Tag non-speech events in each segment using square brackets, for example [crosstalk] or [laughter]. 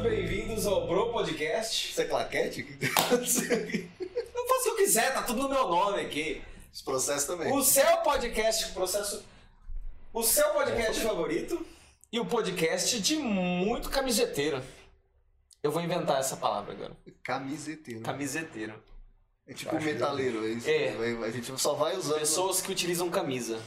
bem-vindos ao Bro Podcast. Isso é claquete? O que que aconteceu? Eu faço o que eu quiser, tá tudo no meu nome aqui. Esse processo também. O seu podcast, processo. O seu podcast favorito e o podcast de muito camiseteiro. Eu vou inventar essa palavra agora. Camiseteiro. Tá. Camiseteiro. É tipo metaleiro, é isso. É. Vai- A gente só vai usando. Pessoas que utilizam camisa.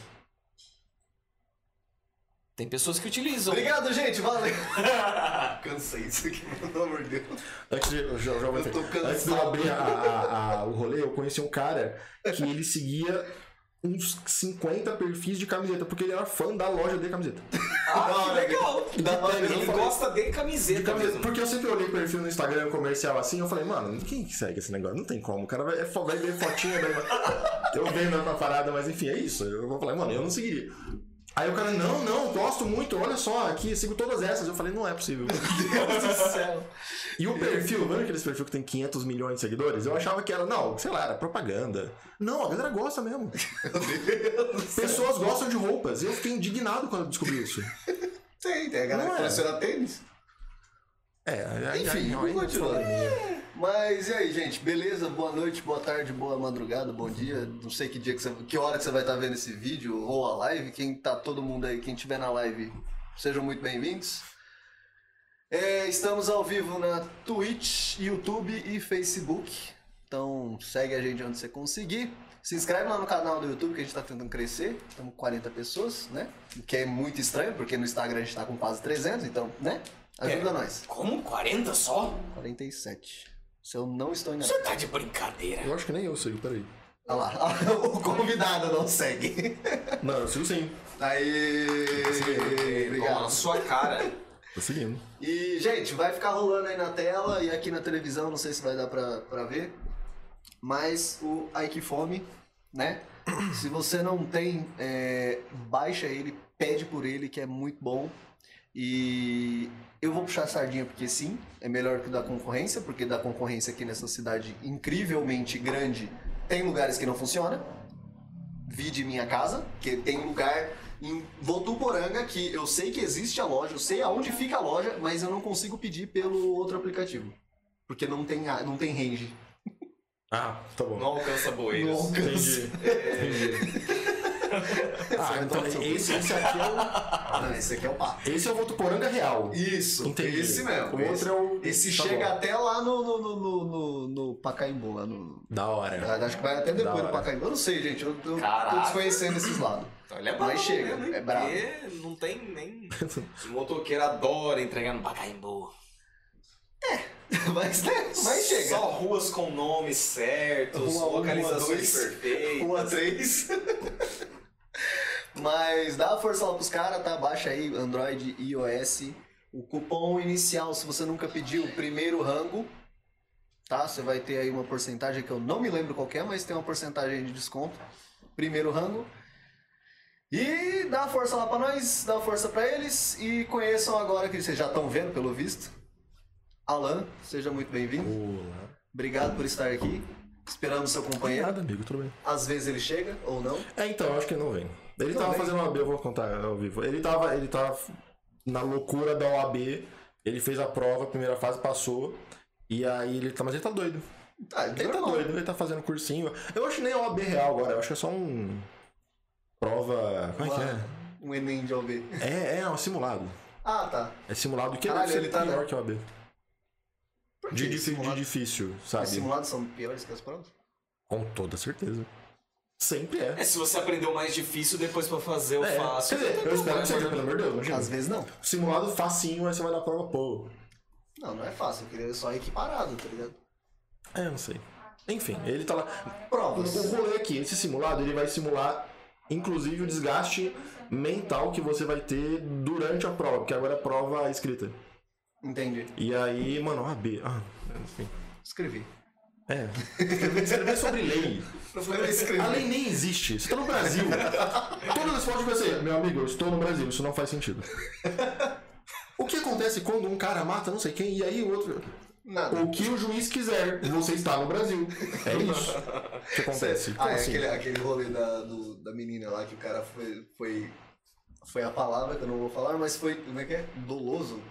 Tem pessoas que utilizam. [laughs] Obrigado, gente. Valeu. Ah, Cansei isso aqui, [laughs] pelo amor de Deus. Antes de, eu já, já aumentei. tô cansado. Antes de eu abrir a- a- a- o rolê, eu conheci um cara que ele seguia uns 50 perfis de camiseta, porque ele era fã da loja de camiseta. Ah, que legal! Da hora, Ele eu gosta de camiseta, De camiseta. tá mesmo. Porque eu sempre olhei perfil no Instagram comercial assim, eu falei, mano, quem que segue esse negócio? Não tem como. O cara vai, é fo- vai ver fotinha, daí vai- [laughs] eu vendo a parada, mas enfim, é isso. Eu vou falar, mano, eu não seguiria. Aí o cara, não, não, gosto muito, olha só, aqui, sigo todas essas. Eu falei, não é possível. Meu Deus do céu. E o perfil, lembra aqueles perfil que tem 500 milhões de seguidores? Eu achava que era, não, sei lá, era propaganda. Não, a galera gosta [laughs] mesmo. Pessoas gostam de roupas. Eu fiquei indignado quando eu descobri isso. Tem, tem a galera Não que é? coleciona tênis. É, aí- Enfim, aí- aí- vamos continuar. Mas e aí, gente? Beleza? Boa noite, boa tarde, boa madrugada, bom dia. Não sei que dia que você, que hora que você vai estar vendo esse vídeo ou a live. Quem tá todo mundo aí, quem tiver na live, sejam muito bem-vindos. É, estamos ao vivo na Twitch, YouTube e Facebook. Então segue a gente onde você conseguir. Se inscreve lá no canal do YouTube que a gente tá tentando crescer. Estamos com 40 pessoas, né? O que é muito estranho, porque no Instagram a gente tá com quase 300, então, né? Ajuda É. nós. Como? 40 só? 47. Se eu não estou enganado. Você tá de brincadeira. Eu acho que nem eu sigo, peraí. Olha lá, [laughs] o convidado não segue. Não, eu sigo sim. Ó, Aí, na obrigado. sua cara. Tô seguindo. E, gente, vai ficar rolando aí na tela e aqui na televisão, não sei se vai dar pra, pra ver. Mas o Ai Que Fome, né? Se você não tem, é, baixa ele, pede por ele, que é muito bom. E eu vou puxar a sardinha porque sim, é melhor que o da concorrência, porque da concorrência aqui nessa cidade incrivelmente grande tem lugares que não funciona. Vide minha casa, que tem lugar em Votuporanga que eu sei que existe a loja, eu sei aonde fica a loja, mas eu não consigo pedir pelo outro aplicativo. Porque não tem, a- não tem range. Ah, tá bom. Não alcança Não bueiros. alcança. Entendi. [laughs] Entendi. Ah, então esse, esse aqui é o. assim, [laughs] Não, esse aqui é o papo. Esse é o Votuporanga real. Isso, Entendi. esse mesmo. O outro é o. Esse tá chega bom. até lá no, no, no, no, no- no Pacaembu, lá no. Da hora. Acho que vai até depois Da do hora. Pacaembu. Eu não sei, gente. Eu, eu tô Caraca. desconhecendo esses lados. [laughs] Olha, Mas chega, é brabo. né? Porque não tem nem. Os motoqueiros adoram entregar no Pacaembu. Mas, né? Mas chega. Só ruas com nomes certos, Rua um, rua localizações dois. perfeitas. 1 a 3. Mas dá uma força lá pros caras, tá? Baixa aí, Android e iOS. O cupom inicial, se você nunca pediu, o primeiro rango, tá? Você vai ter aí uma porcentagem que eu não me lembro qual que é, mas tem uma porcentagem de desconto. Primeiro rango. E dá uma força lá pra nós, dá uma força pra eles e conheçam agora que vocês já estão vendo, pelo visto. Alan, seja muito bem-vindo. Olá. Obrigado por estar aqui. Esperamos seu companheiro. Nada, amigo, tudo bem. Às vezes ele chega ou não. É, então, acho que ele não vem. Ele Não tava vem. fazendo uma OAB, eu vou contar ao vivo. Ele tava, ele tava na loucura da OAB, ele fez a prova, a primeira fase passou, e aí ele tá, mas ele tá doido. Ah, Ele tá doido, ele tá fazendo cursinho. Eu acho que nem a OAB real agora, eu acho que é só um. Prova. Como é que é? Um Enem de OB. É, é um simulado. Ah, tá. É simulado que Caralho, deve ser ele tá, pior né? que a OAB. Por De, que difí- de simulado- difícil, Os sabe? simulados são piores que as provas? Com toda certeza. Sempre é. É, se você aprendeu o mais difícil, depois pra fazer o É, fácil. tá Quer dizer, eu espero que seja, pelo amor de Deus. imagina. Às vezes não. Simulado facinho, aí você vai dar prova, pô. Não, não é fácil. Eu queria só equiparado, tá ligado? É, eu não sei. Enfim, ele tá lá. O Provas. o rolê aqui, esse simulado, ele vai simular, inclusive, o desgaste mental que você vai ter durante a prova, porque agora é prova escrita. Entendi. E aí, mano, a B. Ah, enfim. Escrevi. É. Escrever- [laughs] Escrever sobre lei. escrevi. A lei nem existe. Você tá no Brasil. [laughs] Todo esporte vai ser, meu amigo, eu estou no Brasil, isso não faz sentido. O que acontece quando um cara mata não sei quem e aí o outro. Nada. O que o juiz quiser, você está no Brasil. É isso que acontece. Ah, Como é assim? aquele, aquele rolê da, do- da menina lá que o cara foi, foi. Foi a palavra que eu não vou falar, mas foi. Como é que é? Doloso.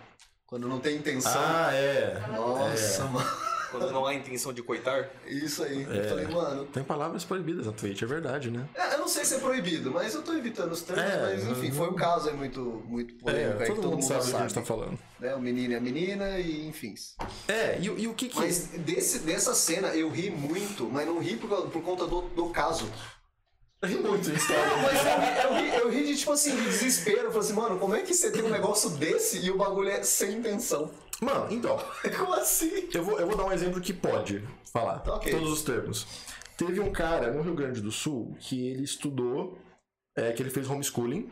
Quando não tem intenção. Ah, é. Nossa, mano. Quando não há intenção de coitar. Isso aí. É. Eu falei, mano. Tem palavras proibidas na Twitch, é verdade, né? é, Eu não sei se é proibido, mas eu tô evitando os termos, É, mas enfim, foi um caso aí muito, muito É, polêmico aí, todo, que todo mundo sabe, do que a gente tá falando. né? O menino e a menina, e enfim. É, e, o- e o que que... Mas desse, dessa cena eu ri muito, mas não ri por, causa- por conta do, do caso. Tem muito isso, Não, mas eu, ri- eu, ri, eu ri de tipo assim, de desespero. Eu falei assim, mano, como é que você tem um negócio desse e o bagulho é sem intenção? [laughs] Mano, então, Como assim? eu vou, eu vou dar um exemplo que pode falar. Ok. Todos os termos. Teve um cara no Rio Grande do Sul que ele estudou, é, que ele fez homeschooling,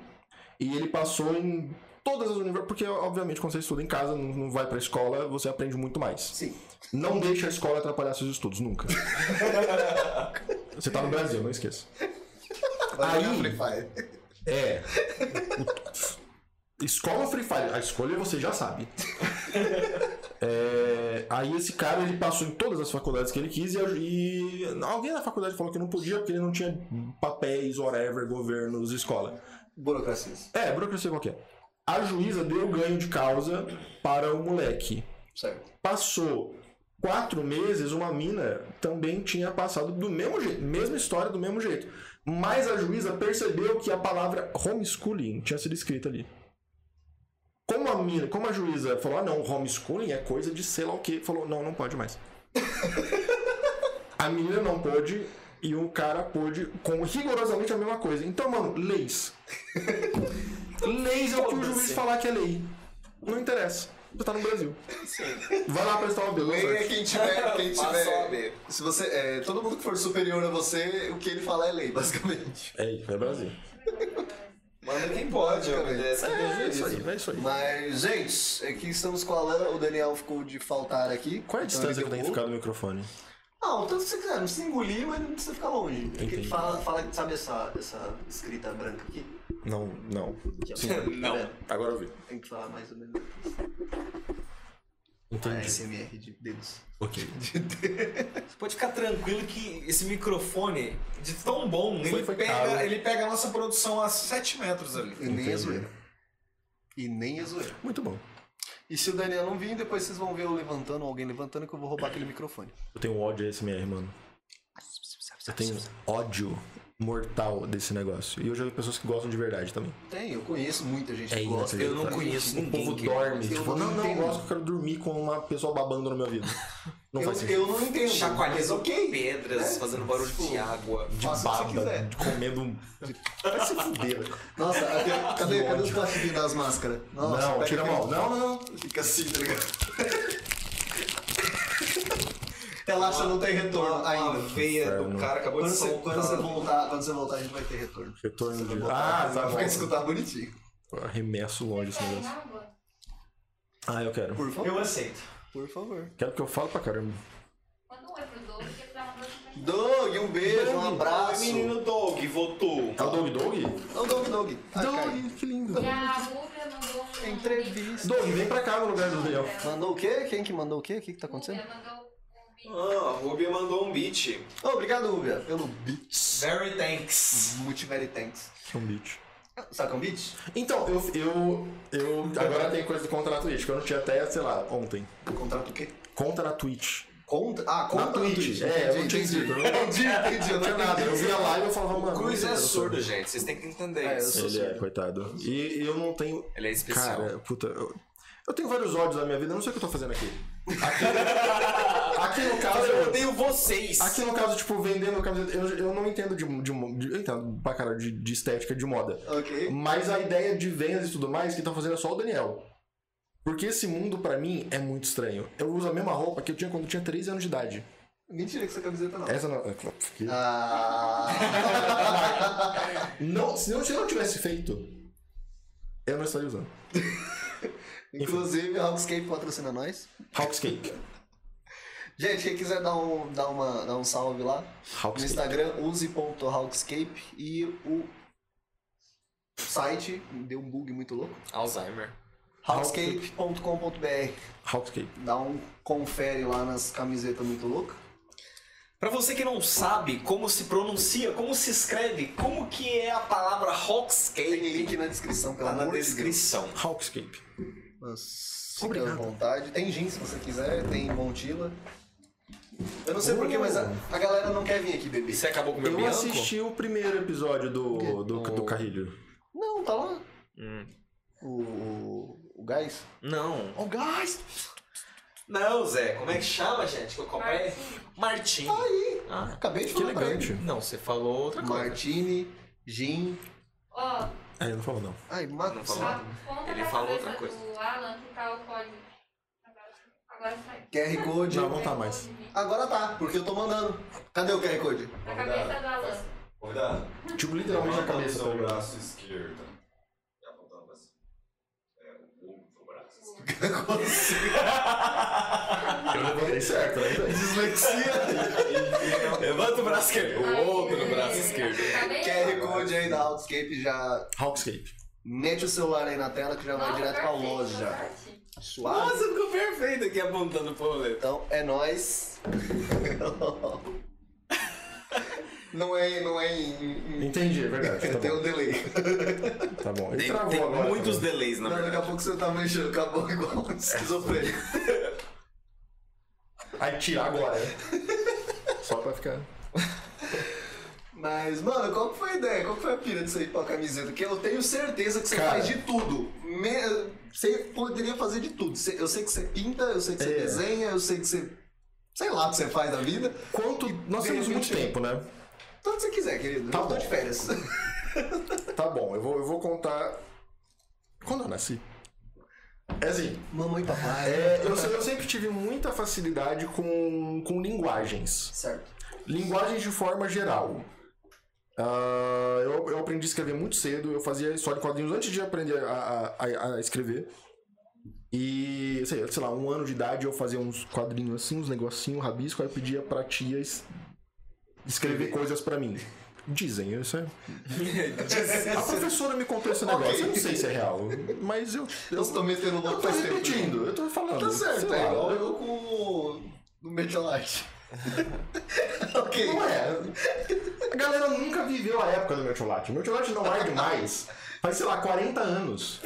e ele passou em todas as universidades, porque obviamente quando você estuda em casa, não, não vai pra escola, você aprende muito mais. Sim. Não deixa a escola atrapalhar seus estudos, [laughs] nunca. você tá no Brasil, não esqueça. Vai Aí- jogar Free Fire. É. Escola Free Fire, a escolha você já sabe. É, aí esse cara ele passou em todas as faculdades que ele quis e, e alguém na faculdade falou que não podia porque ele não tinha papéis, whatever, governos, escola. Burocracias. É, burocracia qualquer. A juíza deu ganho de causa para o moleque. Certo. Passou quatro meses, uma mina também tinha passado do mesmo jeito, mesma história, do mesmo jeito. Mas a juíza percebeu que a palavra homeschooling tinha sido escrita ali. Como a mina, como a juíza falou, ah não, homeschooling é coisa de sei lá o que, falou, não, não pode mais. a menina não pôde e o cara pôde com rigorosamente a mesma coisa. Então, mano, leis. leis é o que o juiz Foda-se. falar que é lei. Não interessa. Você tá no Brasil. Sim. Vai lá prestar uma Lei beleza. é quem tiver. Quem Passou a tiver B. se você, é, todo mundo que for superior a você, o que ele falar é lei, [laughs] basicamente. É, é Brasil. Manda quem pode, obedece quem É, é isso juízo. aí, é isso aí. Mas, gente, aqui estamos com o Alan, o Daniel ficou de faltar aqui. Qual é a Então distância ele que tem que derrubou. ficar do microfone? Ah, o tanto que você quiser, não precisa engolir, mas não precisa ficar longe. Entendi. Porque Fala, fala, sabe essa, essa escrita branca aqui? Não, não. Que é- Não. Tá vendo? Agora eu vi. Tem que falar mais ou menos a Entendi. SMR de dedos. É. Ok. Você pode ficar tranquilo que esse microfone, de tão bom, Foi- ele, foi caro. pega, ele pega a nossa produção a 7 metros ali. E nem Entendi. é zoeira. E nem é zoeira. Muito bom. E se o Daniel não vir, depois vocês vão ver eu levantando, alguém levantando, que eu vou roubar aquele microfone. Eu tenho ódio a SMR, mano. Eu tenho ódio mortal desse negócio. E eu já vi pessoas que gostam de verdade também. Tem, eu conheço muita gente É que gosta. inacreditável. Eu não conheço O povo ninguém que dorme. gosta. Tipo, Eu não não, não, eu entendo. gosto que eu quero dormir com uma pessoa babando no [laughs] meu ouvido. Não Eu, faz sentido. eu não entendo. mas Chacoalhando ok. um pedras, É. fazendo barulho de Tipo, água. De faça o que você baba, quiser. de comendo um. Vai se fuder. [laughs] Nossa, [laughs] cadê, cadê, cadê os ódio. plastiquinhos das máscaras? Nossa, não, pega tira a aquele- mão. Não, não, não. Fica assim, tá ligado? [laughs] Relaxa, não tem retorno A ainda. veia do Inferno. cara acabou de Quando você, quando você soltar. voltar, quando você voltar, a gente vai ter retorno. Retorno de. Voltar, Ah, você tá Vai bom. escutar bonitinho. Arremesso longe esse negócio. Ah, eu quero. Por favor. aceito. Por favor. Quero que eu fale pra caramba. Doug, um beijo, um abraço. O menino Dog voltou. É o Dog Dog? É o Doug, Doug. Ah, cara. que lindo. E a Uber mandou um. Entrevista. Dog, vem pra cá no lugar do Daniel. Mandou o quê? Quem que mandou o quê? O que que tá acontecendo? Uber mandou um vídeo. Ah, a Ruby mandou um beat. Ô, obrigado, Rubia, pelo beats. Very thanks. Multivery Tanks. Que um beat. Saca um beat? Então, eu, eu, eu agora tem coisa do contra na Twitch, que eu não tinha até, sei lá, ontem. Contrato o quê? Contra a Twitch. Conta? Ah, Na conta Twitch. É, eu não [laughs] tinha entendi. escrito. Eu não- Entendi, entendi. Não tinha nada. Eu via lá e eu falava, mano. O Cruz não é sei, eu sou- surdo, gente. Vocês têm que entender É, eu isso. sou Ele é, surdo. coitado. E eu não tenho. Ele é especial. Cara, puta. Eu, eu tenho vários ódios na minha vida, eu não sei o que eu tô fazendo aqui. Aqui, aqui no caso. eu odeio vocês. Aqui no caso, tipo, vendendo camiseta, eu, eu não entendo de, de, mo- de- eu entendo pra caralho de, de estética de moda. Ok. Mas a ideia de vendas e tudo mais, que tá fazendo é só o Daniel. Porque esse mundo, pra mim, é muito estranho. Eu uso a mesma roupa que eu tinha quando eu tinha 3 anos de idade. Mentira que essa camiseta não. Essa não. é claro, porque- [laughs] Ah. Não, se, eu, se eu não tivesse feito, eu não estaria usando. Inclusive, a Hawkscape patrocina nós. Hawks Cake. Gente, quem quiser dar um, dar uma, dar um salve lá no Hawks Cake. Instagram, use.hawkscape e o site deu um bug muito louco. Alzheimer. Hawkscape.com.br. Hawks Cake. Dá um confere lá nas camisetas muito loucas. Pra você que não sabe como se pronuncia, como se escreve, como que é a palavra Tem Hawkscape, link na descrição, pelo tá na amor de Deus. descrição. Hawks Cake. Mas fica à Obrigado. vontade. Tem gin se você quiser, tem Montila. Eu não sei porquê, Uh. mas a, a galera não quer vir aqui E beber. você acabou com o meu Eu bianco? assisti o primeiro episódio do, do, O- do Carrilho. Não, tá lá. Hum. O, o, o gás. Não. O gás! Não, Zé. Como é que chama, gente? Que eu comprei? Martim. Marcinho. Ah, Acabei de Que falar pra ele. elegante. não, você falou outra coisa. Martini, gin. Ó, É, eu não falo não. Ai, Não mata. falou. a- conta Ele pra falou cabeça outra coisa. do Alan que tá o código. Agora- Agora sai. QR Code. Não, não tá mais. Agora tá, porque eu tô mandando. Cadê o QR Code? Na cabeça do Alan. Convidado, Tipo, literalmente na levanta o cabeça. seu tá ligado? braço esquerdo. E apontando pra cima. É, o outro braço esquerdo. Eu levantei certo, né? Dislexia. [laughs] Levanta o braço esquerdo. O outro braço esquerdo. QR Cabeça. Code aí da Outscape já Hawkscape. mete o celular aí na tela que já vai direto pra loja. Suave. Nossa, ficou perfeito aqui apontando pro rolê. Então é nóis. [laughs] Não é, não é em. em- Entendi, é verdade. Tá Tem um bom. delay. Tá bom. Ele Tem, travou tem agora. muitos também. delays, na Não, daqui a verdade. pouco você tá mexendo, acabou [laughs] igual É. um esquizofrênico. Aí tira agora. [laughs] Só pra ficar. Mas, mano, qual que foi a ideia? Qual que foi a pira disso aí pra camiseta? Que eu tenho certeza que você Cara. faz de tudo. Me- Você poderia fazer de tudo. Você- Eu sei que você pinta, eu sei que você É. desenha, eu sei que você. Sei lá o que você faz da vida. Quanto. Nós De temos muito repente- tempo, né? Tanto você quiser, querido. Tá eu tô bom. de férias. Tá bom, eu vou, eu vou contar. Quando eu nasci? É assim. Mamãe e papai. É, eu, se- eu sempre tive muita facilidade com, com linguagens. Certo. Linguagens de forma geral. Ah, eu, eu aprendi a escrever muito cedo, eu fazia história de quadrinhos antes de aprender a, a- a- a escrever. E, sei, sei lá, um ano de idade eu fazia uns quadrinhos assim, uns negocinhos, rabisco, aí eu pedia pra tia es- escrever coisas pra mim. Dizem, isso é. É A professora me contou esse negócio, eu não sei se é real, mas eu. [laughs] Eu Eu, estou metendo eu louco tô faz tempo. repetindo, eu tô falando. Tá sei certo, lá, é igual eu- eu com. o- No [laughs] Meteorite. ok. Não é. A galera nunca viveu a época do Mertiolate. O Mertiolate não ar demais. Faz, sei lá, 40 anos.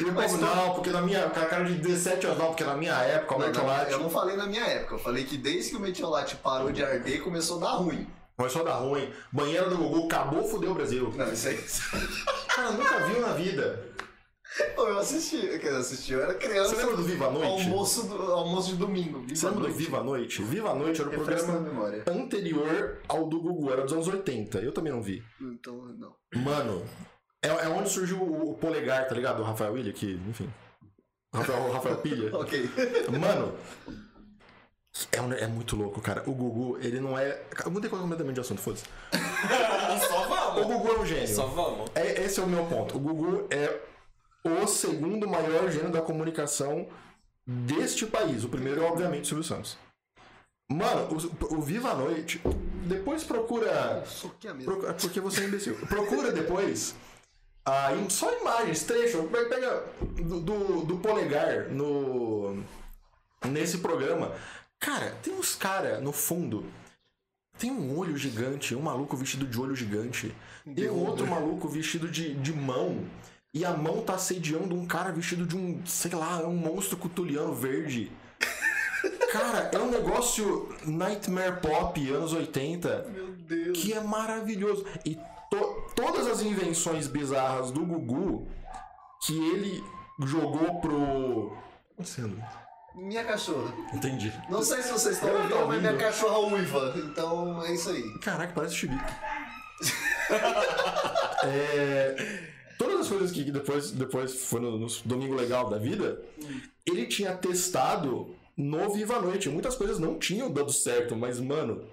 E o Mas então- povo, não, porque na minha. Cara, cara de 17 anos, não, porque na minha época o Não, não, Mertiolate. eu não falei na minha época. Eu falei que desde que o Meteorite parou de arder, começou a dar ruim. Mas só dá ruim. Banheira do Gugu, acabou, fudeu o Brasil. Não, isso aí. [laughs] Cara, nunca viu na vida. Pô, Eu assisti, quer dizer, eu assisti, eu era criança. Você lembra do Viva a Noite? Almoço, do- almoço de domingo. Você lembra do Viva Viva a Noite? Viva a Noite era o Refresca na programa memória. anterior ao do Gugu, era dos anos 80. Eu também não vi. Então, não. Mano, é, é onde surgiu o, o polegar, tá ligado? O Rafael William, que, enfim. Rafael, Rafael [laughs] Pilha. Ok. Mano, é, um- é muito louco, cara. O Gugu, ele não é. Eu mudei completamente de assunto, foda-se. [laughs] Só O vamos. Gugu é um Só gênio. vamos. É, esse é o meu ponto. O Gugu é o segundo maior gênio da comunicação deste país. O primeiro é, obviamente, o Silvio Santos. Mano, o, o Viva a Noite. Depois procura. Só que a mesma. Procura- Porque você é um imbecil. Procura depois. ah, im- só imagens, trecho. Pe- Pega do, do, do polegar no. Nesse programa. Cara, tem uns cara no fundo. Tem um olho gigante, um maluco vestido de olho gigante. Tem um outro maluco vestido de, de mão. E a mão tá assediando um cara vestido de um, sei lá, um monstro cutuliano verde. Cara, é um negócio Nightmare Pop, anos 80 Meu Deus. que é maravilhoso. E to- todas as invenções bizarras do Gugu que ele jogou pro. Acontecendo. Minha cachorra. Entendi. Não sei se vocês estão Eu não tô ouvindo, mas minha ouvindo. cachorra uiva. Então é isso aí. Caraca, parece chibi. [laughs] É, todas as coisas que depois, depois foi no, no Domingo Legal da vida, ele tinha testado no Viva a Noite. Muitas coisas não tinham dado certo, mas, mano,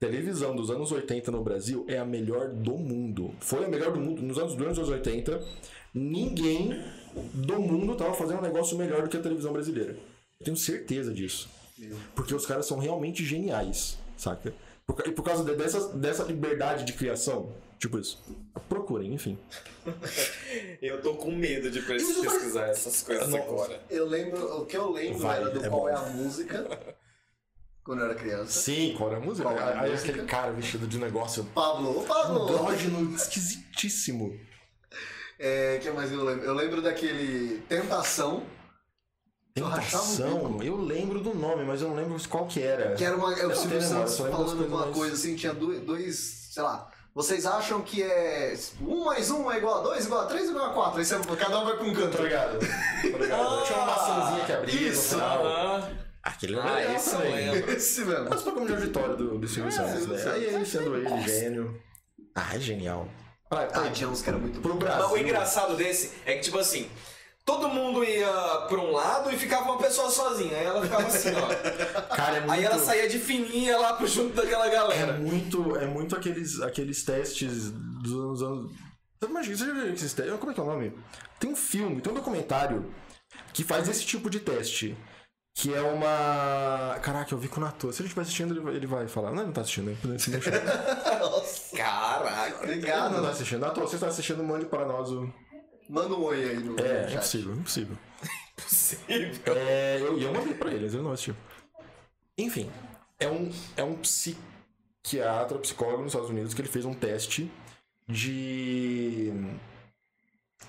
televisão dos anos 80 no Brasil é a melhor do mundo. Foi a melhor do mundo nos anos, durante os anos 80. Ninguém do mundo tava fazendo um negócio melhor do que a televisão brasileira. Eu tenho certeza disso. Porque os caras são realmente geniais, saca? Por, ca- e por causa de- dessa, dessa liberdade de criação, tipo isso. Procurem, enfim. Eu tô com medo de pesquisar essas coisas Nossa. agora. Eu lembro, o que eu lembro Vai, era do é qual bom. é a música. Quando eu era criança. Sim, qual era a música? Qual era a Aí é música? aquele cara vestido de negócio Pablo, ô Pablo! andrógeno esquisitíssimo. É, que mais eu lembro? Eu lembro daquele Tentação, Eu rachava o Tentação, bico. eu lembro do nome, mas eu não lembro qual que era. que era uma, é Eu o não Silvio tenho memória, Santos só lembro das falando coisas uma mais- coisa assim, tinha do- dois, sei lá, vocês acham que é um mais um é igual a dois, igual a três, igual a quatro, aí você, cada um vai pra um canto. Tá [laughs] ligado? Tá ligado? Tinha uma maçãzinha que abria Isso. no final. Aham. Aquele Ah, legal isso eu também. lembro. Esse mesmo. Mas como de auditório do, do Silvio É, Santos, Silvio né? Santos. Aí ele sendo ele, gênio. Ah, genial. Pra, pra, Ah, tinha uns que era muito Mas pro o Brasil. engraçado desse é que, tipo assim, todo mundo ia pra um lado e ficava uma pessoa sozinha. Aí ela ficava assim, ó. Cara, é muito. Aí ela saía de fininha lá pro junto daquela É galera. muito, é muito aqueles, aqueles testes dos anos. anos... Você imagina, você já viu esses testes? Como é que é o nome? Tem um filme, tem um documentário que faz esse tipo de teste. Que é uma. Caraca, eu vi com o Natan. Se ele estiver assistindo, ele vai, ele vai falar. Não, ele não tá assistindo, né? Se não [laughs] estiver- Nossa, Caraca. é Ele não obrigado. tá assistindo. Natan, você está assistindo um monte de Paranoso. Manda um oi aí no É, no chat. impossível, impossível. Possível. É, eu, eu mandei pra eles, eu não assisti. Enfim, é um, é um psiquiatra, psicólogo nos Estados Unidos que ele fez um teste de.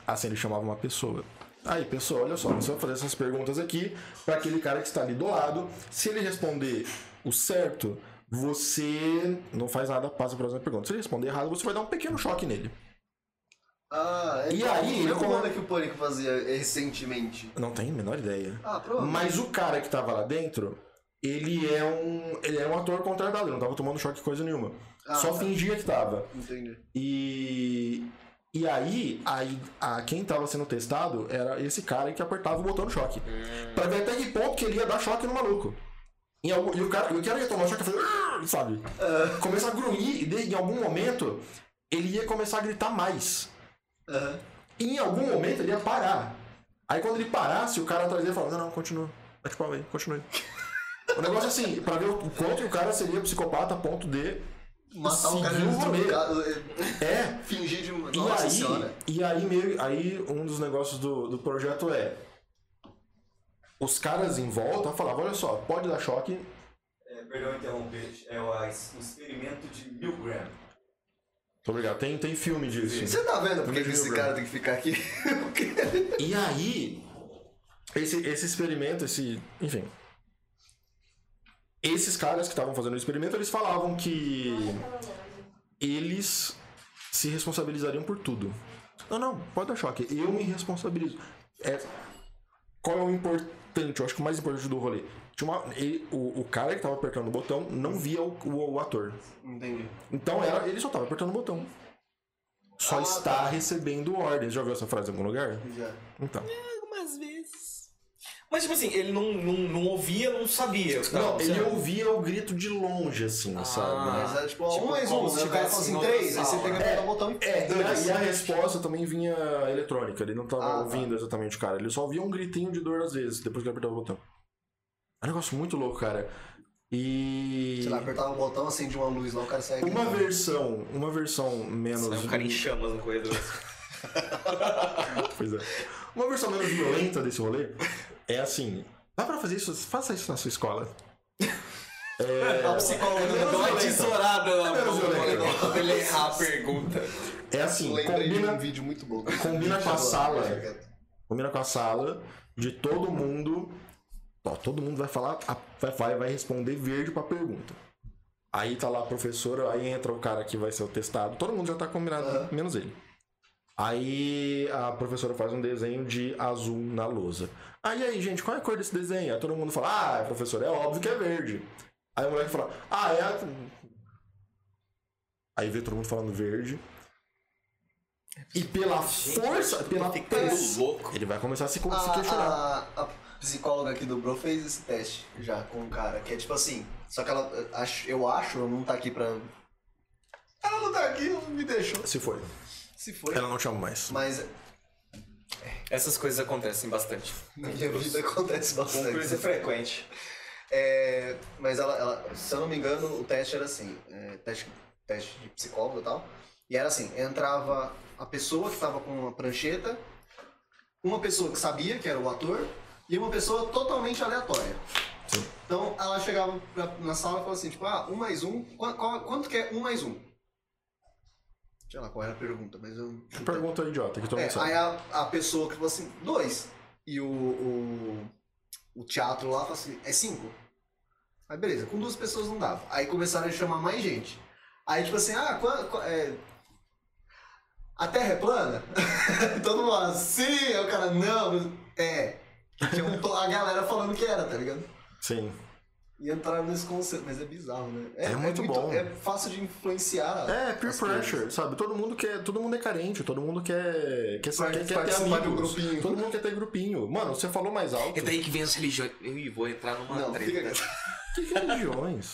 Assim, ele chamava uma pessoa. Aí, pessoal, olha só, você vai fazer essas perguntas aqui pra aquele cara que está ali do lado. Se ele responder o certo, você não faz nada, passa para a próxima pergunta. Se ele responder errado, você vai dar um pequeno choque nele. Ah, é E igual- aí, igual como- banda que o Pânico fazia recentemente. Não tenho a menor ideia. Ah, pronto. Mas o cara que tava lá dentro, ele é um. Ele era um ator contratado, ele não tava tomando choque coisa nenhuma. Ah, Só tá. fingia que tava. Entendi. E. E aí, aí a, quem tava sendo testado era esse cara que apertava o botão do choque. Pra ver até que ponto que ele ia dar choque no maluco. Em algum- e é o cara, e o cara ia tomar choque e fazer. "Ah", Sabe? Começar a grunhir e de- em algum momento ele ia começar a gritar mais. Aham. E em algum momento ele ia parar. Aí quando ele parasse, o cara atrás dele falava, não, não, continua. Bate pau aí, continue. o negócio é assim, pra ver o quanto o cara seria psicopata a ponto de. Matar um cara Seguiu o rolê. desbocado, É. é, fingir de. E Nossa aí, senhora. e aí meio. Aí um dos negócios do, do projeto é. Os caras em volta falavam, olha só, pode dar choque. É, perdão interromper, é o, o experimento de Milgram. Tô obrigado. Tem, tem filme disso. Você tá vendo por que Meu que esse Deus, cara tem que ficar aqui? [laughs] Porque- E aí, esse, esse experimento, esse. Enfim. Esses caras que estavam fazendo o experimento, eles falavam que eles se responsabilizariam por tudo. Não, não, pode dar choque. Eu me responsabilizo. É, qual é o importante? Eu acho que o mais importante do rolê. Tinha uma- ele- o, o cara que tava apertando o botão não via o, o- o ator. Entendi. Então era, ele só tava apertando o botão. Só Ah, está tá. recebendo ordens. Já ouviu essa frase em algum lugar? Já. Então. Algumas vezes. Mas, tipo assim, ele não, não, não ouvia, não sabia. Não, ele ouvia. ouvia o grito de longe, assim, Ah. sabe? Mas é tipo, ó, Tipo, um mais um, como se né? o cara fala tivesse em assim, outra três, aí você sala. pega É, apertar o botão e É, e a, dane-se. e a resposta também vinha eletrônica, ele não tava Ah, tá. ouvindo exatamente o cara, ele só ouvia um gritinho de dor às vezes, depois que ele apertava o botão. É um negócio muito louco, cara. E. Sei lá, apertava o botão, acende uma luz lá, o cara sai. Uma gritando. versão, uma versão menos. é Saiu um cara em chamas assim. no corredor. [laughs] Pois é. Uma versão menos violenta desse rolê é assim. Dá pra fazer isso? Faça isso na sua escola. É A psicóloga Ele dando deu uma uma dica. tesourada lá É menos no violento. quando ele errar a pergunta. É assim, Lembrei de combina. um vídeo muito bom. combina com a sala. Deixa quieto. combina com a sala de todo mundo. Ó, todo mundo vai falar, a- vai, vai, vai responder verde pra pergunta. Aí tá lá a professora, aí entra o cara que vai ser o testado. Todo mundo já tá combinado, Aham. menos ele. Aí a professora faz um desenho de azul na lousa. Aí, aí, gente, qual é a cor desse desenho? Aí todo mundo fala, ah, professora, é óbvio que é verde. Aí o moleque fala, ah, é a... Aí vê todo mundo falando verde. E pela força, pela pressão... louco. Ele vai começar a se, se questionar. A, a, a psicóloga aqui do Bro fez esse teste já com um cara, que é tipo assim, só que ela, acho- eu acho, ela não tá aqui pra... Ela não tá aqui, ela me deixou. Se foi. Se foi. Ela não te ama mais. Mas Essas coisas acontecem bastante. na minha vida acontece bastante. Coisa frequente. É, mas ela, ela- se eu não me engano, o teste era assim, é, teste, teste de psicólogo e tal. E era assim, entrava a pessoa que estava com uma prancheta, uma pessoa que sabia que era o ator, e uma pessoa totalmente aleatória. Sim. Então ela chegava pra- na sala e falava assim, tipo, ah, um mais um, qua- qual- quanto que é um mais um? Sei lá qual era a pergunta, mas eu. Pergunta idiota, que todo É, mundo sabe. aí a, a pessoa que falou assim, dois. E o, o, o teatro lá falou assim, é cinco. Aí beleza, com duas pessoas não dava. Aí começaram a chamar mais gente. Aí tipo assim, ah, qua- qua- é, a terra é plana? [laughs] Todo mundo lá, sim, aí o cara, não, mas- é. Tinha um pla- a galera falando que era, tá ligado? Sim. E entraram nesse conceito, mas é bizarro, né? É muito bom. É fácil de influenciar. É, peer as coisas. pressure, sabe? Todo mundo quer. Todo mundo é carente, todo mundo quer. Quer, Pra quer, quer ter participar de um amigos. grupinho. Todo mundo quer ter grupinho. Mano, você falou mais alto. É daí que vem as religiões. Eu vou entrar numa Não, treta. fica quieto. Que religiões?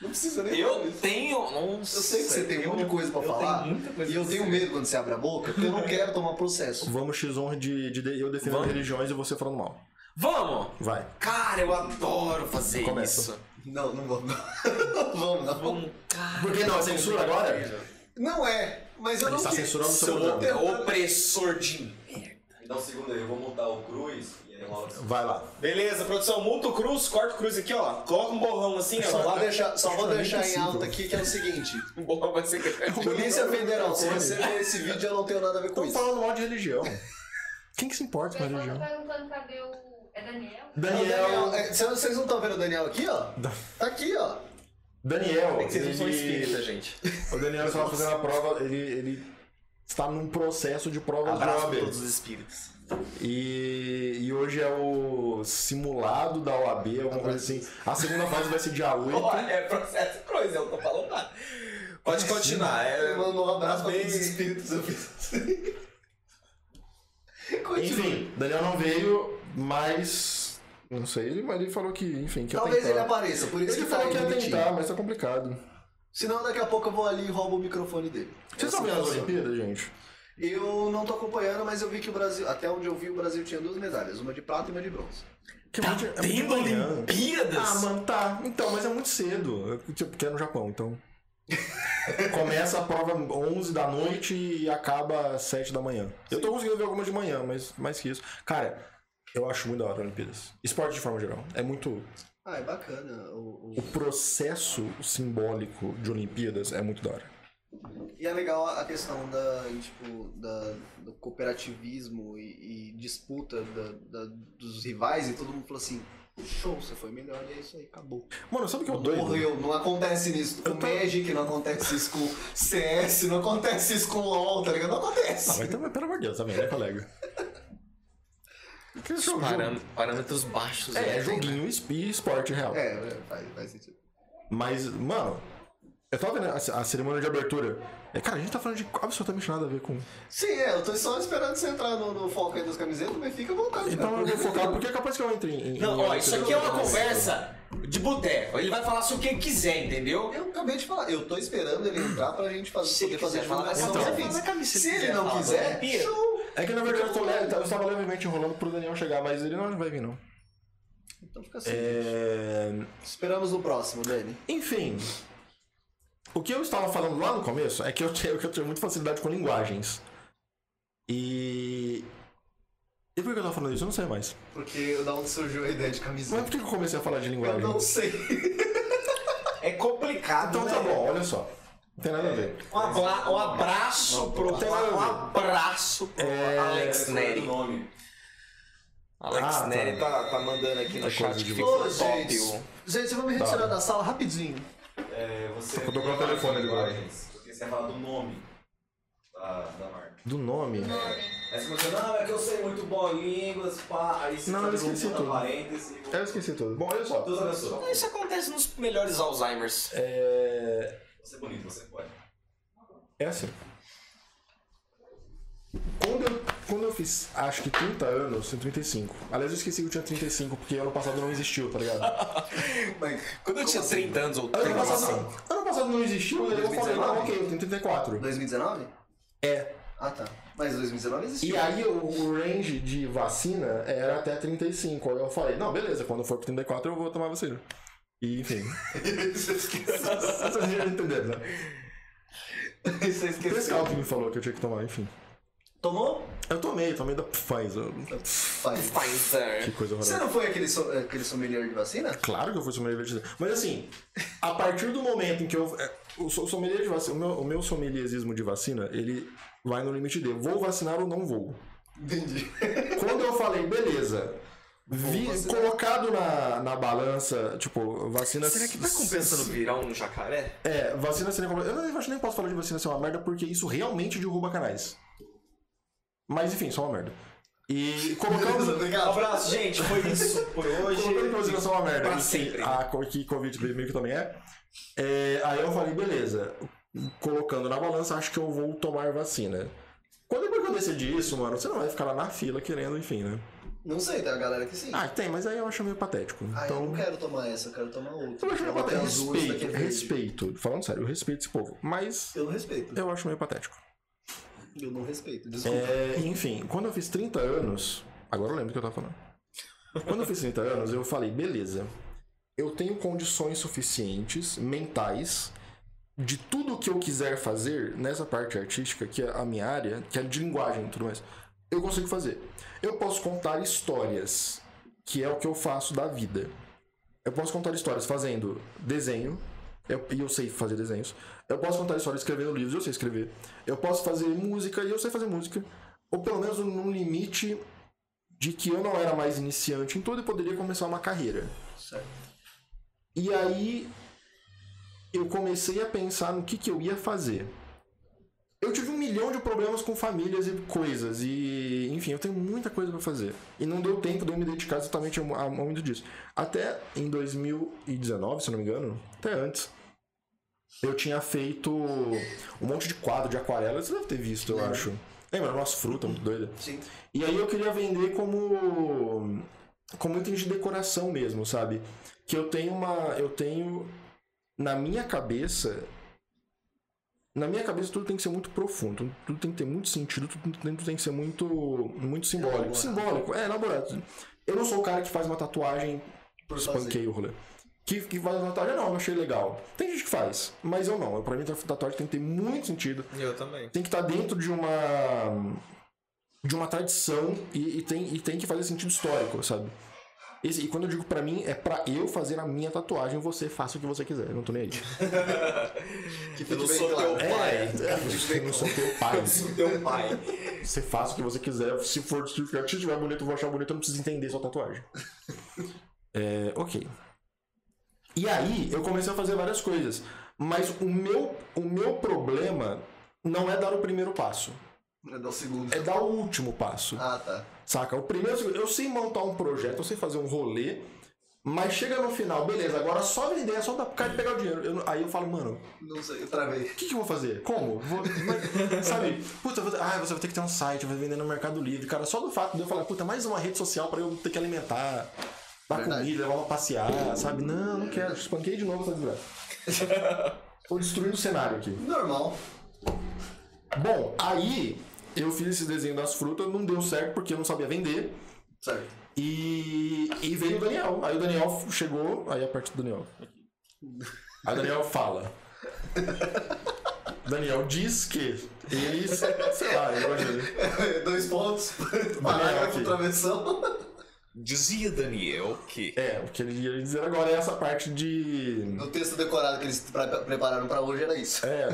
Não precisa nem falar Eu isso. tenho. Nossa, Eu sei que você tem um monte de coisa pra eu falar. tenho muita coisa E eu pra tenho dizer. medo quando você abre a boca, porque eu [laughs] não quero tomar processo. [laughs] Vamos X1 de, de, de eu defendendo Vamos. religiões e você falando mal. Vamos! Vai. Cara, eu adoro fazer Começa. isso. Não, não [laughs] vamos. Não vamos, não. Vamos, cara. Por que não? É censura agora? Não é, mas eu Ele não está quero. tá censurando o seu Eu É vou programa. tentar- Opressor de merda. Então, segundo aí, eu vou montar o cruz e aí rola. Vai lá. Beleza, produção, multa o cruz, corta o cruz aqui, ó. Coloca um borrão assim, Só ó. [laughs] vou deixar, só vou Acho deixar em impossível. alta aqui que é o [laughs] seguinte. Um Boa, vai ser grande. Polícia Federal, se você ver esse vídeo, eu não tenho nada a ver com Estamos isso. falando mal de religião. Quem que se importa com a O pessoal religião? tá perguntando cadê o. É Daniel? Daniel, Daniel. é, cê- vocês não estão vendo o Daniel aqui, ó? Tá aqui, ó. Daniel. Tem que ser ele- espírita, gente. O Daniel estava fazendo a prova, ele, ele está num processo de prova de Abraço OAB. pra todos os espíritos. E, e hoje é o simulado da OAB, alguma coisa assim. A segunda fase vai ser dia 8. Ó, é processo cruz, eu não tô falando nada. Pode continuar. É, Eu mando um abraço pra Amém. todos os espíritos. Eu fiz assim. Continua. Enfim, Daniel não veio, mas. Não sei, ele, mas ele falou que, enfim, que ia Talvez tentar. ele apareça, por isso Ele que tá falou aí que ia bonitinho. tentar, mas tá complicado. Senão daqui a pouco eu vou ali e roubo o microfone dele. Vocês Essa estão vendo as situação. Olimpíadas, gente? Eu não tô acompanhando, mas eu vi que o Brasil, até onde eu vi, o Brasil tinha duas medalhas, uma de prata e uma de bronze. Que Tá muito- é muito tendo amanhã. Olimpíadas? Ah, mano, tá. Então, mas é muito cedo. Eu, Tipo, porque é no Japão, [laughs] então. Começa a prova 11 da noite e acaba às 7 da manhã. Eu tô conseguindo ver algumas de manhã, mas mais que isso. Cara, eu acho muito da hora Olimpíadas. Esporte de forma geral. É muito. Ah, é bacana. O- O o- processo simbólico de Olimpíadas é muito da hora. E é legal a questão da, e, tipo, da- do cooperativismo e, e disputa da- da- dos rivais e todo mundo falou assim, show, você foi melhor e é isso aí, acabou. Mano, sabe o que é o doido? Morreu, não acontece nisso com Eu tô- Magic, não acontece isso com CS, não acontece isso com LoL, tá ligado? Não Ah, acontece. mas também, pelo amor de Deus, também, né, [laughs] colega? Que é jogo- Param- parâmetros baixos. É, né? é joguinho e esporte real. É, é, né? faz, faz sentido. Mas, mano, eu tava vendo a, a cerimônia de abertura. É, cara, a gente tá falando de absolutamente nada a ver com. Sim, é, eu tô só esperando você entrar no, no foco aí das camisetas, mas fica à vontade. Então cara. eu vou focar, porque é capaz que eu entre em. em- Não, em ó, outra isso aqui é uma coisa. conversa de boteco. Ele vai falar sobre o que ele quiser, entendeu? Eu acabei de falar, eu tô esperando ele entrar pra gente fazer, Se ele poder fazer quiser falar, divulgação então, dos fala fins. na camisa, se Se ele ele quiser não falar, quiser, né? show! É que na verdade eu, tô, le- eu tava levemente enrolando pro Daniel chegar, mas ele não vai vir, não. Então fica assim. É. Esperamos no próximo, Dani. Enfim. O que eu estava falando lá no começo é que eu tenho, que eu tenho muita facilidade com linguagens. E. E por que eu tava falando isso? Eu não sei mais. Porque da onde surgiu a ideia de camiseta? Mas por que eu comecei a falar de Eu linguagem? não sei. É complicado. Então tá né? bom, olha só. Não tem nada a ver. Um, abla- um abraço pro. tem nada a ver. Um abraço pro Alex Esse Neri. é o nome. Alex Ah, tá. Neri tá, tá mandando aqui no É chat coisa que de ficou Ô, top. um. gente, o- gente, eu vou me retirar Tá. da sala rapidinho. É, você. Eu tô com o telefone agora. Imagens, Porque você ia falar do nome da, da marca. Do nome. Aí você falou, não, é que eu sei muito boa línguas, pá. Aí você Não, tá eu esqueci juntando tudo. parênteses. Eu esqueci tudo. Bom, olha só. Deus abençoe. Isso acontece nos melhores Alzheimer's. É. Você é bonito, você pode. É assim. Quando eu, quando eu fiz, acho que 30 anos, 35. Aliás, eu esqueci que eu tinha 35, porque ano passado não existiu, tá ligado? Quando eu tinha assim? 30 anos ou Ano 30 passado, ano passado não existiu, e aí eu falei, não, ok, eu tenho 34. 2019? É. Ah tá. Mas 2019 existiu. E aí o, o range de vacina era até 35. Aí eu falei, não, beleza, quando for pro 34 eu vou tomar vacina. E enfim. Vocês já entenderam, né? Você O esqueceu. Pescal que me falou que eu tinha que tomar, enfim. Tomou? Eu tomei, tomei da Pfizer. Faz. Que Pfizer. coisa horrorosa. Você não foi aquele, so- aquele sommelier de vacina? Claro que eu fui sommelier de vacina. Mas assim, a partir do momento em que eu. é, O, so- o sommelier de vacina, o meu, o meu sommelierismo de vacina, ele vai no limite de vou vacinar ou não vou. Entendi. Quando eu falei, beleza, vi, vacinar. colocado na, na balança, tipo, vacina... Será que tá compensando virar um jacaré? É, vacina seria complicado. Eu não- acho que nem posso falar de vacina ser uma merda, porque isso realmente derruba canais. Mas enfim, só uma merda. E é colocando. Um abraço, gente. Foi isso [laughs] por Colocando que hoje. vacina é só uma merda. Pra e sempre, Que, né? a, co- que Covid meio que também é. É, Aí eu falei, beleza. Colocando na balança, acho que eu vou tomar vacina. Quando depois que eu decidi isso, mano, você não vai ficar lá na fila querendo, enfim, né? Não sei, tem a galera que sim. Ah, tem, mas aí eu acho meio patético. Ah, eu então. não quero tomar essa, eu quero tomar outra. Eu acho meio Ela tem patético. azul, essa daqui é Respeito, verde. respeito. Falando sério, eu respeito esse povo. Mas Eu não respeito. eu acho meio patético. Eu não respeito. Desculpa. É, enfim, quando eu fiz 30 anos. Agora eu lembro do que eu tava falando. Quando eu fiz 30 anos, eu falei, beleza. Eu tenho condições suficientes, mentais, de tudo que eu quiser fazer nessa parte artística, que é a minha área, que é de linguagem e tudo mais, eu consigo fazer. Eu posso contar histórias, que é o que eu faço da vida. Eu posso contar histórias fazendo desenho, eu- e eu sei fazer desenhos. Eu posso contar histórias escrevendo livros, eu sei escrever. Eu posso fazer música e eu sei fazer música. Ou pelo menos num limite de que eu não era mais iniciante em tudo e poderia começar uma carreira. Certo. E aí eu comecei a pensar no que, que eu ia fazer. Eu tive um milhão de problemas com famílias e coisas, e enfim, eu tenho muita coisa pra fazer. E não deu tempo de eu me dedicar exatamente ao ao momento disso. Até em 2019, se eu não me engano, até antes, eu tinha feito um monte de quadro de aquarela, você deve ter visto, eu acho. Lembra? Nossa, fruta, muito doida. Sim. E aí eu queria vender como como itens de decoração mesmo, sabe? Que eu tenho uma eu tenho na minha cabeça na minha cabeça tudo tem que ser muito profundo, tudo tem que ter muito sentido, tudo tem, tudo tem que ser muito muito simbólico. Elaborado. Simbólico, é elaborado. Eu não sou o cara que faz uma tatuagem Por fazer. espanquei o rolê. Que, que faz uma tatuagem, não, eu achei legal. Tem gente que faz, mas eu não. Pra mim, tatuagem tem que ter muito sentido Eu também. tem que estar dentro de uma de uma tradição e, e tem, e tem que fazer sentido histórico, sabe? Esse- e quando eu digo pra mim, é pra eu fazer a minha tatuagem, você faça o que você quiser, eu não tô nem aí. É, Que Eu não bem sou claro. É, teu pai. eu não sou teu [laughs] pai. Teu pai. Você faça o que você quiser, se for se tiver bonito, eu vou achar bonito, eu não preciso entender sua tatuagem. [laughs] É, ok. E aí, eu comecei a fazer várias coisas, mas o meu, o meu problema não é dar o primeiro passo, É dar o segundo. é dar o último passo. Ah, tá. Saca? O primeiro, eu sei montar um projeto, eu sei fazer um rolê, mas chega no final, beleza, agora só vender, é só dar pro cara pegar o dinheiro. Eu não- aí eu falo, mano, Não sei, eu travei. o que, que eu vou fazer? Como? Vou, mas, sabe? Puta, eu vou ter- ah, você vai ter que ter um site, vai vender no Mercado Livre. Cara, só do fato de eu falar, puta, mais uma rede social pra eu ter que alimentar, dar Verdade. comida, levar pra passear, sabe? Não, não quero, espanquei de novo essa desgraça. Tô destruindo o cenário aqui. Normal. Bom, aí eu fiz esse desenho das frutas, não deu certo porque eu não sabia vender. Certo. [laughs] E, e veio o Daniel. Aí o Daniel chegou. Aí a parte do Daniel. Aí o Daniel fala. Daniel diz que ele. Sei lá, eu imagino. Dois pontos. Parágrafo, aqui. travessão. Dizia Daniel que. É, o que ele ia dizer agora é essa parte de. No texto decorado que eles pre- prepararam pra hoje era isso. É.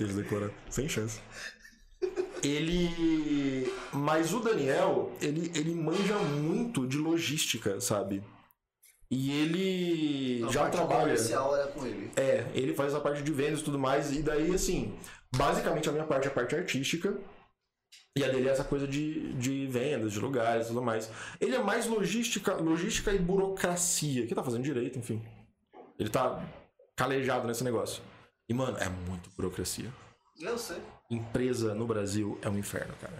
Eles decoram. Sem chance. Ele. Mas o Daniel, ele, ele manja muito de logística, sabe? E ele A já parte trabalha. comercial era com ele. É, ele faz a parte de vendas e tudo mais, e daí, assim, basicamente a minha parte é a parte artística, e a dele é essa coisa de, de vendas, de lugares e tudo mais. Ele é mais logística, logística e burocracia, que tá fazendo direito, enfim. Ele tá calejado nesse negócio. E, mano, é muito burocracia. Eu sei. Empresa no Brasil é um inferno, cara.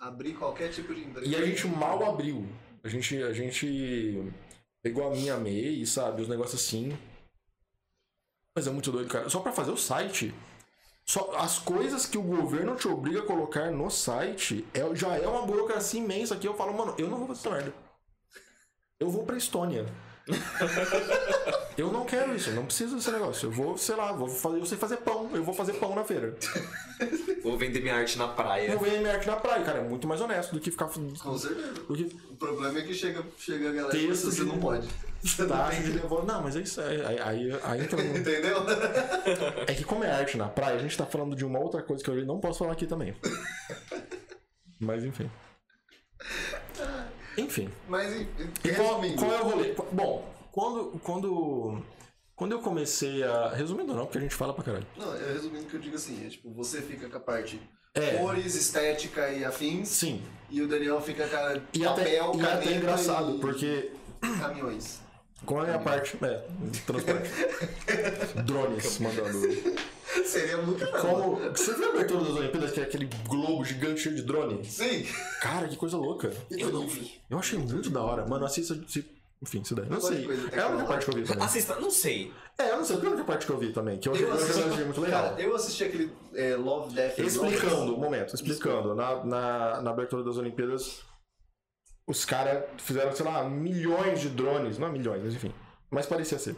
Abrir qualquer tipo de empresa. E a gente mal abriu. A gente, a gente pegou a minha MEI, sabe? Os negócios assim. Mas é muito doido, cara. Só pra fazer o site. Só as coisas que o governo te obriga a colocar no site é, já é uma burocracia imensa que eu falo, mano, eu não vou fazer essa merda. Eu vou pra Estônia. [laughs] Eu não quero isso, eu não preciso desse negócio. Eu vou, sei lá, vou fazer, eu sei fazer pão, eu vou fazer pão na feira. Vou vender minha arte na Eu praia. vendo minha arte na praia, cara, é muito mais honesto do que ficar. Do Com certeza. que O problema é que chega, chega a galera e fala, Texto você de- não pode. Você não tá tem de que... levou. Não, mas é isso. Aí, aí, aí- aí entra [laughs] no- Entendeu? É que como é arte na praia, a gente tá falando de uma outra coisa que eu não posso falar aqui também. Mas enfim. Enfim. Mas e- E qual, resumindo, qual é o rolê? Qu- Bom, quando, quando, quando eu comecei a. Resumindo, não, porque a gente fala pra caralho. Não, eu resumindo o que eu digo assim, é tipo, você fica com a parte É. cores, estética e afins, Sim. e o Daniel fica com a E até, papel, e caneta até é engraçado, e porque caminhões. qual é a parte. É, transporte. [laughs] Drones mandando. Seria muito legal. Como. Você viu a abertura das Olimpíadas, que é aquele globo gigante cheio de drone? Sim. Cara, que coisa louca. Eu não vi. Eu achei muito da hora. Mano, assista. Se... Enfim, se der. Não Pode sei. coisa É a única tecnológica. parte que eu vi também. Assista, não sei. É, eu não sei. Foi a única parte que eu vi também. Que eu achei, eu achei muito legal. Cara, eu assisti aquele é, Love, Death and Explicando, Robots. um momento, explicando. Na, na, na abertura das Olimpíadas, os caras fizeram, sei lá, milhões de drones. Não é milhões, mas enfim. Mas parecia [laughs] ser.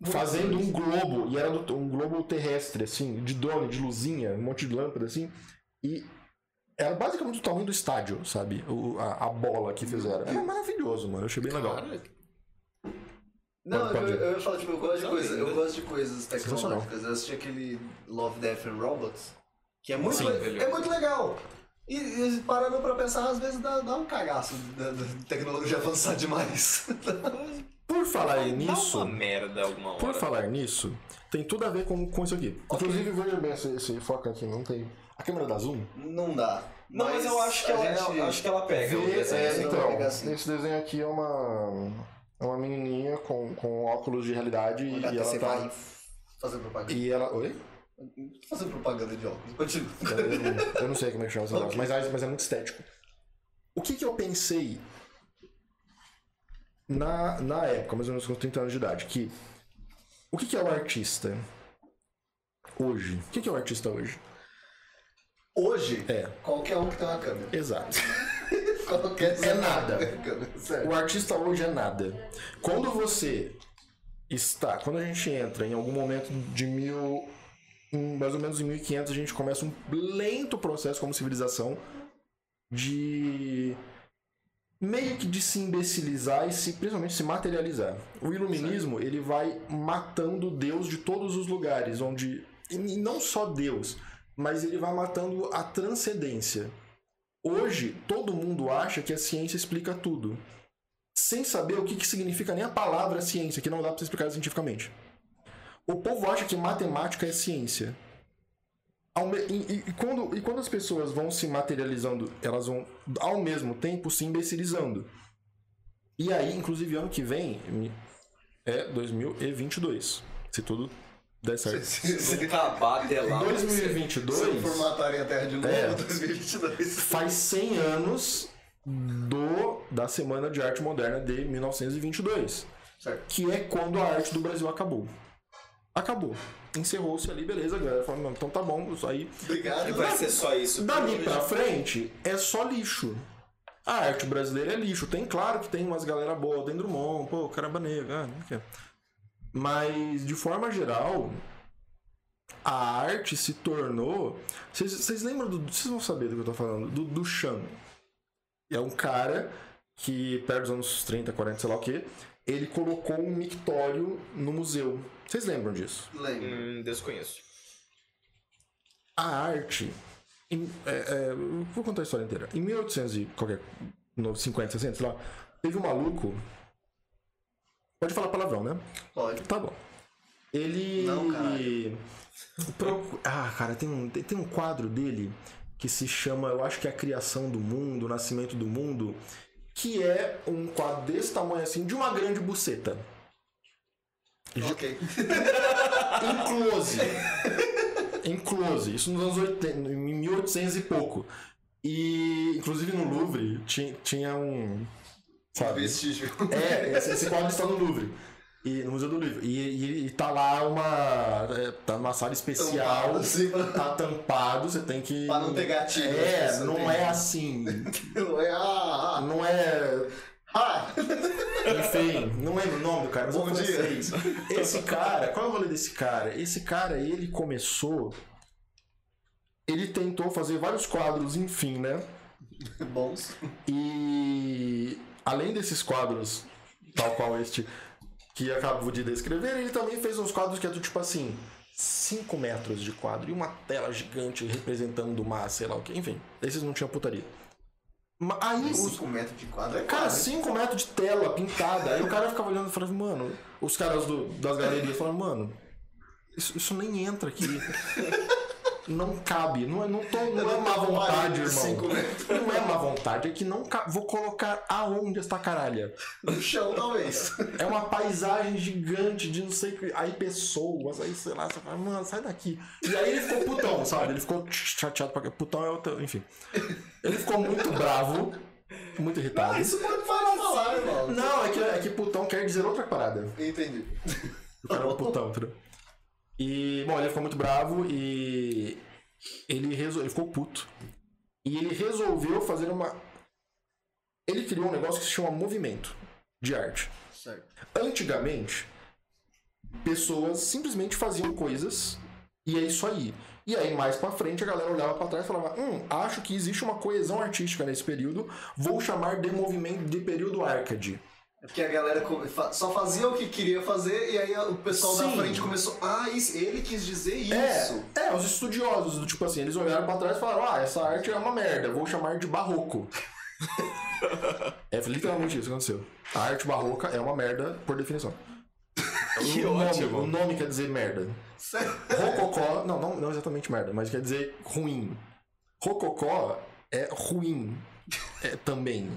Fazendo um globo, e era do- um globo terrestre, assim, de drone, de luzinha, um monte de lâmpada, assim. E era basicamente o tamanho do estádio, sabe? O- a, a bola que fizeram. Era maravilhoso, mano. Eu achei bem legal. Não, eu, Pode- eu, eu falo, tipo, eu gosto de Tá coisas, eu lindo. gosto de coisas Sensacional. tecnológicas. Eu assisti aquele Love, Death and Robots, que é muito, Sim, le- velho. é muito legal. E, e parando pra pensar, às vezes dá, dá um cagaço da, da tecnologia avançar demais. [laughs] Por falar Dá nisso. uma merda alguma hora. Por falar nisso, tem tudo a ver com, com isso aqui. Inclusive, veja bem esse, esse foco aqui, não tem. A câmera da Zoom? Não dá. Não, mas, eu acho que a ela, gente- eu acho que ela pega. Vê, Vê, é, assim. não vai pegar assim. então, esse desenho aqui é uma. É uma menininha com, com óculos de realidade e Olha, ela você vai tá. fazer propaganda. E ela. Oi? Fazer propaganda de óculos. Continua. Eu, eu não sei como é que chama esse negócio, mas, mas é muito estético. O que, que eu pensei na, na época, mais ou menos com 30 anos de idade, que o que, que é o artista hoje? O que, que é o artista hoje? Hoje, É, qualquer um que tem uma câmera. exato. [laughs] Qualquer É nada. que tem uma câmera, sério. O artista hoje é nada. Quando você está, quando a gente entra em algum momento de mil, em mais ou menos em 1500, a gente começa um lento processo como civilização de meio que de se imbecilizar e se, principalmente se materializar. O iluminismo, ele vai matando Deus de todos os lugares, onde e não só Deus, mas ele vai matando a transcendência. Hoje, todo mundo acha que a ciência explica tudo, sem saber o que, que significa nem a palavra ciência, que não dá pra você explicar cientificamente. O povo acha que matemática é ciência. Ao me- E, e- e quando, e quando as pessoas vão se materializando, elas vão, ao mesmo tempo, se imbecilizando. E aí, inclusive, ano que vem é 2022, se tudo der certo. Se- se- Se acabar até lá. 2022 Se formatarem a Terra de novo, É. 2022. faz 100 anos do da Semana de Arte Moderna de 1922, Certo. que é quando a arte do Brasil acabou. Acabou. Encerrou-se ali, beleza, a galera. Falou, "Não, então tá bom, isso aí. Obrigado. Vai ser só isso. Dali pra frente é só lixo. A arte brasileira é lixo. Tem, claro que tem umas galera boa, tem Drummond, pô, caramba negra, ah, não sei o quê. Mas, de forma geral, a arte se tornou. Vocês- Vocês lembram do. Vocês vão saber do que eu tô falando, do Duchamp. É um cara que, perto dos anos 30, 40, sei lá o quê, ele colocou um mictório no museu. Vocês lembram disso? Lembro. Hum, desconheço. a arte. em- é, é, eu vou contar a história inteira. Em 1800 e qualquer. no 50, 60, sei lá. Teve um maluco. Pode falar palavrão, né? Pode. Tá bom. Ele. Não, caralho. procu- Ah, cara, tem um, tem- tem um quadro dele que se chama, eu acho que é a criação do mundo, o nascimento do mundo, que é um quadro desse tamanho assim, de uma grande buceta. Ok. Em close. em close. Isso nos anos 80, em 1800 e pouco. E, inclusive, no Louvre tinha, tinha um. Sabe? Vestígio. [laughs] É, esse, esse quadro está no Louvre. E, no Museu do Livro. E, e, e tá lá uma. é, Tá numa sala especial. Tampado, assim, pra- Tá tampado, você tem que. Pra não ter gatilho. É, Você não tem- [laughs] é assim. Não é. Ah, Não é. ah. Ah, Enfim, não lembro o nome do cara, mas é um Bom dia. francês. [laughs] Esse cara, qual é o rolê desse cara? Esse cara, ele começou. Ele tentou fazer vários quadros, enfim, né? Bons. E além desses quadros, tal qual este que acabo de descrever, ele também fez uns quadros que é do tipo assim, 5 metros de quadro e uma tela gigante representando o mar, sei lá o que, enfim. Esses não tinha putaria. Ma- Aí os, 5 metros de quadro é Cara, quadro. 5 metros de tela pintada. Aí o cara ficava olhando e falava, mano, os caras do- das galerias falavam, mano, isso, isso nem entra aqui. [laughs] Não cabe, não, é- não, tô, não é má vontade, irmão. Cinco metros. Não é má vontade, é que não cabe. Vou colocar aonde esta caralha. No chão, [laughs] talvez. É uma paisagem gigante de não sei o que. Aí pessoas, aí sei lá, você fala, mano, sai daqui. E aí ele ficou putão, sabe? Ele ficou chateado pra. Putão é outra. Enfim. Ele ficou muito bravo, muito irritado. Isso pode falar, irmão. é Não, é que, é que putão quer dizer outra parada. Entendi. O cara é um putão, entendeu? E, bom, ele ficou muito bravo e. Ele, resol... ele ficou puto. E ele resolveu fazer uma. Ele criou um negócio que se chama movimento de arte. Certo. Antigamente, pessoas simplesmente faziam coisas e é isso aí. E aí, mais pra frente, a galera olhava pra trás e falava: Hum, acho que existe uma coesão artística nesse período, vou chamar de movimento de período arcade. É porque a galera co- fa- só fazia o que queria fazer e aí a- o pessoal da Sim. frente começou. Ah, isso, ele quis dizer É, isso. É, os estudiosos, do tipo assim, eles olharam pra trás e falaram: Ah, essa arte é uma merda, vou chamar de barroco. [laughs] é literalmente isso que aconteceu. A arte barroca é uma merda, por definição. [laughs] Que o nome, ótimo. O nome quer dizer merda. Certo. Rococó, não, não, não exatamente merda, mas quer dizer ruim. Rococó é ruim é, também.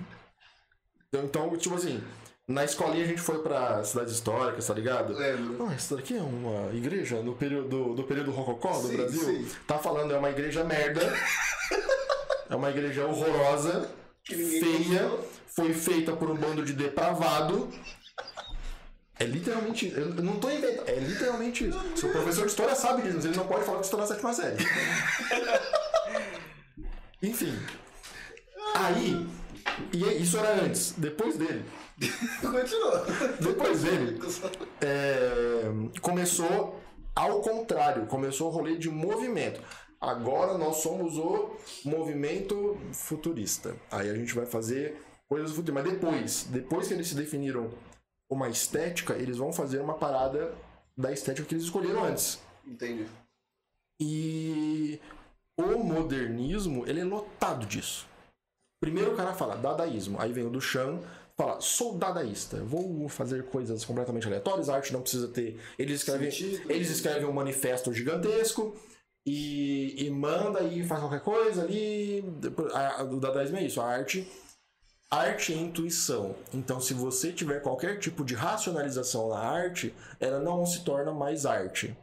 Então, Então, tipo assim, na escolinha a gente foi pra cidades históricas, tá ligado? Lembro. Ah, isso daqui é uma igreja no período, do período rococó do Sim, Brasil? sim. Tá falando, é uma [laughs] igreja merda. é uma igreja horrorosa, Que ninguém feia, gostou. foi feita por um bando de depravado. É literalmente isso. Eu não tô inventando. É literalmente isso. Seu professor de história sabe disso, mas ele não pode falar que está na [laughs] sétima série. Enfim. Aí. E é, isso era antes. Depois dele. [laughs] Continua. Depois dele. [laughs] É, começou ao contrário, começou o rolê de movimento. Agora nós somos o movimento futurista. Aí a gente vai fazer coisas futuristas. Mas depois, depois que eles se definiram uma estética, eles vão fazer uma parada da estética que eles escolheram antes. Entendi. E o modernismo, ele é lotado disso. Primeiro o cara fala dadaísmo, aí vem o Duchamp, fala sou dadaísta, vou fazer coisas completamente aleatórias, a arte não precisa ter. Eles escrevem, Sentido. eles escrevem um manifesto gigantesco e, e manda e faz qualquer coisa ali. A- a- O dadaísmo é isso, a arte. Arte é intuição. Então, se você tiver qualquer tipo de racionalização na arte, ela não se torna mais arte.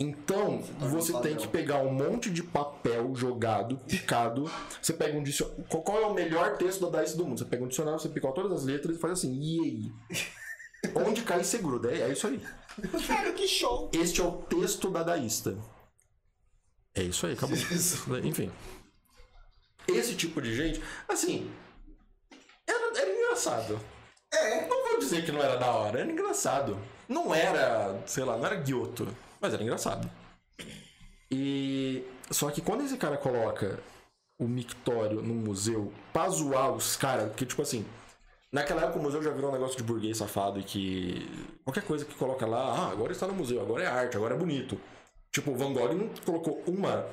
Então, Se torna você um tem padrão. que pegar um monte de papel jogado, picado. Você pega um dicionário. Qual é o melhor texto da DICE do mundo? Você pega um dicionário, você pica todas as letras e faz assim, e [laughs] aí? Onde cai seguro? É, é isso aí. Cara, que show! Este é o texto dadaísta. É isso aí, acabou. Enfim. Esse tipo de gente, assim. Era, era engraçado. É. Não vou dizer que não era da hora, era engraçado. Não era, sei lá, não era guioto, mas era engraçado. E. Só que quando esse cara coloca o mictório no museu pra zoar os caras, porque, tipo assim, Naquela época o museu já virou um negócio de burguês safado e que. Qualquer coisa que coloca lá, ah, agora está no museu, agora é arte, agora é bonito. Tipo, Van Gogh não colocou uma,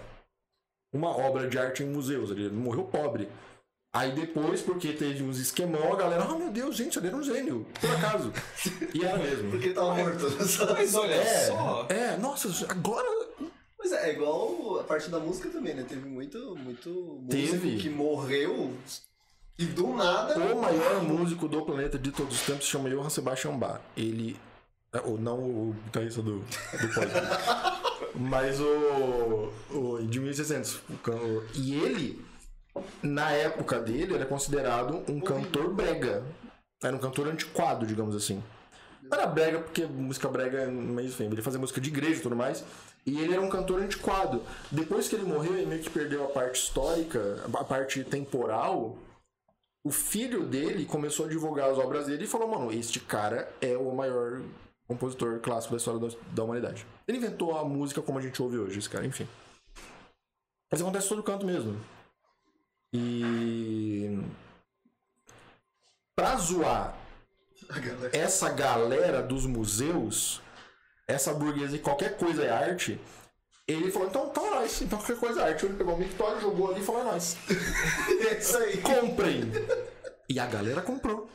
uma obra de arte em museus, ele morreu pobre. Aí depois, porque teve uns esquemão, a galera, ah meu Deus, gente, ele era um gênio, por acaso. e era mesmo. Porque tá morto. [laughs] sabe? Mas olha É, só. é, nossa, agora. Mas é, é igual a parte da música também, né? Teve muito, muito músico Teve. que morreu e do nada. O maior músico do planeta de todos os tempos se chama Johann Sebastian Bach. Ele. é, Ou não o guitarrista do, do pop. Mas o. o de 1600. o can- o- e ele, na época dele, era considerado um cantor brega. Era um cantor antiquado, digamos assim. Era brega, porque música brega é meio feio. Ele fazia música de igreja e tudo mais. E ele era um cantor antiquado. Depois que ele morreu, ele meio que perdeu a parte histórica, a parte temporal o filho dele começou a divulgar as obras dele e falou, mano, este cara é o maior compositor clássico da história da- da humanidade. Ele inventou a música como a gente ouve hoje, esse cara, enfim. Mas acontece em todo canto mesmo. E. Pra zoar A [laughs] galera. essa galera dos museus, essa burguesa que qualquer coisa é arte, ele falou, então, então é nóis, então qualquer coisa é arte. Ele pegou o Mictório, jogou ali e falou, é nóis. [laughs] É isso aí. Comprem! E a galera comprou.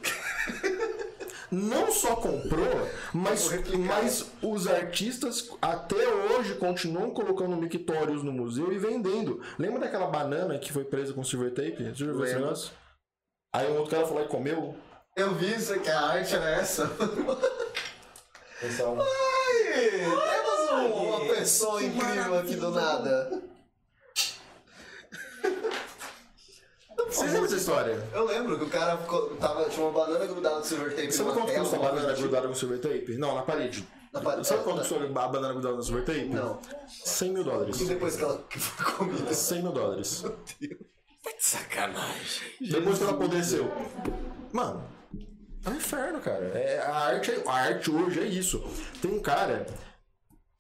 Não só comprou, mas, Vou replicar. mas os artistas até hoje continuam colocando mictórios no museu e vendendo. Lembra daquela banana que foi presa com silver tape? Você já viu esse Lembro. negócio? Aí um outro cara falou e comeu. Eu vi isso aqui, a arte era essa. Pessoal, Temos é um- uma pessoa incrível aqui do nada. Vocês lembram dessa história? Eu lembro que o cara ficou- tava, tinha uma banana grudada no silver tape. Sabe numa quanto tela, custa a É, uma tipo, banana arte. grudada com silver tape? Não, na parede. Na parede. Sabe quanto custa a banana grudada com silver tape? Não. 100 mil dólares. E depois que ela [laughs] foi comida. 100 [laughs] mil dólares. Sacanagem. Depois que ela apodreceu. Mano, é um inferno, cara. É, a, arte, é- a arte hoje é isso. Tem um cara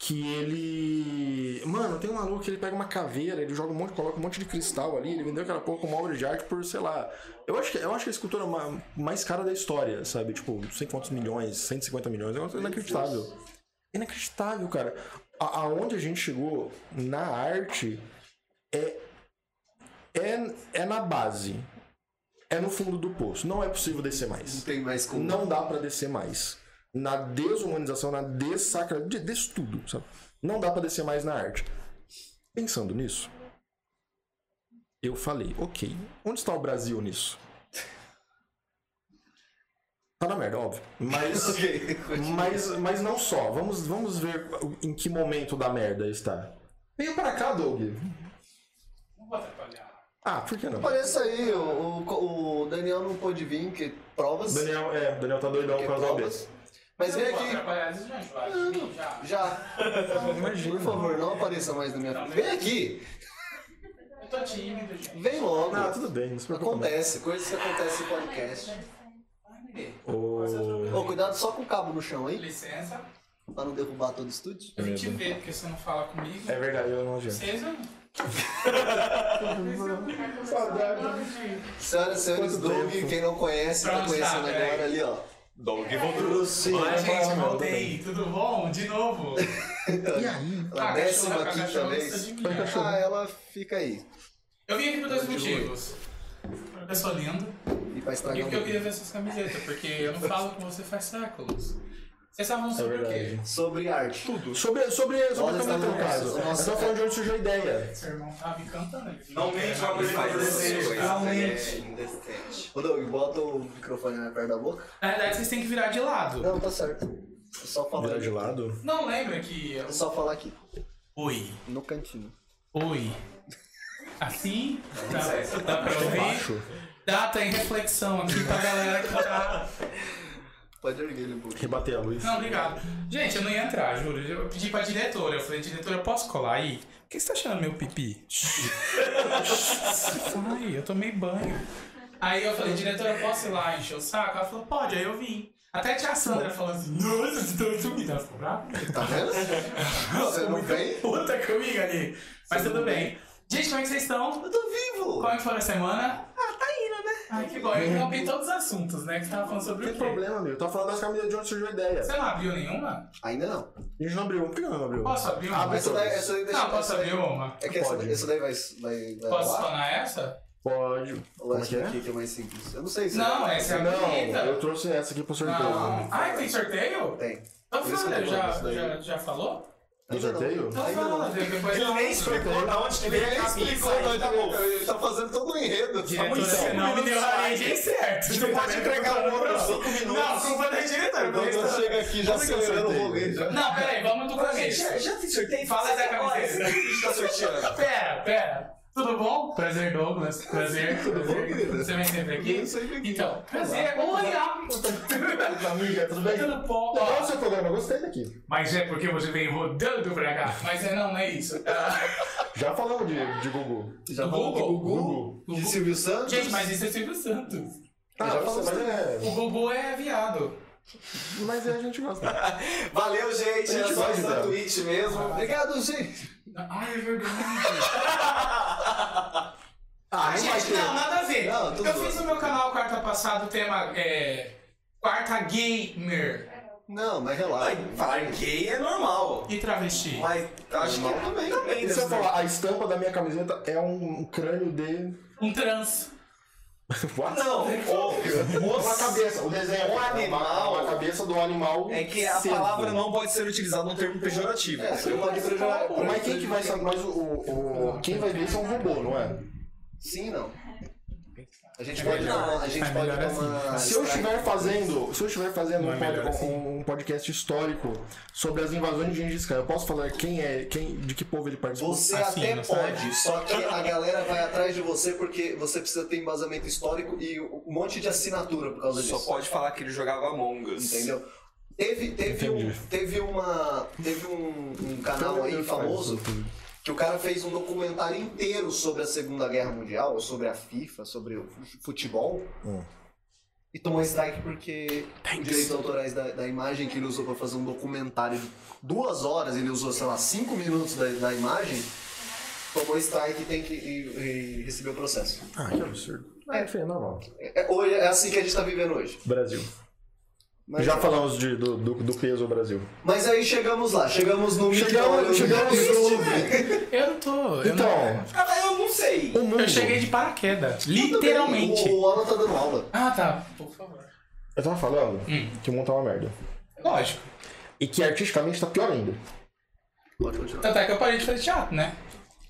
que ele. Mano, tem um maluco que ele pega uma caveira, ele joga um monte, coloca um monte de cristal ali, ele vendeu aquela porra como obra de arte por, sei lá. Eu acho que, eu acho que é a escultura ma- mais cara da história, sabe? Tipo, não sei quantos milhões, 150 milhões, é um negócio inacreditável. Inacreditável, cara. A- aonde a gente chegou na arte é, é, é na base. É no fundo do poço. Não é possível descer Não mais. tem mais como. Não dá pra descer mais. Na desumanização, na dessacra, de- desse tudo, sabe? Não dá pra descer mais na arte. Pensando nisso, eu falei, ok, onde está o Brasil nisso? Tá na merda, óbvio. [laughs] [laughs] Mas Ok. mas, mas não só. Vamos, vamos ver em que momento da merda está. Venha pra cá, Doug. Ah, por que não? Olha isso aí, o, o- o Daniel não pôde vir, que provas. Daniel, é, Daniel tá doidão que com as provas. OBs. Mas vem aqui, Atrapalhar, vocês já enjoaram de mim, já. já. Por favor, não apareça mais na minha frente. Vem aqui, Eu tô tímido, gente. vem logo. Ah, tudo bem, não se preocupa. não. Acontece, coisas que acontecem em podcast. Ô, Ô, cuidado só com o cabo no chão, hein? Licença, Pra não derrubar todo o estúdio. eu vim te ver, porque você não fala comigo. É verdade, eu não adianto. Vocês não. Senhoras e senhores, Quanto Doug, tempo? quem não conhece, tá Pronto, conhecendo tá, peraí. agora ali, ó. É, Dog é Olá, gente, não, voltei. Tudo bom? De novo? [laughs] E aí? Ela Ah, décima cachorra, a quinta cachorra vez. precisa de mim. Ah, ela fica aí. Eu vim aqui por dois De olho. motivos. Uma pessoa linda. E vai E estragar porque eu um queria ver suas camisetas, porque eu não falo com você faz séculos. Vocês estavam sobre o quê? É verdade. Sobre arte. Sobre, sobre, sobre a Nossa, câmera no nossa, caso. Eu nossa. tava falando de onde surgiu a ideia. Seu irmão tá tava encantando. É, ele. Não mente, uma coisa faz indecente, essas coisas. É, Realmente. Indecente. Ô, Doug, bota o microfone na perto da boca. Na verdade, vocês têm que virar de lado. Não, tá certo. É só falar, Virar de é lado. Não lembra que. só falar aqui, Oi. no cantinho. Oi. Assim, é dá, dá pra De ouvir. baixo. Dá, tá em reflexão aqui pra galera que tá. Pode erguer ele um pouquinho. Rebater a luz. Não, obrigado. Gente, eu não ia entrar, juro. Eu pedi pra diretora. Eu falei, diretora, eu posso colar aí? O que você tá achando meu pipi? Ai, eu tomei banho. Aí eu falei, diretora, eu posso ir lá encher o saco? Ela falou, pode, aí eu vim. Até a tia Sandra falou assim, nossa, você tá sumida. Ela ficou brava. Tá vendo? Você não vem? Puta comigo ali. Mas tudo bem. Gente, como é que vocês estão? Eu tô vivo! Como é que foi a semana? Ah, tá indo, né? Ai, que bom. Eu roubei todos os assuntos, né? Que você tava falando sobre Não o tem quê? problema, meu. Eu tava falando das camisas de onde surgiu a ideia. Você não abriu nenhuma? Ainda não. Ah, A gente não abriu. Por que não abriu? Posso abrir uma? Abre Essa daí, essa daí deixa Não, posso abrir uma? É que essa, Pode. essa daí vai. vai, vai Posso lá? explanar essa? Pode. Ou Como é essa que é? daqui que é mais simples? Eu não sei se. Não, essa é a Não, eu bonita. trouxe essa aqui pro sorteio. Não. Ai, tem sorteio? Tem. Então Por isso que fala, eu tô já, falando isso daí. já, já falou? Do Ainda não. sorteio? Então Ainda fala, não. depois Ele nem explicou da onde que veio a camisa, aí tá bom. Ele tá fazendo todo o enredo. Diretora, você não me deu a origem certa. Você não pode entregar o ouro nos cinco minutos. Tipo, Não, culpa é da diretora. O Douglas mas- chega aqui já Como é que eu acelerando o acertei? rolê. Já. Não, peraí, vamos do Pra gente, começo. já, já tem sorteio? Fala da Olha, camiseta. esse daqui que a gente tá sorteando. Pera, pera. Tudo bom? Prazer, Douglas. Prazer. Tudo bom, prazer. querida? Você vem sempre aqui? sempre aqui. Então, prazer. Oi, Apple. tá, Amiga, tudo bem? Tudo bom? Legal o seu programa, gostei daqui. Mas é porque você vem rodando pra cá. Mas é não, não é isso. Já falamos de, de Gugu. Já O falou de Google. Gugu, O de Googu. Silvio Santos. Gente, mas isso é Silvio Santos. Ah, já falamos, mas O é. Bobo é viado. Mas é, a gente gosta. [laughs] Valeu, gente. A gente Era só gosta esse dela. tweet mesmo. Obrigado, gente. Ai, é verdade. Ah, não vai [laughs] Gente, não, ter. nada a ver. Não, tudo eu bem. fiz no meu canal quarta passada o tema é, quarta gamer Não, mas relaxa. Falar gay é normal. e travesti. Mas acho que Normal também. é também. E se eu é falar, a estampa da minha camiseta é um, um crânio de. [laughs] Um trans. What? Não, É ô, Uma moça. cabeça, o desenho Um é uma- animal. Uma, cabeça do animal. É que a seco. palavra não pode ser utilizada num termo pejorativo. É, você pode prejudicar. Mas quem que vai saber? Mas o, o- o- Quem vai ver isso é um robô, não é? Sim, não. A gente pode tomar. A gente É pode melhor tomar. Se eu estiver fazendo, se eu estiver fazendo Não é um, melhor pod- assim? um podcast histórico sobre as invasões de Gengis Khan, eu posso falar quem é, quem, de que povo ele participou? Você Assim, até não sabe? pode, só que a galera vai atrás de você porque você precisa ter embasamento histórico e um monte de assinatura por causa disso. Só pode falar que ele jogava Among Us. Entendeu? Teve, teve, um, Entendi. teve, uma, teve um, um canal aí famoso que o cara fez um documentário inteiro sobre a Segunda Guerra Mundial, ou sobre a FIFA, sobre o fu- futebol. Hum. E tomou strike porque os direitos autorais da, da imagem que ele usou pra fazer um documentário de duas horas, ele usou, sei lá, cinco minutos da, da imagem, tomou strike e, tem que, e, e recebeu o processo. Ah, que absurdo. É, enfim, é normal. É, é- hoje, é assim que a gente tá vivendo hoje. Brasil. Mas- Já falamos de- do, do, do peso ao Brasil. Mas aí chegamos lá, chegamos no Chegamos- chegamos no. Eu não tô. Eu, Então, Ah, eu não sei. o mundo. não- eu cheguei de paraquedas. Literalmente. O Alan tá dando aula. Ah, tá. Por favor. Eu tava falando Hum. que o mundo tá uma merda. Lógico. E que artisticamente tá pior ainda. Pode continuar. Tanto é que eu parei de fazer teatro, né?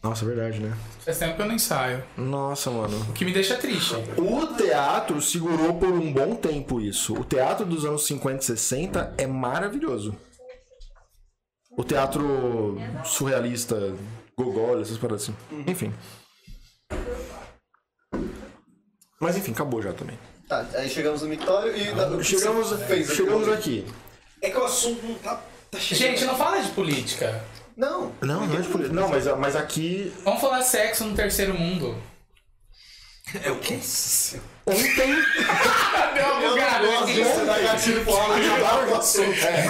Nossa, é verdade, né? Faz tempo que eu não ensaio. Nossa, mano. O que me deixa triste. O teatro segurou por um bom tempo isso. O teatro dos anos 50 e 60 é maravilhoso. O teatro surrealista, Gogol, essas paradas assim. Enfim. Mas enfim, acabou já também. Tá, aí chegamos no Mictório e. da- o que Chegamos, é, você fez chegamos aqui. aqui. É que o assunto não tá, tá chegando. Gente, não fala de política. Não. Não, não, é de política. não mas, mas aqui. Vamos falar sexo no terceiro mundo. É o quê? Ontem. Não, cara, Você dá gatilho pro Alan acabar com o assunto. É.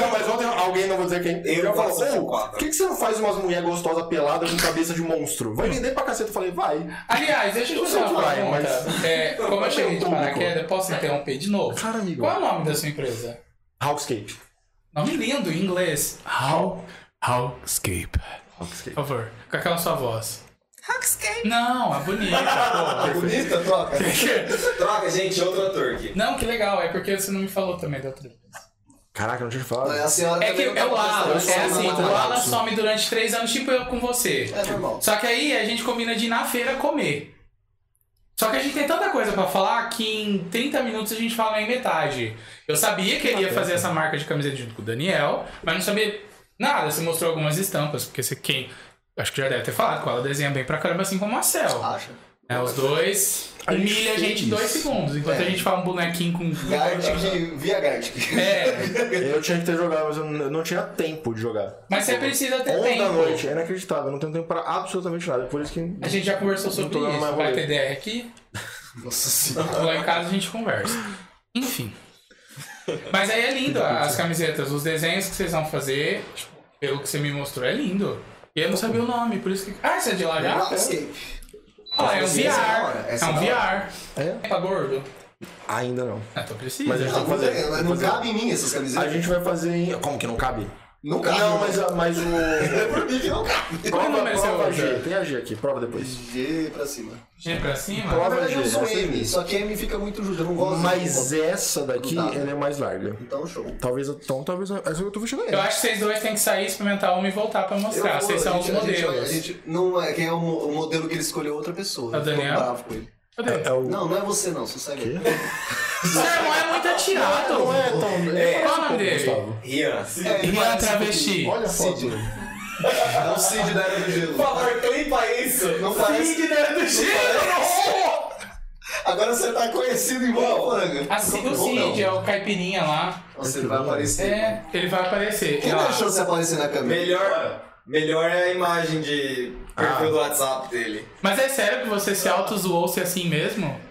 Não, mas ontem alguém, não vou dizer quem. Eu já falou, faço essa "Ô, quadra." por que, que você não faz umas mulher gostosa pelada com cabeça de monstro? Vai vender pra caceta. Eu falei, vai. Aliás, deixa eu te sei fazer uma que vai, pergunta. mas- É, como eu cheguei de Público. paraquedas, posso interromper de novo? Claro, amigo. Qual é o nome da sua empresa? Hawkscape. Nome lindo em inglês. How? Hawkscape. Por favor, com aquela sua voz. Hawkscape. Não, é bonita, [laughs] Tá pô. bonita, É troca. Droga, gente, é outro ator aqui. Não, que legal, é porque você não me falou também da outra vez. Caraca, não tinha falado. Mas a senhora É que também não tá é o Alan, prestando é atenção assim, na o aula. Alan some durante três anos, tipo eu com você. É normal. Só que aí a gente combina de ir na feira comer. Só que a gente tem tanta coisa pra falar que em 30 minutos a gente fala em metade. Eu sabia que ele ia fazer essa marca de camiseta junto com o Daniel, mas não sabia nada. Você mostrou algumas estampas, porque você quem. Acho que já deve ter falado com ela, desenha bem pra caramba, assim como o Marcel. Acha? É, os dois A gente humilha a gente fez. em dois segundos, É. enquanto a gente fala um bonequinho com. Gartic, via Gartic. É, Eu tinha que ter jogado, mas eu n- não tinha tempo de jogar. mas você precisa ter 11 da tempo. noite, é inacreditável, eu não tenho tempo pra absolutamente nada. Por isso que. A gente já conversou Não tô sobre dando isso. mais Vai rolê. ter DR aqui, Nossa senhora. lá em casa a gente conversa. Enfim. Mas aí é lindo as camisetas, os desenhos que vocês vão fazer, tipo, pelo que você me mostrou, é lindo. E eu não sabia o nome, por isso que. Ah, você é de lá já? Landscape. Ah, é um Essa é da hora, VR. essa É um é da VR. É? Tá gordo? Ainda não. Ah, Mas tô a precisando. gente tem Não, que não, fazer. tem, tem que não fazer. cabe em mim essas A camisetas. gente vai fazer em. Como que não cabe? Não cabe. não, mas, a- mas o. É por mim que não cabe. Qual prova, número você prova usa? G. Tem a G aqui, prova depois. G pra cima. Gente, pra cima? Na Prova verdade eu G, uso essa é M, G. só que M fica muito justo, eu não gosto. Mas essa daqui, Não dá. ela é mais larga. Então, show. Talvez. eu- Então, talvez. eu- Essa que eu tô fechando aí. Eu acho que vocês dois têm que sair, experimentar uma e voltar pra mostrar. Eu vou, vocês a são os gente- a gente- modelos. a gente- não é quem é o, mo- o modelo que ele escolheu é outra pessoa. É o Eu Daniel? tô bravo com ele. Cadê? É o. Não, não é você não, sossega. Quê? Seu irmão é muito atirado. Não é tão. Qual o nome dele? Gustavo. Rian. É, ele Rian parece Travesti. comigo. Olha a foto. Cid. É o Cid da Era do Por Gelo. favor, clipa isso. Não parece. do Gelo! né? Agora você tá conhecido igual, Poranga. Assim, o Ou não. Cid é o caipirinha lá. Você vai aparecer. É, ele vai aparecer. Quem Ó, deixou você aparecer na câmera? Melhor, melhor é a imagem de perfil do WhatsApp dele. Mas é sério que você se auto-zoou-se assim mesmo?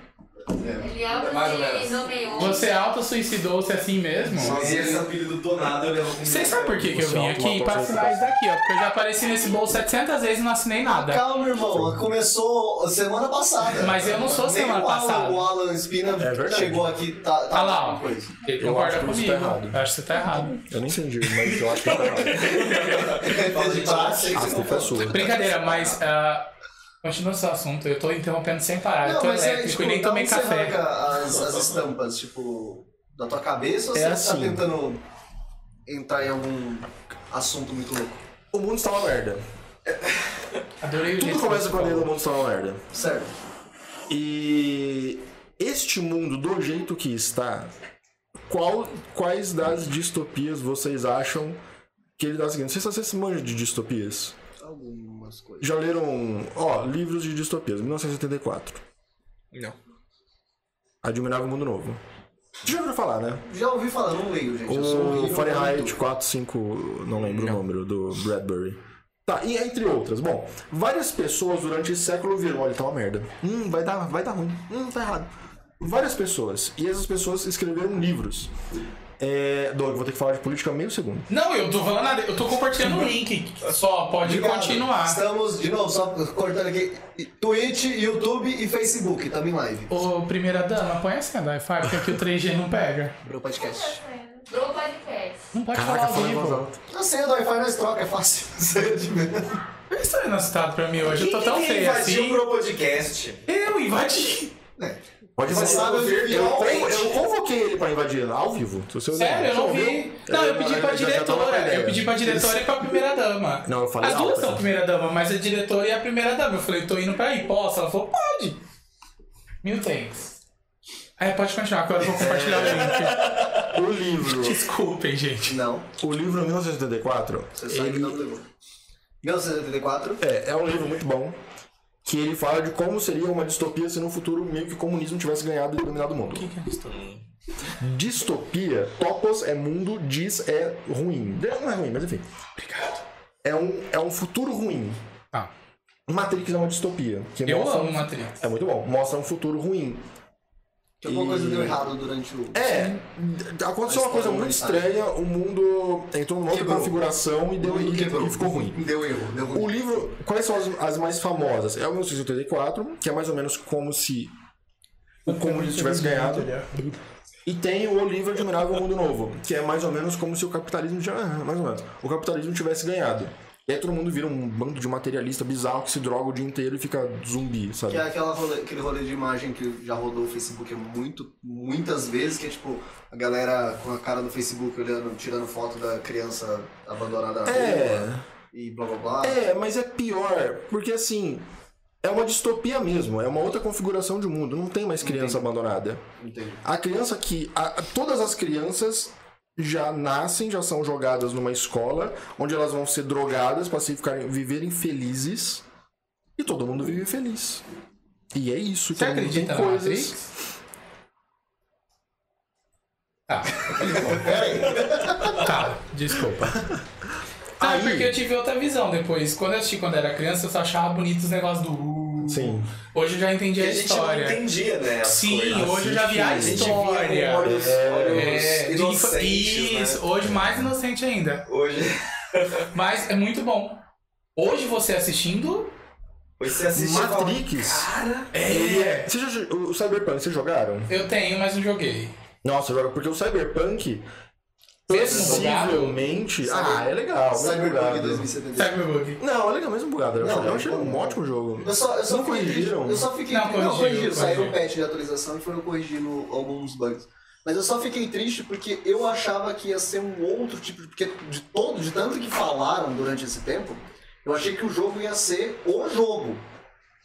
Ele Mais ou menos. auto-se nomeou. Você auto-suicidou-se assim mesmo? E esse apelido do nada eu levo com Vocês sabem por que, que eu Você vim aqui? Pra assinar isso daqui, ó. Porque eu já apareci nesse bolso 700 vezes e não assinei nada. Calma, irmão. Começou semana passada. Mas eu não sou Nem semana o Alan- passada. O Alan Espina É verdade. chegou aqui. Tá, tá Ah lá, ó. coisa. Ele Eu concorda acho que você comigo. tá errado. Eu acho que você tá errado. Eu não entendi, mas eu acho que tá errado. Falta [laughs] de classe, A você não culpa é fala. sua. Brincadeira, mas. ah, continua seu assunto, eu tô interrompendo sem parar. eu Não, tô mas é, Ah, então elétrico tipo, e nem da tomei um onde você café. arranca as, as estampas, tipo, da tua cabeça ou É você assim. tá tentando entrar em algum assunto muito louco? [laughs] O mundo está uma merda. Adorei o jeito Tudo que começa você com a lei falou. do mundo está uma merda. Sério. E este mundo, do jeito que está, qual- quais das distopias vocês acham que ele está seguindo? Não sei se vocês manjam de distopias. Algumas coisas. Já leram, ó, livros de distopias, 1984. Não. Admirável Mundo Novo. Já ouviram falar, né? Já ouvi falar, não leio, gente. Eu sou um O horrível pra Fahrenheit leitura. 45, não lembro o número, do Bradbury. Tá, e entre outras. Bom, várias pessoas durante esse século viram, olha, tá uma merda. Hum, vai dar, vai dar ruim. Hum, tá errado. Várias pessoas. E essas pessoas escreveram livros. É, Doug, vou ter que falar de política meio segundo. Não, eu tô falando nada, eu tô compartilhando o link. Só pode Obrigado. continuar. Estamos, de novo, só cortando aqui. Twitch, YouTube e Facebook, tamo em live. Ô, primeira dama, põe a cena do Wi-Fi, porque aqui o 3G não pega. Pro podcast. Pro podcast. Não pode falar ao fala em voz vivo. alta. A senha do Wi-Fi nós troca, é fácil. [laughs] Senha de mesmo. Por que você tá olhando assustado pra mim hoje? Eu tô tão feio assim. pro podcast. Eu invadi. Pode Você invadir. sabe onde Eu, fica o eu, ouvinte. eu convoquei ele pra invadir ao vivo. Se você Sério, eu não ouviu? vi. Não, eu pedi pra já- já tava com a diretora. ideia. Eu pedi pra diretora e pra primeira dama. Não, eu falei As duas alto, são né? primeira dama, mas a diretora e a primeira dama. Eu falei, tô indo pra aí, posso? Ela falou, pode. Mil thanks. É, pode continuar, que eu vou compartilhar [laughs] O o link. livro. Desculpem, gente. Não, O livro 1984. você sabe que não levou. 1984. É, é um livro muito bom. Que ele fala de como seria uma distopia se no futuro meio que o comunismo tivesse ganhado e dominado o mundo. O que, é distopia? Distopia, topos é mundo, diz é ruim. Não é ruim, mas enfim. Obrigado. É um, é um futuro ruim. Ah, Matrix é uma distopia. Que eu mostra- amo Matrix. É muito bom. Mostra um futuro ruim. Que alguma coisa E- deu errado durante o. É, d- aconteceu uma coisa muito estranha. O mundo entrou numa outra Quebrou. configuração e, deu, e- e ficou ruim. Deu erro, deu ruim. O livro, quais são as, as mais famosas? É o 1984, que é mais ou menos como se o comunismo tivesse ganhado. E tem o livro Admirável Mundo Novo, que é mais ou menos como se o capitalismo já, ah, mais ou menos, o capitalismo tivesse ganhado. E aí todo mundo vira um bando de materialista bizarro que se droga o dia inteiro e fica zumbi, sabe? Que é aquela rolê- aquele rolê de imagem que já rodou o Facebook muito, muitas vezes, que é tipo a galera com a cara do Facebook olhando, tirando foto da criança abandonada na rua É, e blá blá blá. é, mas é pior, porque assim, é uma distopia mesmo, é uma outra configuração de mundo, não tem mais criança abandonada. Entendo. A criança que. a- todas as crianças já nascem, já são jogadas numa escola, onde elas vão ser drogadas para se ficarem, viverem felizes. E todo mundo vive feliz. E é isso. Você todo mundo tem acredita na coisas. Matrix? [laughs] Tá, [laughs] Pera aí. tá, desculpa. Ah, Aí- porque eu tive outra visão depois. Quando eu assisti quando era criança, eu só achava bonito os negócios do. uh. Sim. Hoje eu já entendi a, a gente não história. entendia, né? as Sim, coisas. hoje eu já vi a A gente via história. com olhos, É, olhos de infa- inocentes, isso, né? hoje mais inocente ainda. Hoje, Mas é muito bom. Hoje você assistindo. hoje você assiste e fala, Matrix. Ele É. é. Você já- o Cyberpunk, vocês jogaram? Eu tenho, mas não joguei. Nossa, joga, porque o Cyberpunk. Mesmo bugado? Possivelmente. Cyber- Ah, é legal. mesmo Cyberpunk bugado. 2077. Cyberbug. Não, é legal mesmo bugado. Eu Não, achei- eu não, achei não, um não. ótimo jogo. Eu só, eu só Não fiquei triste- corrigiram? Eu só fiquei Não, triste- corrigiram, Saiu corrigiram. o patch de atualização e foram corrigindo alguns bugs. Mas eu só fiquei triste porque eu achava que ia ser um outro tipo de. Porque de todo, de tanto que falaram durante esse tempo, eu achei que o jogo ia ser o jogo.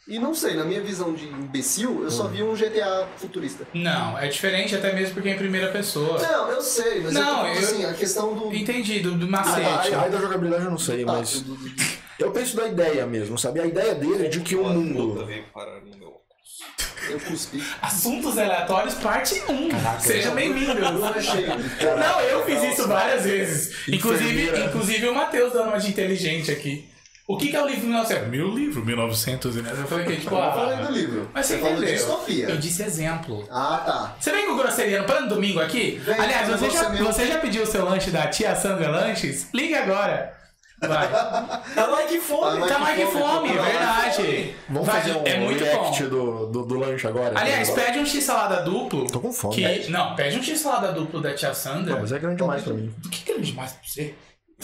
E não sei, na minha visão de imbecil, eu só vi um GTA futurista. Não, é diferente até mesmo porque é em primeira pessoa. Não, eu sei, mas eu tô Não, falando eu- assim, a questão do. Entendi, do, do Ah, macete. tá, aí- aí da jogabilidade eu não sei, Ah, mas. do- do- Eu penso da ideia mesmo, sabe? A ideia dele é de que o mundo. veio parar no meu. Eu cuspi. Assuntos aleatórios, parte 1. Seja bem-vindo. Eu achei. Não, eu fiz isso várias vezes. Inclusive, Enfermeira. inclusive o Matheus dando uma de inteligente aqui. O que, que é o livro 1900? Meu livro, 1900. né? Eu falei que, tipo, Eu falei ah, do livro. mas você Eu falei de entendeu. eu distopia. disse exemplo. Ah, tá. Você vem com o grosseriano para no domingo aqui? Vem, Aliás, eu você vou já, ser meu. você já pediu o seu lanche da tia Sandra Lanches? Liga agora. Vai. Tá lá que Tá fome. lá Tá mais que fome, procura lá. verdade. Vamos Vai, fazer um é muito react bom. do, do, do lanche agora. Aliás, Agora. pede um x-salada duplo. Tô com fome. Que, não, pede um x-salada duplo da tia Sandra. Não, mas é grande demais pra mim. O que que ele demais pra você?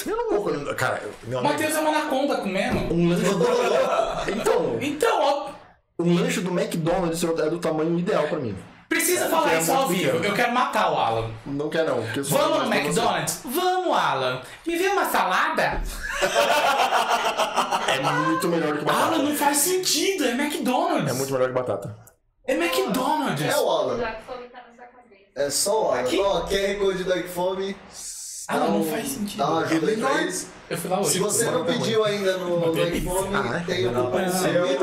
Eu não vou. comer- Cara, eu- meu O amigo. Matheus é uma anaconda comendo. Um lanche do. Então, Então, ó, um lanche do McDonald's é do tamanho ideal pra mim. precisa Eu falar quero isso ao É, muito vivo. pequeno. Eu quero matar o Alan. Não quer não. porque eu sou um Vamos mais no pra você. McDonald's? Vamos, Alan. Me vê uma salada? É muito melhor que Alan, batata. não faz sentido. É McDonald's. É muito melhor que batata. É McDonald's. É o Alan. Já que fome tá na sua cabeça. É só o Alan. Aqui? Ó, QR Code do Fome. Ah, não, não faz sentido. Dá uma ajuda aí pra Ele eles. Eu fui lá hoje. Se você não pediu ainda no Uma Like Fome, delícia. tem o cupom não, do não, seu. né?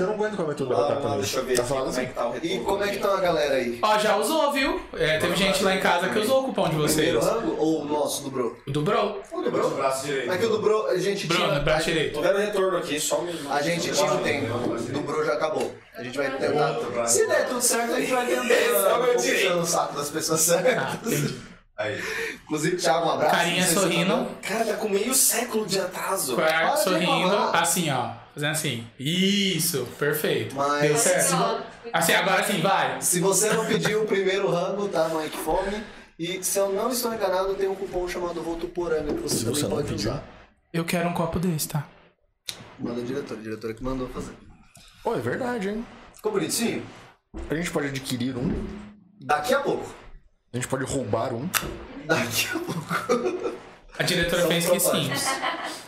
eu não aguento comer tudo Ah, deixa eu ver. Tá aqui falando como é assim? que tá o retorno. E como é que tá a galera aí? Ó, já usou, viu? É, teve gente lá em casa que usou o cupom de vocês. Primeiro né? rango ou o nosso do Bro? Do Bro. O Braço do Bro? braço direito. É que o do Bro a gente Bruno, tinha. braço direito. Tiveram retorno aqui, só me. A gente tinha um tempo. O do Bro já acabou. A gente vai tentar. Se der tudo certo, a gente [laughs] vai tentar. Esse é o meu direito. puxando o saco das pessoas Tá, certas. Aí. Inclusive, Thiago, um abraço. Carinha Não sei se você tá sorrindo. vendo. Cara, tá com meio século de atraso. Quark de sorrindo. falar. Assim, ó. Fazendo assim. Isso, perfeito. Mas- Deu certo. Assim, agora sim, vai. Se você não pediu o primeiro rango, tá, Mike Fome? E se eu não estou enganado, tem um cupom chamado Votuporanga que você Se também você não pode pediu. usar. Eu quero um copo desse, tá? Manda a diretora, a diretora que mandou fazer. Pô, é verdade, hein? Ficou bonitinho? A gente pode adquirir um, Daqui a pouco. a gente pode roubar um. Daqui a pouco. A diretora São fez que sim. protótipos.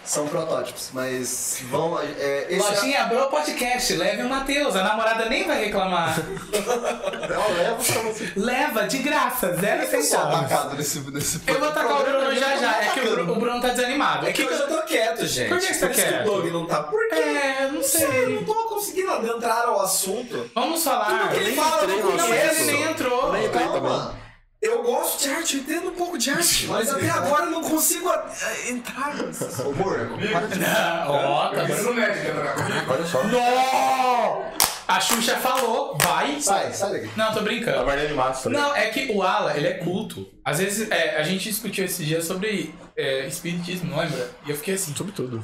São protótipos, mas vão. É, esse Lojinha Bro Podcast, leve o Matheus. A namorada nem vai [laughs] reclamar. eu é levo pra você. Leva, de graça, zero Eu sou centavos. atacado nesse, nesse Eu vou atacar o Bruno é programa, já eu tô já. É que o Bruno, o atacando. Bruno tá desanimado. É que eu já tô quieto, gente. Por que que você tá isso quieto? o Doug não tá. Por quê? É, eu não Eu não sei. tô conseguindo adentrar ao assunto. Vamos falar. Ele fala um entrei do no Não, mas ele começo. nem entrou. Nem entrei também. Calma. Eu gosto de arte, eu entendo um pouco de arte, mas até agora eu não consigo a- a- entrar. nessas- Ô, Burgo, para de- Não, Ó, tá vendo? Ensino médio, né? Ah, Olha só. É Nó! A Xuxa falou, vai. Sai, sai daqui. Não, tô brincando. Trabalhando de Tá massa. né? Não, é que o Ala, ele é culto. Às vezes, é, a gente discutiu esses dias sobre é, espiritismo, lembra? E eu fiquei assim, Sobre tudo.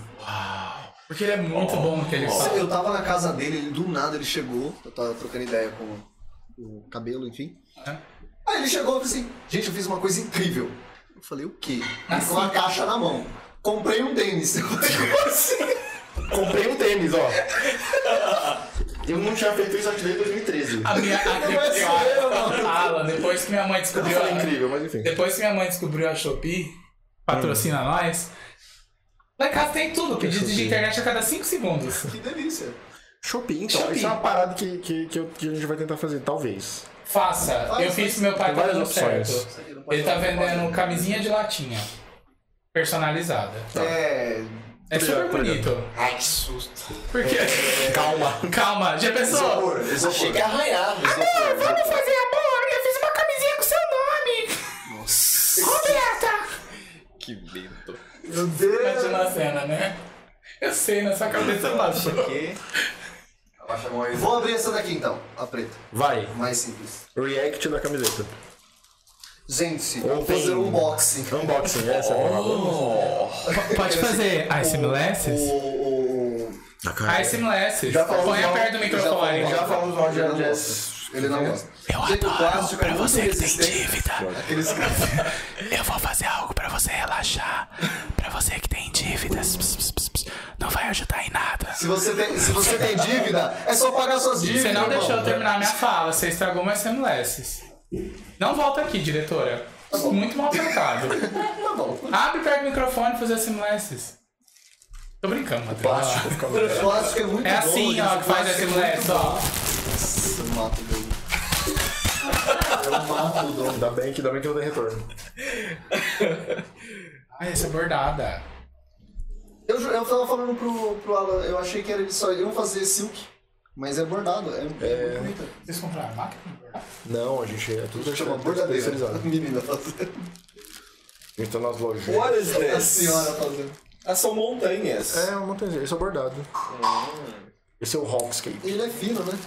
porque ele é muito bom no que ele fala. Eu tava na casa dele, ele, do nada ele chegou, eu tava trocando ideia com o cabelo, enfim. Aham. Aí ele chegou e falou assim, gente, eu fiz uma coisa incrível. Eu falei, o quê? Ele Assim. com uma caixa na mão. Comprei um tênis. [laughs] Eu falei, "Como assim?" Comprei um tênis, ó. Eu não tinha feito isso antes desde 2013. A minha. A, Não é só eu, mano. Ala, depois que minha mãe Não descobriu. foi A, incrível, mas enfim. depois que minha mãe descobriu a Shopee, patrocina nós. Lá em casa tem tudo, pedido de Hum. Shopee. internet a cada 5 segundos. Que delícia. Shopping, então. Shopping. Isso é uma parada que, que, que, eu- que a gente vai tentar fazer, talvez. Faça. Faz, eu fiz faz. pro meu pai Tem tá várias dando opções. certo. Isso aqui não pode Ele tá falar. vendendo camisinha de latinha. Personalizada. É. É super Obrigado, bonito. Ai, que susto. Por quê? É, Calma. [laughs] Calma, já pensou? Isopor, isopor. Achei que ia arranhar. Ah, Vamos fazer amor? Eu fiz uma camisinha com seu nome! Roberta! Que lindo. Meu Deus. Imagina a cena, né? Eu sei, na sua cabeça baixou. Abaixa a mão aí. Vou abrir essa daqui então, a preta. Vai. Mais simples. React da camiseta. Gente, eu vou Open. fazer um unboxing. Então, Unboxing, essa é a palavra. Pode fazer Ice Molasses? O- o- o- Ah, cara. Ice Molasses. é, Põe a perto do microfone. Já falamos mal de Ele não gosta. Jazz. Ele não gosta. Eu Gente, o adoro plástico é pra muito você que tem resistente. dívida. Aqueles Eu vou fazer algo pra você relaxar. Pra você que tem dívidas. Ps, ps, ps, ps. Não vai ajudar em nada. Se você tem, se você tem dívida, é só pagar suas dívidas. Você não irmão. deixou eu terminar minha fala, você estragou mais semelesses. Não volta aqui, diretora. Muito mal tratado. Tá bom. Abre e pega o microfone e fazer semelesses. Tô brincando, Matheus. Plástico [laughs] fica melhor. O plástico é muito É bom, assim, gente. ó, O que faz plástico esse é moleque, muito ó. bom. Eu mato o Doug. Eu mato o Doug. Ainda bem que ainda bem que não tem retorno. Ai, essa bordada. Eu, ju- eu tava falando pro, pro Alan, eu achei que era eles só iam fazer silk, mas é bordado, é, é... muito bonito. Vocês compraram a máquina? de bordar? Não, a gente é tudo Chama bordadeira. terceirizado. Menina fazendo. Então nas lojas. What is A this? senhora fazendo. Ah, são montanhas. É, uma montanha. Esse é o bordado. Esse é o Hawkscape. Ele é fino, né?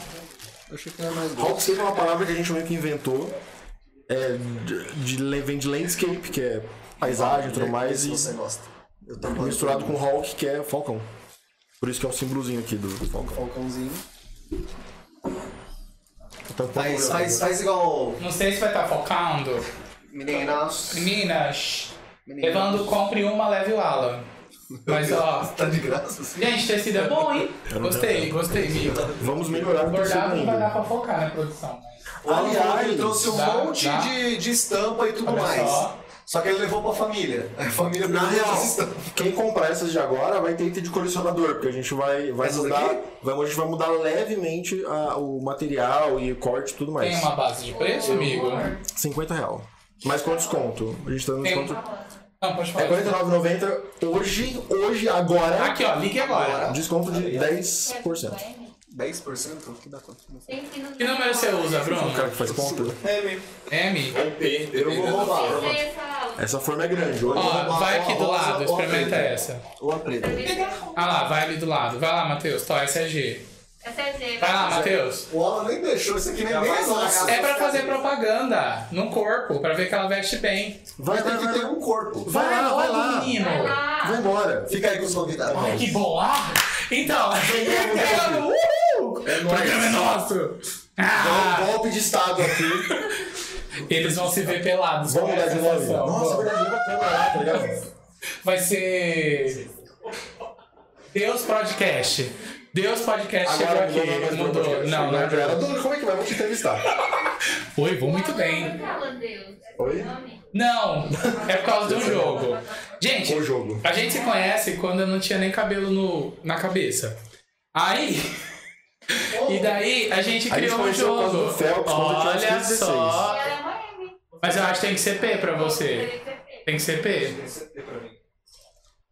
Eu achei que era mais grosso. Hawkscape é uma palavra que a gente meio que inventou. É, de, de- vem de landscape, que é Ah, paisagem e tudo mais, Se e você gosta. Eu tô falando misturado com hawk, que é falcão. Por isso que é o símbolozinho aqui do falcão. Falcãozinho. Tá um pouco Faz, olhado. faz, faz igual. Não sei se vai estar focando. Meninas. Meninas, Meninas. levando, compre uma, leve o Alan. Mas ó, Tá de graça, assim. gente, tecido é bom, hein? Gostei, gostei, viu? Vamos melhorar O o terceiro bordado não vai dar ainda. pra focar na produção. mas Aliás, ele trouxe um dá, monte dá. De, de estampa e tudo Olha mais. só. Só que ele levou pra família. A família Na pegou real, essas estampas. quem comprar essas de agora vai ter item de colecionador, porque a gente vai, vai Essas mudar. daqui? Vamos, a gente vai mudar levemente a- o material e o corte e tudo mais. Tem uma base de preço, amigo? 50 real. Mas com desconto. A gente tá dando Tem. desconto. Não, pode É falar. 49,90 hoje, hoje, agora. Aqui, ó, ligue agora. Desconto de 10%. 10%? Que dá quanto? Tem que Que número você usa, Bruno? O cara que faz conta. M? Eu vou roubar. Tem essa aula. Essa forma é grande. Hoje eu Ó, roubar vai uma aqui do rosa lado, ou experimenta preta. essa. Ou a preta. Ah lá, vai ali do lado. Vai lá, Matheus. Tó, essa é G. Essa é G. Vai lá, Matheus. O Alan nem deixou, isso aqui nem nem é nosso. É pra fazer propaganda no corpo, pra ver que ela veste bem. Vai, Mas vai, tem que vai, ter um corpo. vai lá, vai lá. menino. Vai lá. Vai embora. Fica aí com os convidados. Olha que boa! Então, [laughs] entregando! Uhul! O programa é nosso! Ah, Dá um golpe de estado aqui. eles vão se ver pelados. Vamos com mudar essa de nome. sensação. Nossa, é Vamos. verdade, uma câmera lá, tá ligado? Vai ser. Deus Podcast. Deus Podcast Agora chegou aqui. mudou, mudou. Não, não é Ela, verdade. Dona, como é que vai? Vamos te entrevistar. Oi, vou muito bem. Oi? Não, é por causa do jogo. Gente, O jogo. a gente se conhece quando eu não tinha nem cabelo no, na cabeça. Aí. E daí a gente Oh. A gente criou um conheceu por causa jogo. do Phelps, quando eu tinha uns Olha 15, só. Ela é uma M. é Mas eu acho que tem que ser P pra você. Tem que ser P.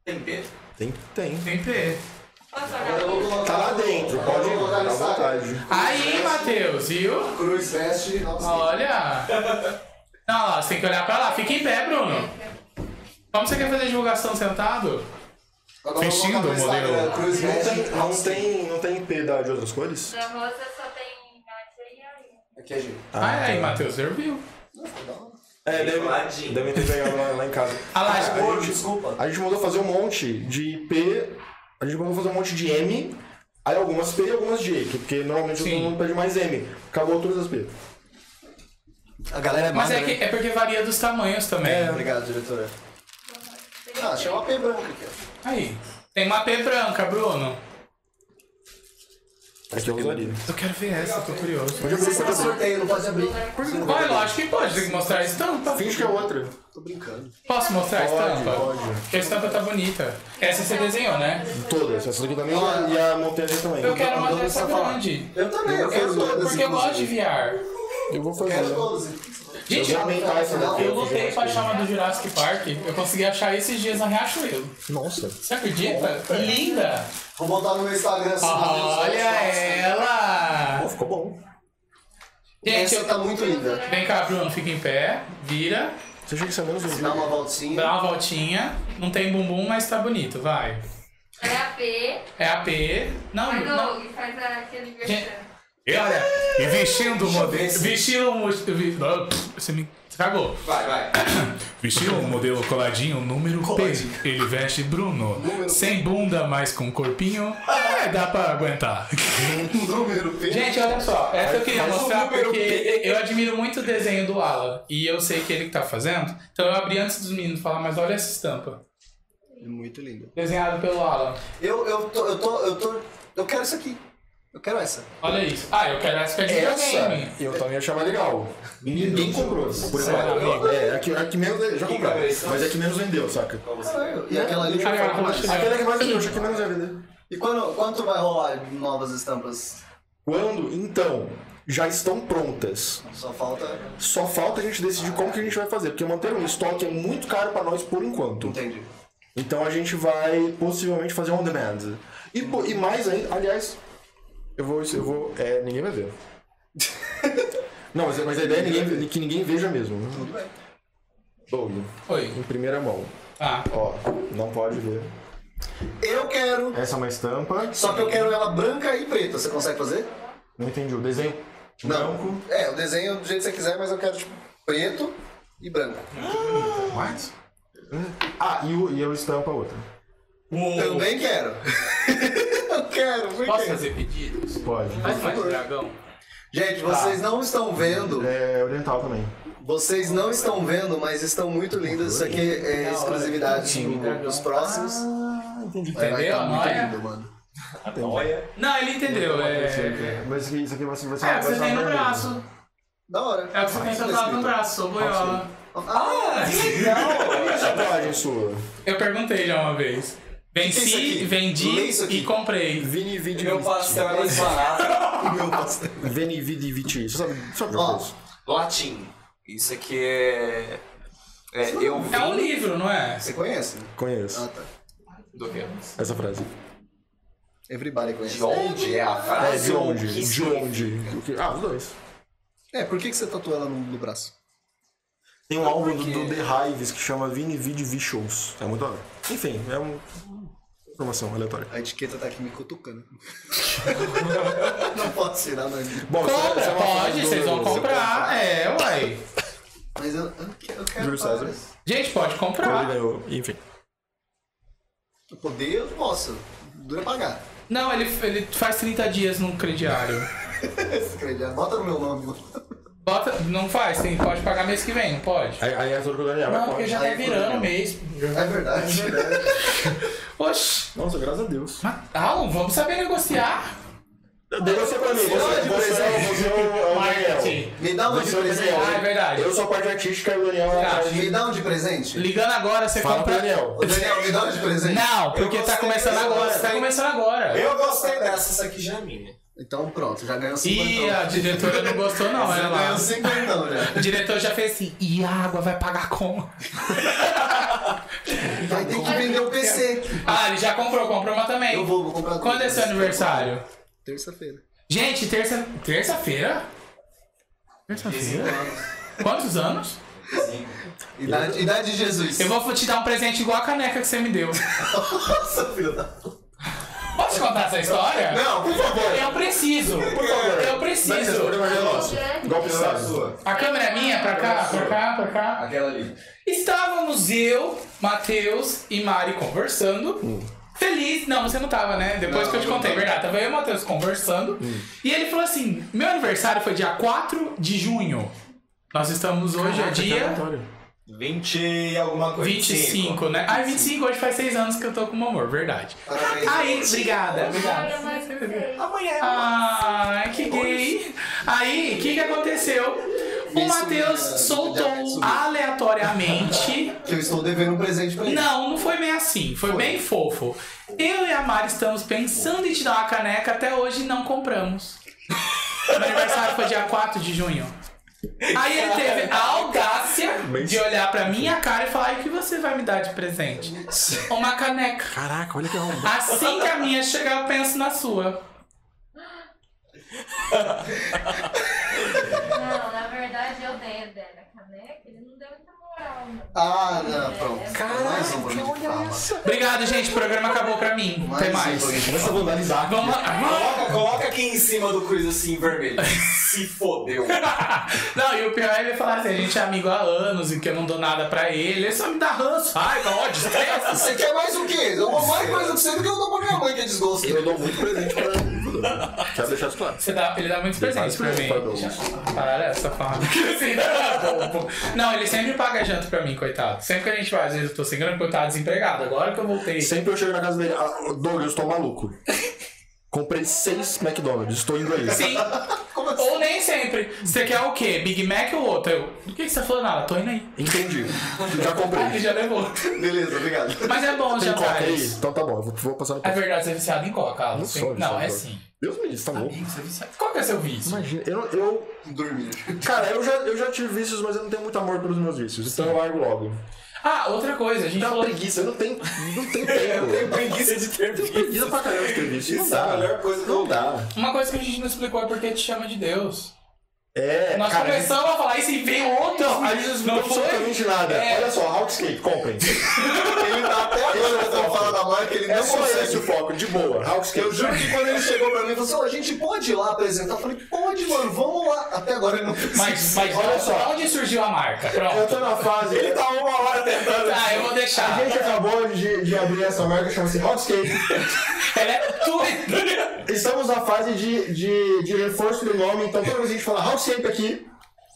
Tem P? Tem, tem. Tem P. Posso é Eu vou olhar? colocar Tá lá dentro, pode Eu vou ir, colocar à no Instagram. vontade. Aí, Matheus, viu? Cruz veste. [laughs] Olha. Não, lá, você tem que olhar pra lá. Fica em pé, Bruno. Como você quer fazer divulgação sentado? Vestindo, modelo. Cruz Não veste. tem, É, não tem, não tem P da- de outras cores? Da rosa só tem Maria e aí. Aqui é gente. Ah, aí, Matheus, viu? tá. É, deve, Ladinho. devem ter pegado lá, lá em casa. Ah lá, Cara, tipo, a, gente, é Desculpa. a gente mandou fazer um monte de P, a gente mandou fazer um monte de M, aí algumas P e algumas G, que- porque normalmente Sim. todo mundo pede mais M. Acabou todas as P. A galera é Mas magra, é, que, é porque varia dos tamanhos também. né? Obrigado, diretora. Ah, chama a P branca aqui, ó. Aí. Tem uma P branca, Bruno. Aqui é eu usaria. Eu quero ver essa, eu tô curioso. Pode abrir, pode abrir. sorteio, não pode abrir. Vai, lógico que pode, tem que mostrar a estampa. Finge que é outra. Tô brincando. Posso mostrar a Pode, estampa? pode. Porque a estampa tá bonita. Essa você desenhou, né? Todas, essa daqui também e a montanha também. Eu quero uma Mandou dessa essa falar. grande. Eu também, eu Eu quero tô, todas. porque eu gosto de inclusive. VR. Eu vou Eu fazer. quero todas. Eu Gente, vou aumentar essa daqui. eu lutei pra achar uma do Jurassic Park. Eu consegui achar esses dias na Riachuelo. Nossa. Você acredita? Linda! Vou botar no meu Instagram assim. Olha é. Pô, ela! Ah, ficou bom. Gente, Essa eu... tá muito linda. Vem cá, Bruno, fica em pé. Vira. Você achou que isso é menos Dá um uma voltinha. Dá uma voltinha. Não tem bumbum, mas tá bonito, vai. É a P. É a P. Não, Vai, não. Doug, faz aquele versão. E olha, e vestindo o modelo. se- Vestindo o modelo. Você me você cagou. Vai, vai. Vestindo o um modelo coladinho, número P. Ele veste Bruno. Sem bunda, mas com corpinho. É, dá pra aguentar. Um Número P. Gente, olha só. Essa eu queria Faz um mostrar número porque P. eu admiro muito o desenho do Alan. E eu sei que ele que tá fazendo. Então eu abri antes dos meninos falar, mas olha essa estampa. Muito linda. Desenhado pelo Alan. Eu, eu, tô, eu, tô, eu tô. Eu quero isso aqui. Eu quero essa. Olha isso. Ah, eu quero essa que é de videogame. Essa eu também ia chamar legal. Ninguém comprou. Por Será, enquanto. amigo? É, a que, a que menos. Já compraram. Mas é a que menos vendeu, saca? Qual você quer? Caralho. E aquela ali. é Cara, eu acho que- Aquela que mais vendeu, já que menos ia vender. E quando, quanto vai rolar de novas estampas? Quando? Então. Já estão prontas. Só falta. Só falta a gente decidir como que a gente vai fazer, porque manter um estoque é muito caro pra nós por enquanto. Entendi. Então a gente vai possivelmente fazer on demand. E, po- e mais ainda, aliás, eu vou. Eu vou é, ninguém vai ver. [laughs] Não, mas, mas a ideia é ninguém- que ninguém veja mesmo. Tudo bem. Doug, Oi. em primeira mão. Tá. Ó, não pode ver. Eu quero. Essa é uma estampa. Só que eu quero ela branca e preta. Você consegue fazer? Não entendi. O desenho Não. branco. É, o desenho do jeito que você quiser, mas eu quero, tipo, preto e branco. What? Ah, e, o- e eu estampo a outra. Também quero. [laughs] eu quero, por Posso quê? fazer pedidos? Pode. Faz mais dragão. Tá. Gente, vocês não estão vendo. É oriental também. Vocês não estão vendo, mas estão muito lindas. Isso aqui é exclusividade do- dos próximos. Ah, entendi. Vai, vai Entendeu? tá muito Noia? lindo, mano. Olha. Não, ele entendeu. É, Mas isso aqui vai ser vai ser é, uma o que você Ah, versão tem no vermelha. braço. Da hora. É o que você tem tatuado no braço, sou boiola. Ah, Tatuagem sua. Eu perguntei já uma vez. Que que é isso Venci, aqui? Lê isso vendi aqui. e comprei. Vini Vidi Meu pastel é mais barato. [laughs] meu pastel. Vini Vidi Vici. Você sabe, sabe Ó. disso? Latim. Isso aqui é. é eu É um vim livro, não é? Você conhece? Conheço Ah, tá. do quê? essa frase. Everybody conhece. De onde é a É, frase? de onde? O que De onde? O que- Ah, os dois. É, por que, que você tatuou ela no, no braço? Tem um álbum do, do The Hives que chama Vini Vidi Vichos. É muito da hora. Enfim, é uma informação aleatória. A etiqueta tá aqui me cutucando. [laughs] não posso tirar, não. Bom, Compra, essa é uma frase pode, do- vocês vão comprar. É, uai. Mas eu, eu quero. Eu quero Júlio César. várias. Gente, pode Quando ele comprar. ganhou, né? enfim. Eu Poder, eu posso. Dura pagar. Não, ele, ele faz 30 dias no crediário. Escreve, Bota no meu nome. mano. Bota, não faz, tem, pode pagar mês que vem, não pode. Aí, aí é tudo que o Daniel Não, mas porque pode. já tá Aí, virando tudo bem. mês. É verdade. É verdade. Oxi, Nossa, graças a Deus. Ah, Natal, vamos saber negociar. Negocia pra mim. Você, você, você é o- você é o- é o Daniel. Marketing. Me dá uma de Você é o Daniel. Ah, é presente. verdade. Eu sou a parte artística e o Daniel é a Tá. parte... Me dá um de presente. Ligando agora, você Fala pro compra. Daniel. Ô, Daniel, me dá um de presente. Não, Eu porque tá gostei começando dessa, agora. gostei. Tá começando agora. Eu gostei dessa, essa aqui já é minha. Então pronto, já ganhou 50. Ih, a diretora não gostou, não, já ela. ganhou 50 já. O diretor já fez assim, e a água vai [laughs] pagar como? Vai ter que vender [laughs] o PC. Ah, ele já comprou, comprou uma também. Eu vou, vou comprar tudo. Quando é seu aniversário? Terça-feira. Gente, terça. Terça-feira? Terça-feira? Quantos anos? Idade, idade de Jesus. Eu vou te dar um presente igual a caneca que você me deu. Nossa, filho da. Posso te contar essa história? Não, por favor. Eu preciso! Eu Esse preciso! programa já um é nosso. Golpe Aquela é sabe. sua. A câmera é minha? Pra cá, pra cá, pra cá. Aquela ali. Estávamos eu, Matheus e Mari conversando. Feliz. Não, você não tava, né? Depois que eu te contei, verdade. Tava eu e o Matheus conversando. Hum. E ele falou assim: meu aniversário foi dia 4 de junho. Nós estamos hoje é dia então 20 e é alguma coisa. 25, né? Ai, 25, hoje faz 6 anos que eu tô com mamor, verdade. Parabéns. Aí, obrigada, obrigada. Agora mais que você. Ai, que gay. Aí, o que, que aconteceu? O Isso, Matheus né? Já soltou subiu. aleatoriamente. Que eu estou devendo um presente pra ele. Não, não foi bem assim, foi, bem fofo. Eu e a Mari estamos pensando em te dar uma caneca, até hoje não compramos. [laughs] Meu aniversário foi dia 4 de junho. Aí ele teve a audácia de olhar pra minha cara e falar: "Ai, o que você vai me dar de presente? Uma caneca. Caraca, olha que arrombado. Assim que a minha chegar, eu penso na sua. Não, na verdade eu dei a dela a caneca, ele não deu muita moral, não. Ah, não, pronto. Caraca, mais um pra mim de fala. Obrigado, gente. O programa acabou pra mim. Até mais. um pra mim de Essa vandalizar. Vamos lá. Coloca, coloca aqui em cima do Cruz assim, [laughs] vermelho. Se fodeu. Não, e o pior é ele falar assim: a gente é amigo há anos e que eu não dou nada pra ele. Ele só me dá ranço, raiva, ódio, estresse. Você quer mais o quê? Eu dou mais coisa pra você do que eu dou pra minha mãe, que é desgosto. Eu dou muito presente pra ele. Quero deixar isso claro. Você dá, ele dá muitos presentes pra mim. Pra Douglas. Para essa fala. [laughs] Assim, não, bobo. não, ele sempre paga janta pra mim, coitado. Sempre que a gente vai, às vezes eu tô sem grana porque eu tava desempregado. Agora que eu voltei. Sempre eu chego na casa dele, ah, Douglas, tô maluco. Comprei seis McDonald's, estou indo aí. [laughs] Sim. assim? Ou nem sempre. Você quer o quê? Big Mac ou outro? Eu, do que que você tá falando? Ah, tô indo aí. Entendi. Já Ah, ele comprei. já levou. Beleza, obrigado. [laughs] Mas é bom os Tem coca aí? jantares. Então tá bom, eu vou, vou passar no É coca. verdade, você é viciado em coca, Não Carlos. sou Não, viciado é em sim. Deus me livre, tá louco. Amigo, você é viciado. Qual que é seu vício? Imagina, eu, não- eu. Dormir. Cara, eu já, eu já tive vícios, mas eu não tenho muito amor pelos meus vícios. Então eu largo logo. Ah, outra coisa, a gente Dá uma falou. preguiça, eu não tenho, não tenho [laughs] Eu tenho tempo. preguiça de ter Eu tenho vídeo. preguiça pra caramba de ter vício. Não Isso é a dá. melhor coisa do Não mundo. dá. Uma coisa que a gente não explicou é porque te chama de Deus. É, Nós cara, começamos a falar isso e veio outro. Não, a gente não foi? explicou absolutamente um nada. É. Olha só, Hawkscape, comprem. Ele tá até agora tentando falar da marca, ele É não só consegue. esse o foco, de boa. Eu Hawkscape. juro que quando ele chegou pra mim, ele falou assim, "Ô, a gente pode ir lá apresentar? Eu falei, pode, mano, vamos lá. Até agora ele não fez Mas, mas Olha olha só. só. onde surgiu a marca? Eu Pronto. tô na fase. Ele tá uma hora tentando. Ah, eu vou A deixar. gente acabou de, de abrir essa marca, chama-se Hawkscape. Ela é tudo. Estamos na fase de, de, de reforço do nome, então toda vez que a gente fala Hawkscape aqui,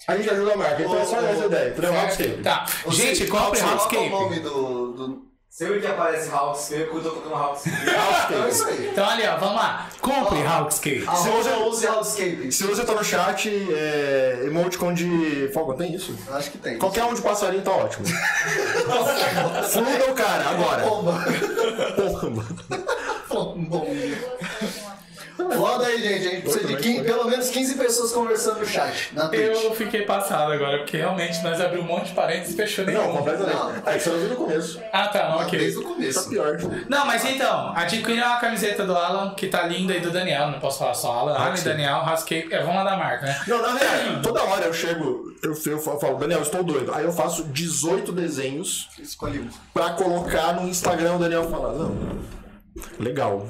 a gente ajuda a marca. Então é só essa a ideia, entendeu? Hawkscape. Tá. Gente, compre Qual é o nome Housecape. do... do... Sempre que aparece Hawkscape, eu tô com um Hawkscape. É Hawkscape. isso aí. Então, ali, ó, vamos lá. Compre Hawkscape. A Se você- Rosa 11 Housecape. Se você tá no chat, é, emoticon de fogo, tem isso? Acho que tem. Qualquer um de passarinho tá [laughs] ótimo. Fluda o cara, é? agora. [laughs] Pomba. Pomba. Roda aí, gente. A gente precisa de quin- pelo menos 15 pessoas conversando no chat, na Twitch. Eu fiquei passado agora, porque realmente nós abrimos um monte de parênteses e fechou nenhum. Não, completamente. Não. É, isso eu não vi no começo. Ah, tá, Desde ok. o Tá começo. pior. Não, mas então, adquira uma camiseta do Alan, que tá linda, e do Daniel. Não posso falar só Alan. Alan e Hawkscape. Daniel, Housecape. É, vamos lá da marca, né? Não, na real, toda hora eu chego, eu, eu falo, Daniel, eu estou doido. Aí eu faço 18 desenhos Escolhi um. [laughs] pra colocar no Instagram o Daniel falar, não, legal,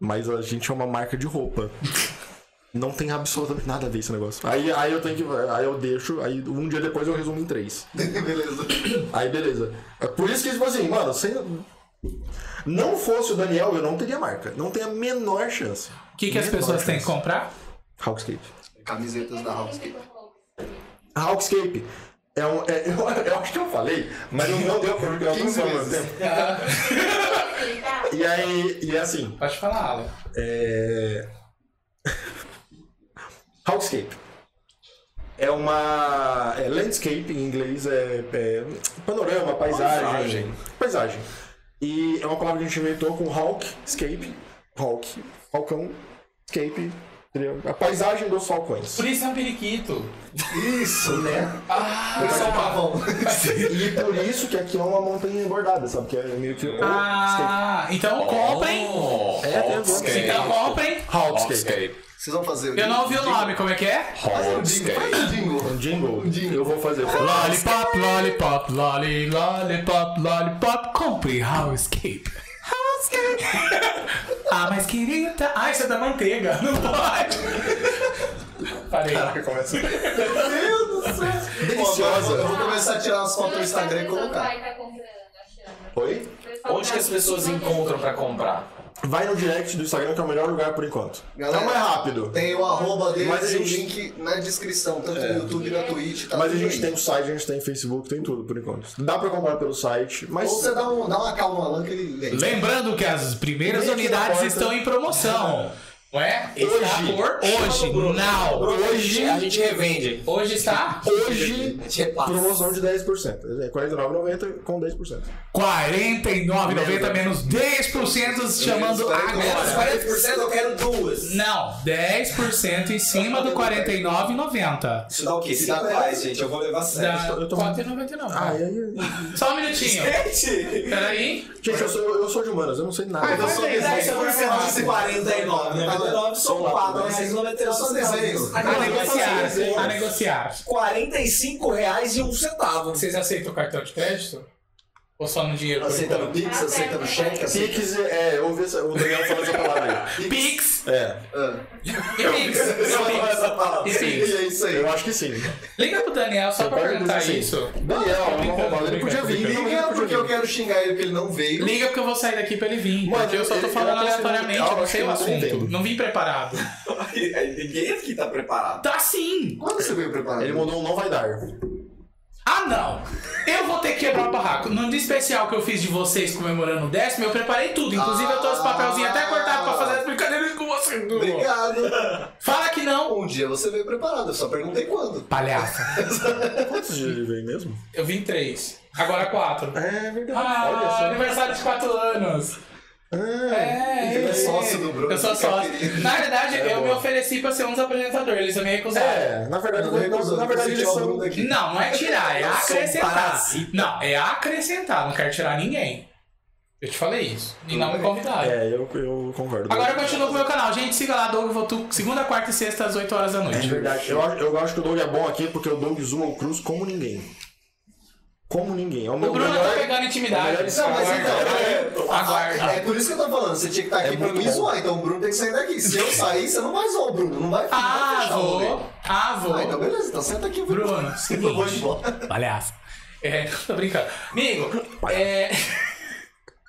mas a gente é uma marca de roupa. Não tem absolutamente nada a ver esse negócio. Aí, aí eu tenho que. Aí eu deixo, aí um dia depois eu resumo em três. Beleza. Aí beleza. É Por isso que, tipo assim, mano, se não fosse o Daniel, eu não teria marca. Não tem a menor chance. O que, que as Menor pessoas chance. têm que comprar? Hawkscape. Camisetas da Housecape. Hawkscape. É um, é- [laughs] eu, eu acho que eu falei, mas não, não deu porque eu não 15 falo ao mesmo vezes. tempo. E aí, e é assim, Pode falar, Alan. é... Hawkscape. É uma... é landscape em inglês, é, é panorama, paisagem. Paisagem. Paisagem. E é uma palavra que a gente inventou com Hawkscape. Hawk, falcão, scape, entendeu? a paisagem dos falcões. Por isso é um periquito. Isso, né? Por isso é um pavão. [laughs] E por isso que aqui é uma montanha bordada, sabe? Que é meio que. Oh, Ah, então comprem. É, tem a ver. Então comprem. Hawkscape. Vocês vão fazer o Eu não ouvi o nome, como é que é? Faz um jingle. Faz um jingle. Um jingle? Eu vou fazer. Lollipop, lollipop, lolly, lollipop, lollipop, compre Housecape. Housecape. [laughs] ah, mas querida. Ah, isso é da manteiga, não pode. Parei. [laughs] começa. Deliciosa. Eu vou Deliciosa. começar a tirar as fotos do Instagram e um colocar. Oi? Onde que as pessoas encontram pra comprar? Vai no direct do Instagram, que é o melhor lugar por enquanto. Galera, é o mais rápido. Tem o arroba dele Mas a e o gente- É. link na descrição, tanto no YouTube, na Twitch, tá Mas a tudo gente aí. tem o site, a gente tem Facebook, tem tudo por enquanto. Dá pra comprar pelo site, mas. Ou você dá, um, dá uma calma lá que ele lê. Lembrando que as primeiras Vem aqui na unidades porta. estão em promoção. Não é? Está Hoje. por hoje, now. Hoje, A gente revende. Hoje está hoje, A gente repassa. promoção de 10%. É R$ 49,90 com 10%. 49,90 menos 10% chamando tá Menos agora. 40% eu quero duas. Não, 10% em cima do 49,90. Isso dá o quê? 5 reais, gente. Eu vou levar Dá sete. É, eu tô- Ah, 4,99. Ai, ai, ai. Só um minutinho. Gente! Peraí. Gente, eu sou, eu sou de humanas, eu não sei nada. Eu sou Dá desenho. isso por cento de 49, 99 são 4, né? Eu sou 693 Ah, desenho. A negociar. desenho. A negociar. 45 reais assim, né? e um centavo. Vocês aceitam o cartão de crédito? Ou só no dinheiro? por Aceita no enquanto? Pix, aceita no cheque, aceita... Pix, é, eu ouvi essa- o Daniel falando essa palavra aí. Pix. É, Ah, E Pix. E Pix. E Pix. e é isso aí. eu acho que sim. Liga pro Daniel só pra Pode perguntar dizer sim. isso. Daniel, é uma brincando, roubada, ele podia brincando, vir. brincando. não, ele Liga podia porque eu vir. quero xingar ele porque ele não veio. Liga porque eu vou sair daqui pra ele vir. Mano, porque eu só tô ele- falando ele tá sendo aleatoriamente, eu legal, não acho sei que o eu não assunto. entendo. Não vim preparado. Ninguém aqui tá preparado. Tá sim! Quando você veio preparado? Ele mandou um não vai dar. Ah não! Eu vou ter que quebrar o barraco. No dia especial que eu fiz de vocês comemorando o décimo, eu preparei tudo. Inclusive eu trouxe papelzinho até cortado pra fazer as brincadeiras com Nossa, Google. Ah. Obrigado. Fala que não! Um dia você veio preparado, eu só perguntei quando. Palhaça. Quantos dias ele veio mesmo? Eu vim três. Agora quatro. É verdade. Olha Ah, só. aniversário de quatro anos. É, Ele é sócio do Bruno. Eu sou sócio. Na verdade, é eu me ofereci pra ser um dos apresentadores, eles também recusaram. É, na verdade, na, na verdade eles são. Não, não é tirar, é Eu sou um acrescentar. parasita. Não, é acrescentar, não quero tirar ninguém. Eu te falei isso. E não me convidaram. É, eu, eu concordo. Agora eu continuo com o meu canal. Gente, siga lá, Doug Votu, segunda, quarta e sexta, às 8 horas da É noite. verdade. Eu, acho- eu acho que o Doug é bom aqui porque o Doug zoa o Cruz como ninguém. Como ninguém. É o meu O Bruno melhor- tá pegando intimidade. Não, mas Aguarda. então. Aguarda. É É por isso que eu tô falando, você tinha que estar aqui pra muito me bom. zoar, então o Bruno tem que sair daqui. Se eu sair, você não vai zoar o Bruno, não vai, não vai Ah, fechar o rolê. vou. Ah, vou. Ah, então beleza, então senta aqui, Bruno, seguinte. Eu vou embora. Palhaço. É, tô brincando. Amigo, é.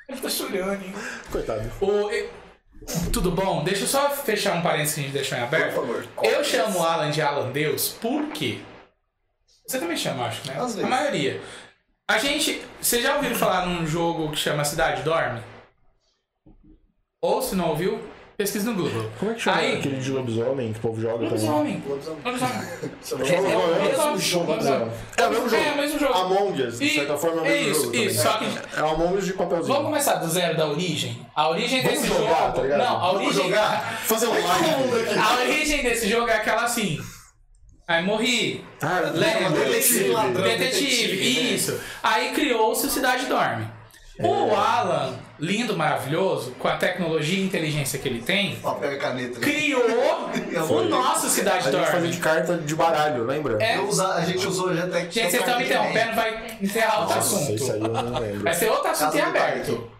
Ele tá chorando, hein? Coitado. O- e- Tudo bom? Deixa eu só fechar um parênteses que a gente deixou em aberto. Por favor. Eu chamo o Alan de Alan Deus porque. Você também chama, acho, né? Às A vezes. maioria. A gente. Vocês já ouviram falar num jogo que chama Cidade Dorme? Ou se não ouviu, pesquisa no Google. Como é que chama Aí- aquele de lobisomem que o povo joga também? Lobisomem. Lobisomem. É, É né? o mesmo jogo. É o mesmo jogo. É o mesmo jogo. Among Us, de E- certa forma, é o é mesmo isso, jogo. também. isso, só que- É o Among Us de Vamos papelzinho. começar do zero, da origem? A origem Vamos desse jogar, jogo. tá ligado? Não, a Vamos origem. Fazer um live. A origem desse jogo é aquela assim. Aí morri. Ah, Lembra? Detetive. Né? né? Detetive. Detetive, Isso. Aí criou-se o Cidade Dorme. É. O Alan, lindo, maravilhoso, com a tecnologia e inteligência que ele tem, Papel e caneta. criou o Foi. nosso É A Cidade gente fazia Dorme. de carta de baralho, lembra? É. Eu usa- a gente usou já até que. Gente, vocês estão me interrompendo, vai encerrar outro é Nossa, isso aí tá assunto. eu não lembro. Vai ser outro assunto Caso em do aberto.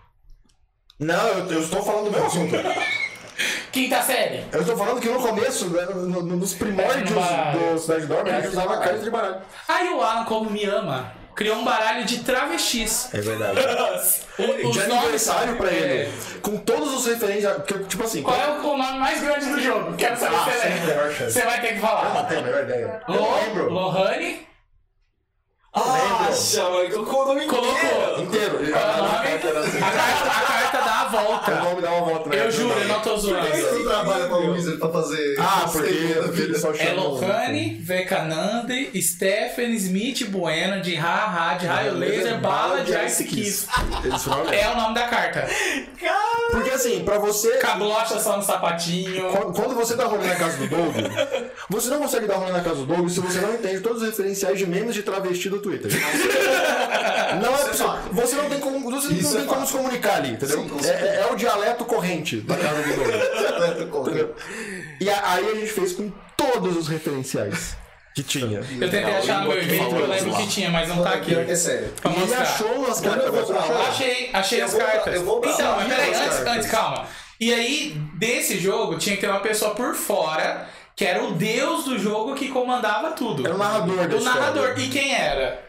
Não, eu, eu estou falando do meu assunto. Quinta série. Eu estou falando que no começo, né, no- no- nos primórdios É, baralho. do Cidade Dorme, a gente usava carta de baralho. Aí o Alan, como me ama, criou um baralho de travestis. É verdade. O- De os nomes- aniversário pra É. ele. Com todos os referentes. porque, Tipo assim. Qual é o nome mais grande do jogo? Quero saber Ah, se é- sem você melhor lembra. chance. Você vai ter que falar. Tem a melhor ideia. Lo, Lohane Ah, Lembro. chama, colocou o nome colocou. Inteiro. Ele Ah, a nome- carta era assim. A carta, a carta dá a O volta. nome dá uma volta. né? Eu juro, eu não tô Você zoando. não trabalha pra Wizard pra fazer. Ah, porque, porque ele só É chama. Lohane, Vekanande, Stephanie, Smith Bueno, de Ha Ha, de Raio Laser, Bala, é de Ice Kiss. Eles falam. É o nome da carta. Porque assim, pra você. Cablocha só no sapatinho. Quando quando você dá rolê na casa do Doug, você não consegue dar rolê na casa do Doug se você não entende todos os referenciais de memes de travesti do Twitter. Não é possível. Você não tem como, você não Isso é tem como se comunicar ali, entendeu? Sim, com é, é o dialeto corrente da casa do [laughs] Doug. entendeu? E a- aí a gente fez com todos os referenciais que tinha. Eu tentei achar no meu e-mail, eu lembro que tinha, mas não tá aqui. Pior que é sério. Pra E ele mostrar. achou as cartas. Eu vou pra lá. Achei, achei Eu as vou pra- cartas. eu vou pra- então, mas peraí, as antes, cartas. antes, calma. E aí, desse jogo, tinha que ter uma pessoa por fora, que era o deus do jogo que comandava tudo. Era o narrador da O narrador. história. E quem era?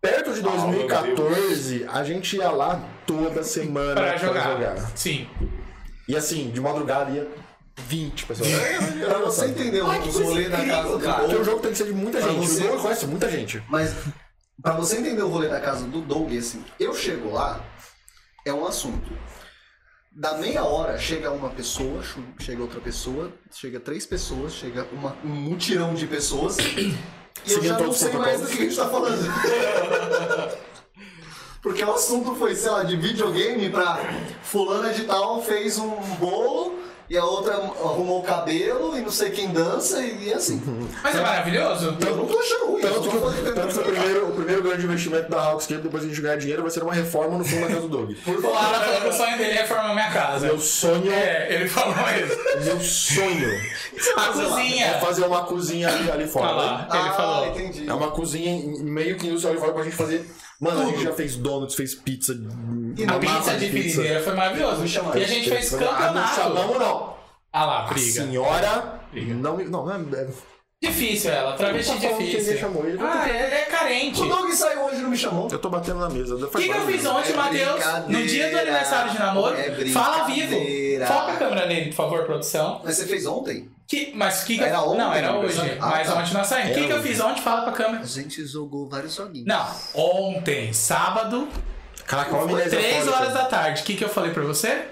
Perto Ah, de 2014, a gente ia lá toda semana Pra jogar. Pra jogar. Sim. E assim, de madrugada ia 20 pessoas. Era Pra você engraçado. entender os rolês da casa do Porque o Doug, jogo Ah, tem que ser de muita Pra gente. você- O Doug conhece muita gente. mas pra você entender o rolê da casa do Doug, assim, eu chego lá, é um assunto. Da meia hora chega uma pessoa, chu- chega outra pessoa, chega três pessoas, chega uma- um mutirão de [coughs] pessoas. E eu Seguindo já não todos os sei mais do protocolos. que a gente tá falando. [laughs] Porque o assunto foi, sei lá, de videogame pra fulana de tal fez um bolo e a outra arrumou o cabelo e não sei quem dança e, e assim. Mas é maravilhoso? Eu não tô achando ruim, eu Tanto só que, falei tanto que o, primeiro, o primeiro grande investimento da Hawkscape, depois de a gente ganhar dinheiro, vai ser uma reforma no fundo da casa do [laughs] Doug. O Lara falou que o sonho dele é reformar minha casa. Meu sonho, É, ele falou isso. meu sonho A é cozinha. fazer uma cozinha ali, ali Olha fora. lá, né? ele ah, falou. entendi. É uma cozinha em- meio que industrial ali fora pra gente fazer. Mano, a gente já fez donuts, fez pizza. A não, pizza de frigideira foi maravilhosa. Me chama. E a gente fez Ah, Não campeonato. chamamos, não. Ah lá, A briga. senhora. Briga. Não, me- não, não é. Difícil ela, travesti Tá falando que difícil. ninguém chamou ele. Ah, é, é carente. O Doug saiu hoje e não me chamou. Eu tô batendo na mesa. O que, que eu fiz ontem, É Matheus? No dia do brincadeira. aniversário de namoro? É Fala vivo! brincadeira. Foca a câmera nele, por favor, produção. Mas você fez ontem? Que, mas o que, que Era eu... ontem, Não, era hoje. aniversário? Ah, mas tá. ontem nós saímos. O Era que, que eu hoje. fiz ontem? Fala pra câmera. A gente jogou vários joguinhos. Não, ontem, sábado, Caraca, olha a amnésia 3 foda, horas cara. da tarde. O que, que eu falei pra você?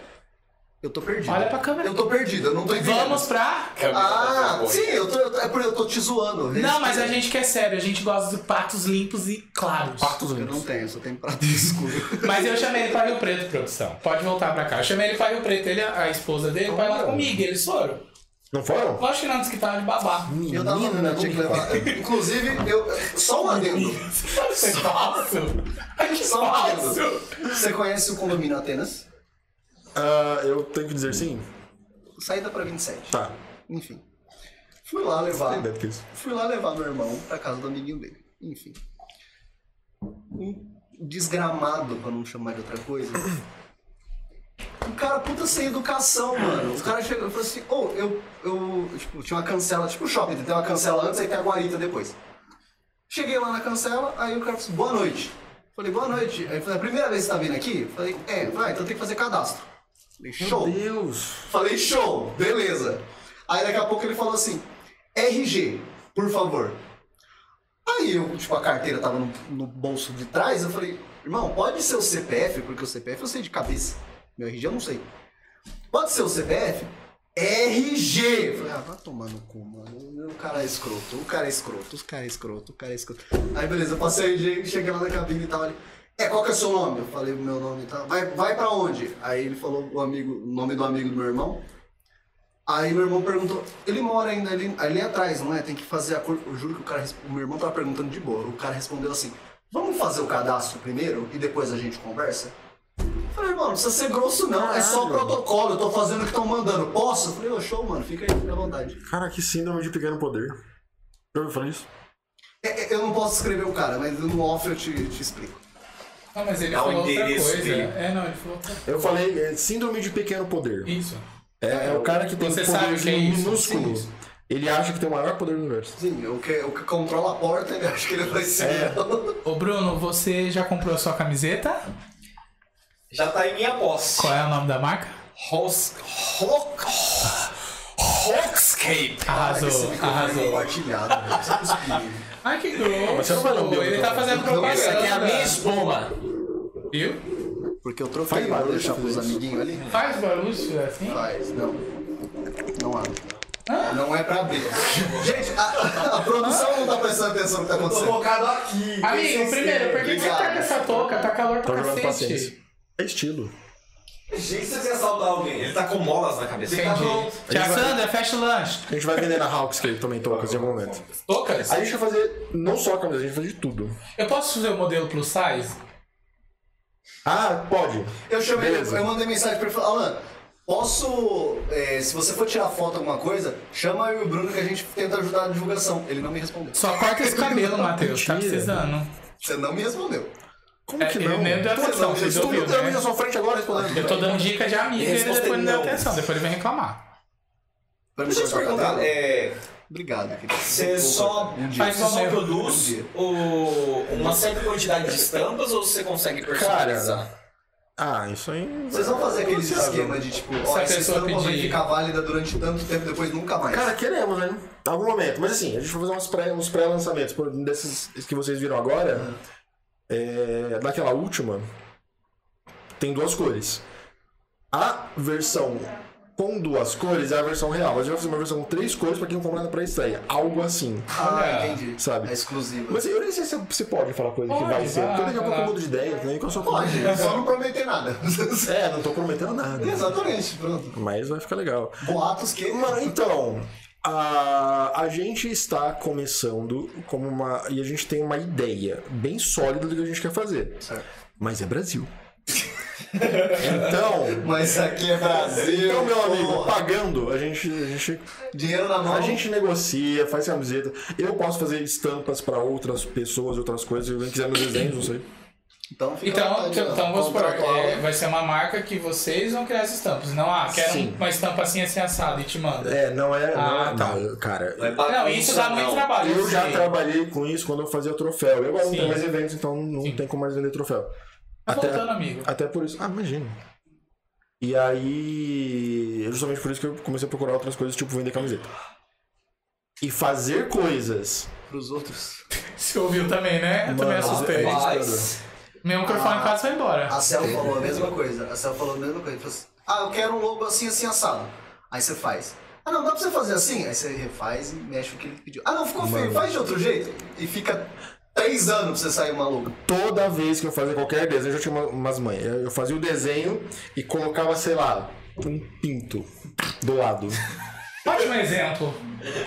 Eu tô perdido. Olha pra câmera. Eu tô perdido, eu não tô entendendo. Vamos pra. Ah, sim, eu tô, eu tô- é porque eu tô te zoando. Não, mas a gente quer sério, a gente gosta de patos limpos e claros. Quartos Eu não tenho, só tenho prato escuro. [laughs] Mas eu chamei ele pra Rio Preto, produção. Pode voltar pra cá. Eu chamei ele pra Rio Preto, ele, a esposa dele, vai lá comigo, eles foram. Não foram? Lógico que não, disse que tava né, de babá. Eu tava Menina, vendo, eu tinha que levar. é? Inclusive, eu. Só um adendo. Foi fácil. Que Só um fácil. adendo. Você conhece o condomínio Atenas? Ah, eu tenho que dizer sim? Saída pra 27. Tá. Enfim. Fui lá Tá. levar. Tem dentro que isso. Fui lá levar meu irmão pra casa do amiguinho dele. Enfim. Um desgramado, pra não chamar de outra coisa. O cara, puta sem educação, mano. O cara chegou e falou assim, ô, eu, eu. Tipo, tinha uma cancela, tipo shopping, tem uma cancela antes, aí tem a guarita depois. Cheguei lá na cancela, aí o cara falou assim, boa noite. Falei, boa noite. Aí ele falou, é a primeira vez que você tá vindo aqui? Falei, é, vai, então tem que fazer cadastro. Falei, show. Meu Deus. Falei, show, beleza. Aí daqui a pouco ele falou assim, RG, por favor. Aí eu, tipo, a carteira tava no, no bolso de trás, eu falei, irmão, pode ser o CPF, porque o CPF eu sei de cabeça. Meu RG eu não sei. Pode ser o CPF? RG! Eu falei, ah, vai tomar no cu, mano. O cara é escroto, o cara é escroto, o cara é escroto, o cara é escroto. Aí beleza, eu passei o RG, cheguei lá na cabine e tava ali. É, qual que é o seu nome? Eu falei o meu nome e tal. Vai, vai pra onde? Aí ele falou o amigo, o nome do amigo do meu irmão. Aí meu irmão perguntou, ele mora ainda ali, ali atrás, não é? Tem que fazer a cor. Eu juro que o cara, res- o meu irmão tava perguntando de boa. O cara respondeu assim: vamos fazer o cadastro primeiro e depois a gente conversa? Eu falei, irmão, não precisa ser grosso não, é só Caralho. protocolo, eu tô fazendo o que estão mandando. Posso? Eu falei, ô, show, mano, fica aí, fica à vontade. Cara, que síndrome de pequeno poder. Já ouviu falar isso? É, é, eu não posso escrever o cara, mas no off eu te, te explico. Não, Ah, mas ele Dá o falou outra endereço coisa. dele. É, não, ele falou outra coisa. Eu falei é, síndrome de pequeno poder. Isso. É, é o cara que tem um Você sabe poder o que é isso? minúsculo. Sim. Ele acha que tem o maior poder do universo. Sim, o que, o que controla a porta, ele acha que ele vai ser. Ô Bruno, você já comprou a sua camiseta? Já tá em minha posse. Qual é o nome da marca? Ross- Rock. Rockscape. [laughs] Arrasou, Esse microfone arrasou. compartilhado, mano, isso é possível. Ai, que grosso. Mas você não vai lamber o Ele tá microfone. fazendo Não, propaganda. Essa aqui é a minha espuma. Viu? Porque eu troquei, Faz eu vou barulho, deixar tá pros feliz. amiguinhos ali. Faz barulho assim? Faz, não. Não abre. Não é pra abrir. Gente, a, a produção não tá prestando atenção no que tá acontecendo. Focado aqui. é Amigo, primeiro, assim. por que você Obrigado. tá com essa touca? Tá calor Tá pra jogando cacete. paciência. É estilo. Gente, você quer saudar alguém? Ele tá com molas na cabeça. Ele tá Entendi. Tia Sandra, fecha o lanche. A gente vai vender na Hawks, que também tocas em algum momento. Toucas? Aí a gente vai fazer não só a camiseta, a gente vai fazer de tudo. Eu posso fazer o modelo plus size? Ah, pode. Eu chamei, Beleza. eu mandei mensagem pra ele falar, Alan, posso. eh, se você for tirar foto alguma coisa, chama eu e o Bruno que a gente tenta ajudar na divulgação. Ele não me respondeu. Só corta esse cabelo, Matheus. Tá Mentira. precisando. Você não me respondeu. Como É, que ele não? nem deu atenção, Pô, vocês não, tudo ouviram, literalmente né? na sua frente agora respondendo. Eu tô dando dica de amigo e ele Resposta depois não deu não. atenção. Depois ele vem reclamar. Pra me Deixa eu te cortar o perguntar, cabelo? é, Obrigado, querido. você só, Um dia. faz, você só Um dia. produz Um dia. o- uma certa quantidade de estampas ou você consegue personalizar? Ah, isso aí. Vocês vão fazer aquele esquema de tipo, ó, a essa pessoa estampa vai pedir- ficar válida durante tanto tempo, depois nunca mais. Cara, queremos, né? Em Algum momento. Mas assim, a gente vai fazer umas pré- uns pré-lançamentos. por- desses que vocês viram agora, é, daquela última, tem duas cores. A versão com duas cores é a versão real. A gente vai fazer uma versão com três cores pra quem não comprar na pré-estreia. Algo assim, ah, entendi. sabe? É exclusiva. Mas assim, eu nem sei se você pode falar coisa que Pode, vai ser. vai, Porque daqui a pouco eu vai. mudo de ideia, né? Que eu sou Pode, só não prometer nada. [laughs] É, não tô prometendo nada. Exatamente, pronto. Mas vai ficar legal. Boatos que. Mano, então, a, a gente está começando como uma. E a gente tem uma ideia bem sólida do que a gente quer fazer. Certo. Mas é Brasil. então. Mas aqui é Brasil. Então, meu amigo, porra. pagando, a gente, a gente, Dinheiro na mão. a gente negocia, faz camiseta. Eu posso fazer estampas pra outras pessoas, outras coisas. Se alguém quiser meus desenhos, não sei. Então, fica à Então, vontade, então, então. vamos supor, Contrato é, aula. vai ser uma marca que vocês vão criar as estampas. Não, ah, quero Sim. uma estampa assim, assim, assada e te manda. É, não é. não, é- Ah, tá. não, cara, Não é Não, bagunça, isso dá muito não. trabalho. Eu já sei. trabalhei com isso quando eu fazia troféu. Eu agora não Sim. tenho mais eventos, então não Sim. tem como mais vender troféu. Tá Até- voltando, amigo. Até por isso. Ah, imagina. E aí. é Justamente por isso que eu comecei a procurar outras coisas, tipo vender camiseta. E fazer coisas. pros outros. Você ouviu também, né? Eu também Mano, assustei. é- Mas, Meu microfone Ah. quase foi embora. A Cel falou a mesma coisa. A Cel falou a mesma coisa. Falou assim, Ah, eu quero um logo assim, assim, assado. Aí você faz. Ah, não, dá pra você fazer assim? Aí você refaz e mexe o que ele pediu. Ah, não, ficou feio, Mano. faz de outro jeito. E fica três anos pra você sair uma logo. Toda vez que eu fazia qualquer desenho, eu já tinha uma- umas mães. Eu eu fazia o desenho e colocava, sei lá, um pinto do lado. Ótimo exemplo.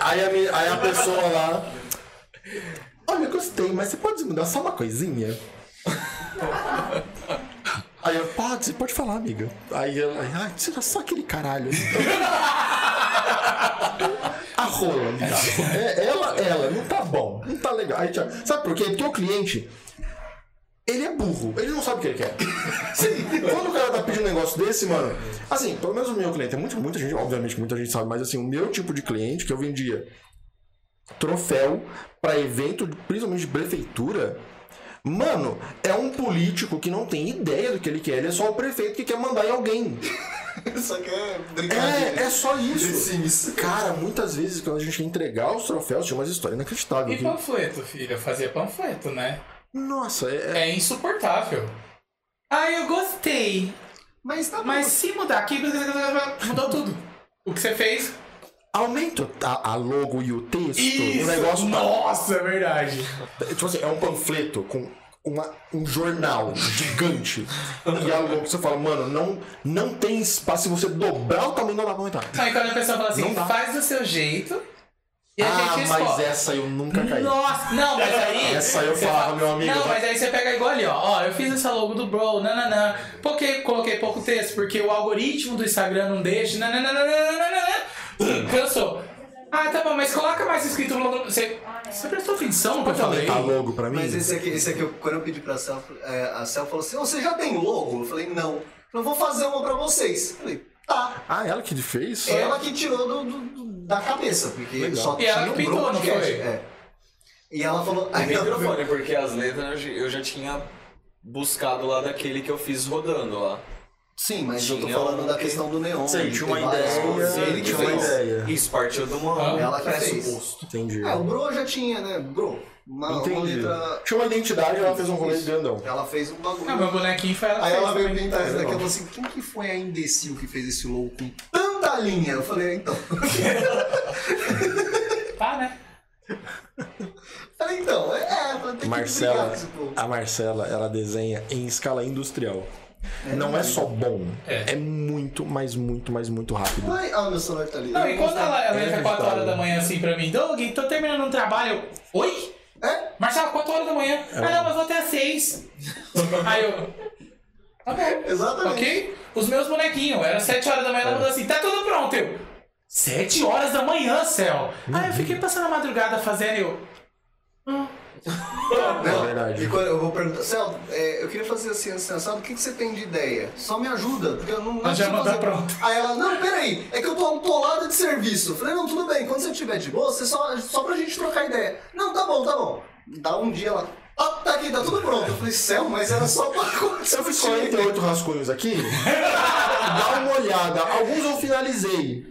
Aí a, mi- aí a pessoa lá. Olha, eu gostei, mas você pode mudar só uma coisinha? Aí eu, pode, pode falar, amiga. Aí ela, ai, tira só aquele caralho. a rola, não tá bom. É, ela, ela, não tá bom, não tá legal. Aí, tira. sabe por quê? Porque o cliente, ele é burro, ele não sabe o que ele quer. Sim, quando o cara tá pedindo um negócio desse, mano, assim, pelo menos o meu cliente, é muita, muita gente, obviamente, muita gente sabe, mas assim, o meu tipo de cliente que eu vendia troféu pra evento, principalmente de prefeitura, mano, é um político que não tem ideia do que ele quer, ele é só o prefeito que quer mandar em alguém. [laughs] Só que é É, brincadeira. é só isso. Sim, isso. Cara, muitas vezes quando a gente quer entregar os troféus, tinha umas histórias inacreditáveis. E que- panfleto, filho? Eu fazia panfleto, né? Nossa, é. é- É insuportável. Ah, eu gostei. Mas tá bom. Mas se mudar aqui, mudou tudo. O que você fez? Aumenta a, a logo e o texto. Isso! O negócio tá- Nossa, é verdade. É, Tipo assim, é um panfleto com uma- um jornal [laughs] gigante. e é algo que você fala, mano, não, não tem espaço. Se você dobrar o tamanho, não dá pra aumentar. Aí quando a pessoa fala assim, Não dá. faz do seu jeito e a ah, gente mas escolhe. essa eu nunca caí. Nossa, não, mas [laughs] aí. Essa eu você falava, meu amigo, Não, vai- mas aí você pega igual ali, ó. Ó, eu fiz essa logo do Bro, nananã. Por que coloquei pouco texto? Porque o algoritmo do Instagram não deixa. Nananã, nananã. Cansou. Ah, tá bom, mas coloca mais escrito no logo. Você, você prestou atenção no que eu Pode falei? aumentar logo tá pra mim? Mas esse aqui, esse aqui, eu- quando eu pedi pra Cel, é, a Cel falou assim, você já tem logo? Eu falei, não. Eu vou fazer uma pra vocês. Eu falei, tá. Ah, ela que fez? É. Ela que tirou do- do- do- da cabeça, porque Legal. só E ela tinha que um pintou, grupo de não cast. foi? É. E ela falou, Aí aí tem ela falou, é microfone, porque as letras eu já- eu já tinha buscado lá daquele que eu fiz rodando lá. sim, mas eu tô Tinha falando um- da questão do neon. Sei, de tinha ter uma Então, várias ideia, cores. ele que tinha uma fez. ideia. Isso partiu de Ah, uma ela que fez. pressuposto. Entendi. É, o Bro já tinha, né? Bro, uma, uma Entendi. letra... Tinha uma identidade, ela fez um rolê Isso. grandão. Ela fez um bagulho. Não, meu bonequinho foi ela que Aí fez ela veio também. pintar essa daqui e falou assim: quem que foi a imbecil que fez esse logo com tanta linha? Eu falei, então. Tá, né? falei, então, é, é tem que Marcela, brigar com esse povo. a Marcela, ela desenha em escala industrial. Não é só bom, É. é muito, mas muito, mas muito rápido. Ai, ah, meu celular tá ali. Não, e quando ela, ela É entra 4 horas verdade. da manhã assim pra mim, Doug, tô terminando um trabalho. eu, Oi? É? Marcelo, 4 horas da manhã. Ah, não, mas vou até às 6. Aí eu. Tá bom. Exatamente. Ok? Os meus bonequinhos, era 7 horas da manhã, ela mandou assim, tá tudo pronto. Eu. 7 horas da manhã, céu. Aí eu fiquei passando a madrugada fazendo eu. Não, É verdade. Né? E quando eu vou perguntar, Cel, é, eu queria fazer assim, assim, assado, o que, que você tem de ideia? Só me ajuda, porque eu não. não Mas já sei mandou fazer. pronto. Aí ela, não, peraí, é que eu tô atolada de serviço. Eu falei, não, tudo bem, quando você estiver de boa, você só, só pra gente trocar ideia. Não, tá bom, tá bom. Dá um dia ela. Ah, tá aqui, tá tudo pronto. Eu falei, Cel, mas era só pra [laughs] Se eu fiz 48 rascunhos aqui, dá uma olhada. Alguns eu finalizei.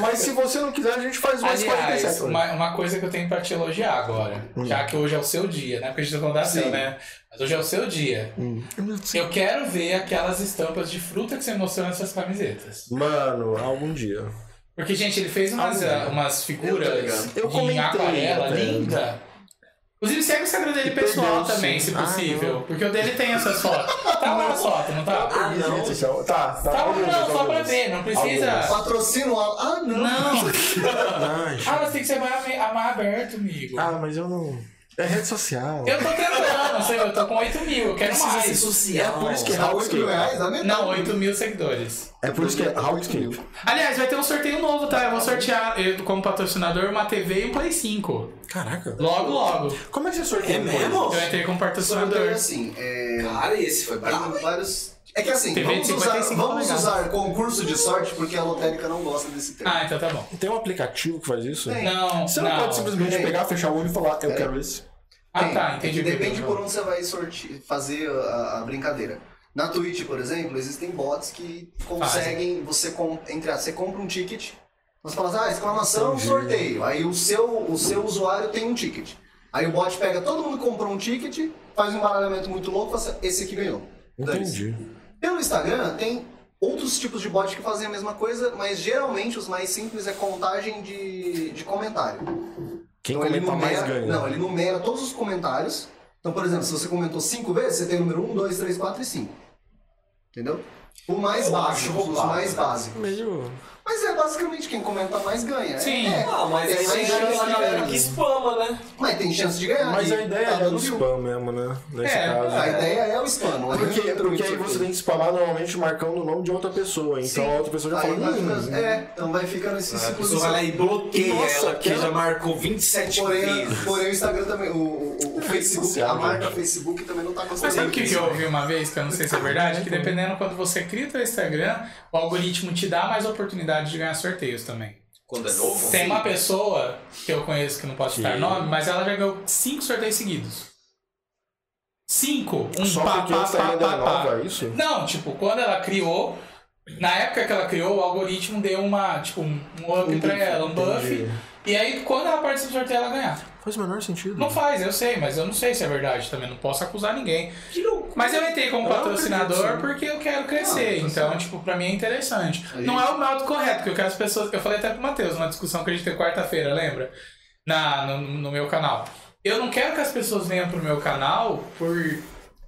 Mas se você não quiser, a gente faz mais Aliás, 47. hoje. Hum. uma, uma coisa que eu tenho pra te elogiar agora, já que hoje é o seu dia, né? Porque a gente tá falando da seu, né? Mas hoje é o seu dia. Hum. Meu Deus. Eu quero ver aquelas estampas de fruta que você mostrou nessas camisetas. Mano, algum dia. Porque, gente, ele fez umas, Ah, ah, umas Eu tô figuras ligado. Eu em comentei aquarela, até. linda. Inclusive, segue o Instagram dele pessoal perdeu, também, sim. se Ah, possível. porque o dele tem essas fotos. Tá lá as fotos, não tá? Ah, não. Tá, tá. Tá, algumas, não, só pra algumas. ver, não precisa. Patrocino a. Ah, não. [laughs] Não. Ai, Ah, mas tem que ser mais, mais aberto, amigo. Ah, mas eu não. É rede social. Eu tô tentando, sei, eu tô com 8 mil, eu quero Precisa ser mais. social. É por isso que- Dá 8 mil reais, dá metade. Não, 8 mil seguidores. É por isso que é Housecape. Aliás, vai ter um sorteio novo, tá? Eu vou sortear, eu, como patrocinador, uma TV e um Play 5. Caraca. Logo, logo. Como é que você sorteia? É depois? mesmo? Eu entrei Sorteio como patrocinador. assim, é. Cara, esse foi brabo. Vários, vários- É que assim, TV vamos, de usar, 55 vamos polegadas. usar concurso de sorte porque a lotérica não gosta desse termo. Ah, então tá bom. Tem um aplicativo que faz isso? Tem. Não, Você não, pode simplesmente Tem. pegar, fechar o olho e falar, eu É. quero esse. Ah, Tem, tá, é que entendi. o que Depende eu por tô onde você vai sorte- fazer a, a brincadeira. Na Twitch, por exemplo, existem bots que conseguem, você com- entrar, você compra um ticket, você fala assim, ah, exclamação, Entendi. sorteio. Aí o seu, o seu usuário tem um ticket. Aí o bot pega, todo mundo comprou um ticket, faz um embaralhamento muito louco, fala assim, esse aqui ganhou. Dane-se. Entendi. Pelo Instagram tem outros tipos de bot que fazem a mesma coisa, mas geralmente os mais simples é contagem de, de comentário. Quem Então ele comentar Então tá mais numera- ganha. Não, ele numera todos os comentários. Então, por exemplo, se você comentou cinco vezes, você tem o número 1, 2, 3, 4 e 5. Entendeu? O mais Eu baixo, acho os roubado, mais né? básicos. Meio. Mas é basicamente quem comenta mais ganha. Sim. É, Ah, mas Tem aí mais tem chance aquela de galera ganhar. que spama, né? mas tem chance de ganhar. Mas e a ideia tá é do dando view. spam mesmo, né? Nesse É, caso. A ideia é o spam. não é Porque, nem porque aí outro você tipo. tem que spamar normalmente marcando o nome de outra pessoa. Então Sim. a outra pessoa já Aí fala. vai Hum, ficando- É, então vai ficando esse A ciclo de pessoa vai lá e bloqueia Nossa, ela, que aquela- já marcou 27 Porém, vezes. porém o Instagram também, o, o- o Facebook, Social, a né? marca Facebook também não tá Mas sabe o conseguindo. que que eu ouvi uma vez, que eu não sei se é verdade? Que dependendo quando você cria teu Instagram, o algoritmo te dá mais oportunidade de ganhar sorteios também. Quando é novo? Tem uma pessoa que eu conheço que não posso citar Que- nome, mas ela já ganhou cinco sorteios seguidos. Cinco! Um Só pá, porque pá, essa pá, ainda pá, é pá. nova, é isso? Não, tipo, quando ela criou, na época que ela criou, o algoritmo deu uma, tipo, um um up Um pra buff, ela, um buff. entendi. E aí, quando ela participa do sorteio, ela ganhar. Faz o menor sentido. Não faz, eu sei, mas eu não sei se é verdade também, não posso acusar ninguém. Que louco. Mas eu entrei como Eu não acredito, patrocinador sim. porque eu quero Não, crescer. tá então, certo. tipo, pra mim é interessante. A Não gente- é o modo correto, porque eu quero as pessoas. Eu falei até pro Matheus numa discussão que a gente teve quarta-feira, lembra? Na, no, no meu canal. Eu não quero que as pessoas venham pro meu canal por.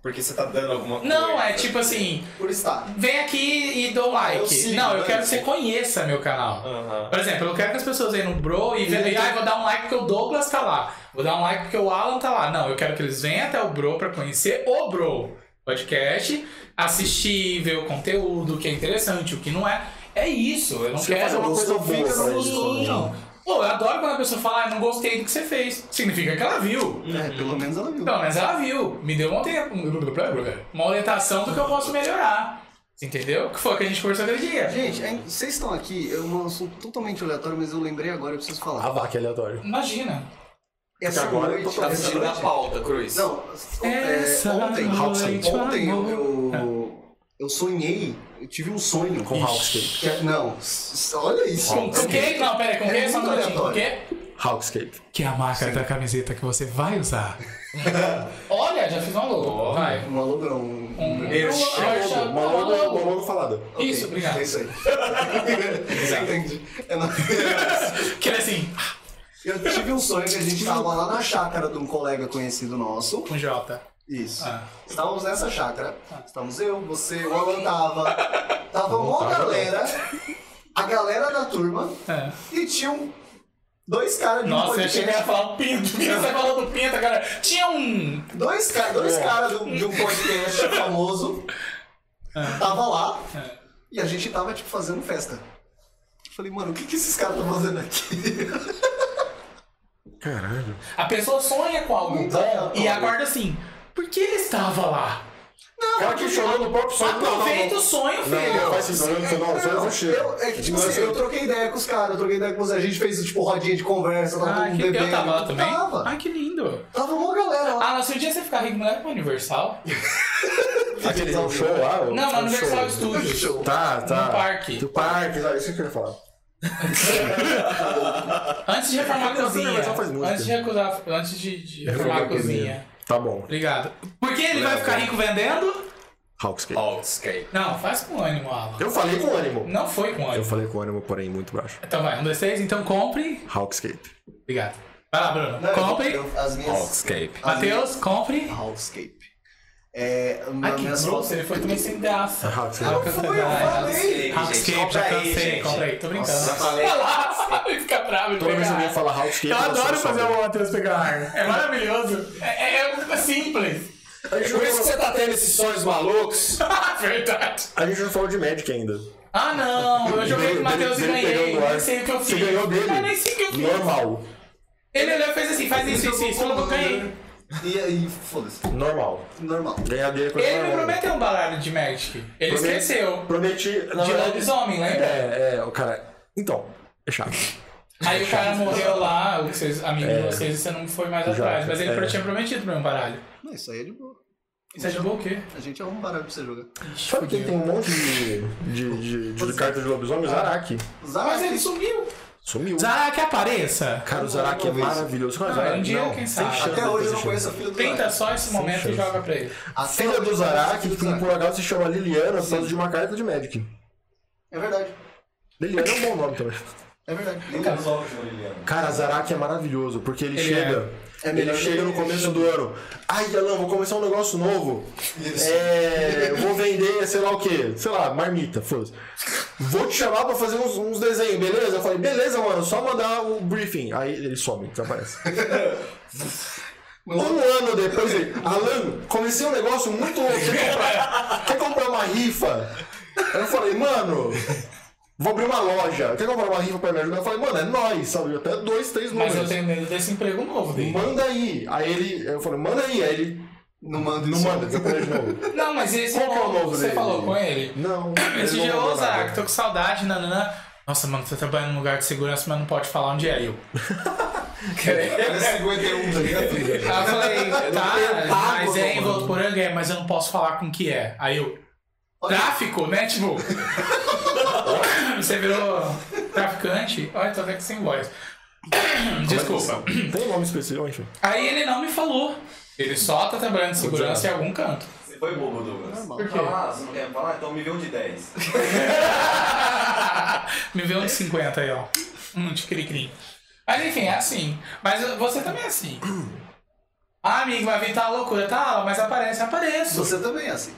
Porque você tá dando alguma coisa. Não, é tipo assim, Por estar. vem aqui e dou like. Eu sigo, não, eu né? quero que você conheça meu canal. Aham. Por exemplo, eu quero que as pessoas venham no Bro e vejam, ah, eu vou dar um like porque o Douglas tá lá, vou dar um like porque o Alan tá lá. Não, eu quero que eles venham até o Bro pra conhecer o Bro podcast, assistir, ver o conteúdo, o que é interessante, o que não é. É isso, eu não Você quero. faz uma coisa boa fica pra no isso. gostoso, Não. Pô, eu adoro quando a pessoa fala, ah, não gostei do que você fez. Significa que ela viu. É, pelo menos ela viu. Pelo menos ela viu. Me deu uma, um, orienta- uma orientação do que eu posso melhorar. Você Entendeu? Que foi o que a gente conversou aquele dia. Gente, é- vocês estão aqui, é um assunto totalmente aleatório, mas eu lembrei agora, eu preciso A falar. vaca é aleatório. Imagina. Essa agora eu tô noite, Tá essa fugindo da noite... pauta, Cruz. Não, é, Essa ontem, noite, é ontem eu, amor. eu, eu sonhei, eu tive um sonho. Com Hawkscape. Que- é, Não, s- olha isso. Com, com quem? Não, peraí, com É quem? Só um muito minutinho. Com aleatório. quem? Hawkscape. Que é a marca da camiseta que você vai usar. [laughs] Olha, já fiz uma logo. Vai. Um alugão. Um... Um, Meu um- cheiro. um- Uma um- logo, um- uma logo falada. Ok, Isso, obrigado. É isso aí. [laughs] Entendi. É nóis. Que ele assim, Eu tive um sonho que a gente tava lá na chácara de um colega conhecido nosso. com J. Isso. Ah. Estávamos nessa chácara. Estávamos eu, você, o Alan tava. Tava uma galera. A galera da turma. É. E tinham dois caras de um Nossa, eu cheguei a podcast. falar o [laughs] pinto, porque você falou do pinto, cara. Tinha um. Dois, ca- dois caras de um- de um podcast famoso. Tava lá. Ah. É. E a gente tava, tipo, fazendo festa. Eu Falei, mano, o que, que esses caras estão fazendo aqui? Caralho. A pessoa sonha com algo Muito bom e aleatório. acorda assim. Por que ele estava lá? O cara que chorou no próprio sonho. Não, não, Aproveita o não. Não, sonho, não filho. faz sentido. Não, não, não, não chega. Eu, é que, tipo assim, eu troquei ideia com os caras, eu troquei ideia com os. A gente fez tipo rodinha de conversa, tava Ah, um todo mundo que bebendo. eu tava lá também? Tava, Ai, que lindo. tava uma galera lá. Ah, mas se um dia você ficar rico, não leva pro Universal? Aquele show lá? o- Não, no o show. Universal Studios. Show. Tá, tá. No parque. Do parque, tá, isso que eu ia falar. Antes de reformar a Mas o cozinha. Universal faz música. Antes de, recusar, antes de, de reformar a cozinha. Tá bom. Obrigado. Por que ele vai ficar rico vendendo? Hawkscape. Hawkscape. Não, faz com ânimo, Alan. Eu falei com ânimo. Não foi com Eu ânimo. falei com ânimo, porém muito baixo. Então vai, um, dois, três, então compre. Hawkscape. Obrigado. Vai lá, Bruno. Não, eu- compre. eu- as minhas. Hawkscape. as Matheus, compre. minhas- Hawkscape. É, Ai, na que minhas grosso, fotos. ele foi também sem graça. Hawkscape. Foi, Ah, eu falei! Hawkscape, já cansei, compra aí, tô brincando. Já falei. Olha lá, [laughs] ele fica bravo de Toda vez que pegar. alguém fala Hawkscape, Eu adoro fazer uma. o Matheus pegar ar. É maravilhoso. É, é, é simples. Por isso que você tá tendo esses sonhos malucos. [laughs] Verdade. A gente não falou de Magic ainda. Ah, não, eu joguei com o Matheus e Dele- dele ganhei. pegando o ar. Nem sei o que eu fiz. Você ganhou dele. Eu nem sei o que eu fiz. Normal. Ele olhou e fez assim: faz isso, isso, isso. Eu ganhei. E aí, foda-se, Normal. normal. Ganhar dele é com Ele me prometeu um baralho de Magic. Ele esqueceu. Prometi. na De verdade- lobisomem, lembra? É, é, o cara. Então, é chato. Aí o cara morreu lá, o que vocês, amigo de vocês, e você não foi mais Já, atrás. Mas ele é. tinha prometido pra mim um baralho. Não, isso aí é de boa. E Você jogou o quê? A gente arruma um baralho pra você jogar. Sabe quem tem um monte de, de, de, de carta de lobisomem? O Zaraki. Zaraki. Mas ele sumiu. Sumiu. Ah. Zara, que apareça. Cara, o Zaraki é maravilhoso. Cara, Não, Zaraki, um dia, não, quem sem sabe. chance Até de hoje eu ter não chance. conheço a filha do Tenta Zaraki. só esse momento chance. e joga pra ele. A um Filha do Zaraki, que por um acaso se chama Liliana por causa de uma carta de Magic. É verdade. Liliana é um bom nome também. É verdade. Nunca resolve o Liliano. Cara, Zarak é maravilhoso, porque ele, Ele chega. É Ele melhor chega no ele- começo do ano. Ai, Alan, vou começar um negócio novo. É, eu vou vender, sei lá o quê. Sei lá, marmita, foda-se. Vou te chamar pra fazer uns, uns desenhos, beleza? Eu falei, beleza, mano, só mandar o briefing. Aí ele some, desaparece. Um ano depois ele, Alan, comecei um negócio muito louco. Quer comprar, quer comprar uma rifa? Aí eu falei, mano, vou abrir uma loja. Quer comprar uma rifa pra me ajudar? Eu falei, mano, é nóis, sabe? Até dois, três números. Mas eu tenho medo desse emprego novo dele. Manda aí. Aí ele, eu falei, manda aí. Aí ele, Não manda não isso. manda, [laughs] depois de novo. Não, mas esse Qual que é o novo Você dele? falou com ele? Não. Esse ele dia, é não né? ô mandou Zarak, nada. tô com saudade, nananã. Nossa, mano, você tá trabalha num um lugar de segurança, mas não pode falar onde é eu. Parece É, 51, tá Aí [laughs] ligado? eu falei, tá, tenho pago, mas é em mano. Votuporanga, é, mas eu não posso falar com que é. Aí eu, tráfico, né? Tipo, você virou traficante? Olha, tô até que sem voz. Desculpa. Tem nome específico, enfim. Aí ele não me falou. Ele só tá trabalhando de segurança em algum canto. Você foi bobo, Douglas. Normal. Por quê? Ah, você não quer falar? Então me vê um de 10. [laughs] Me vê um de 50 aí, ó. Um de cri-cri. Mas enfim, é assim. Mas você também é assim. Ah, amigo, vai vir tal loucura, tal, mas aparece, apareço. Você também é assim.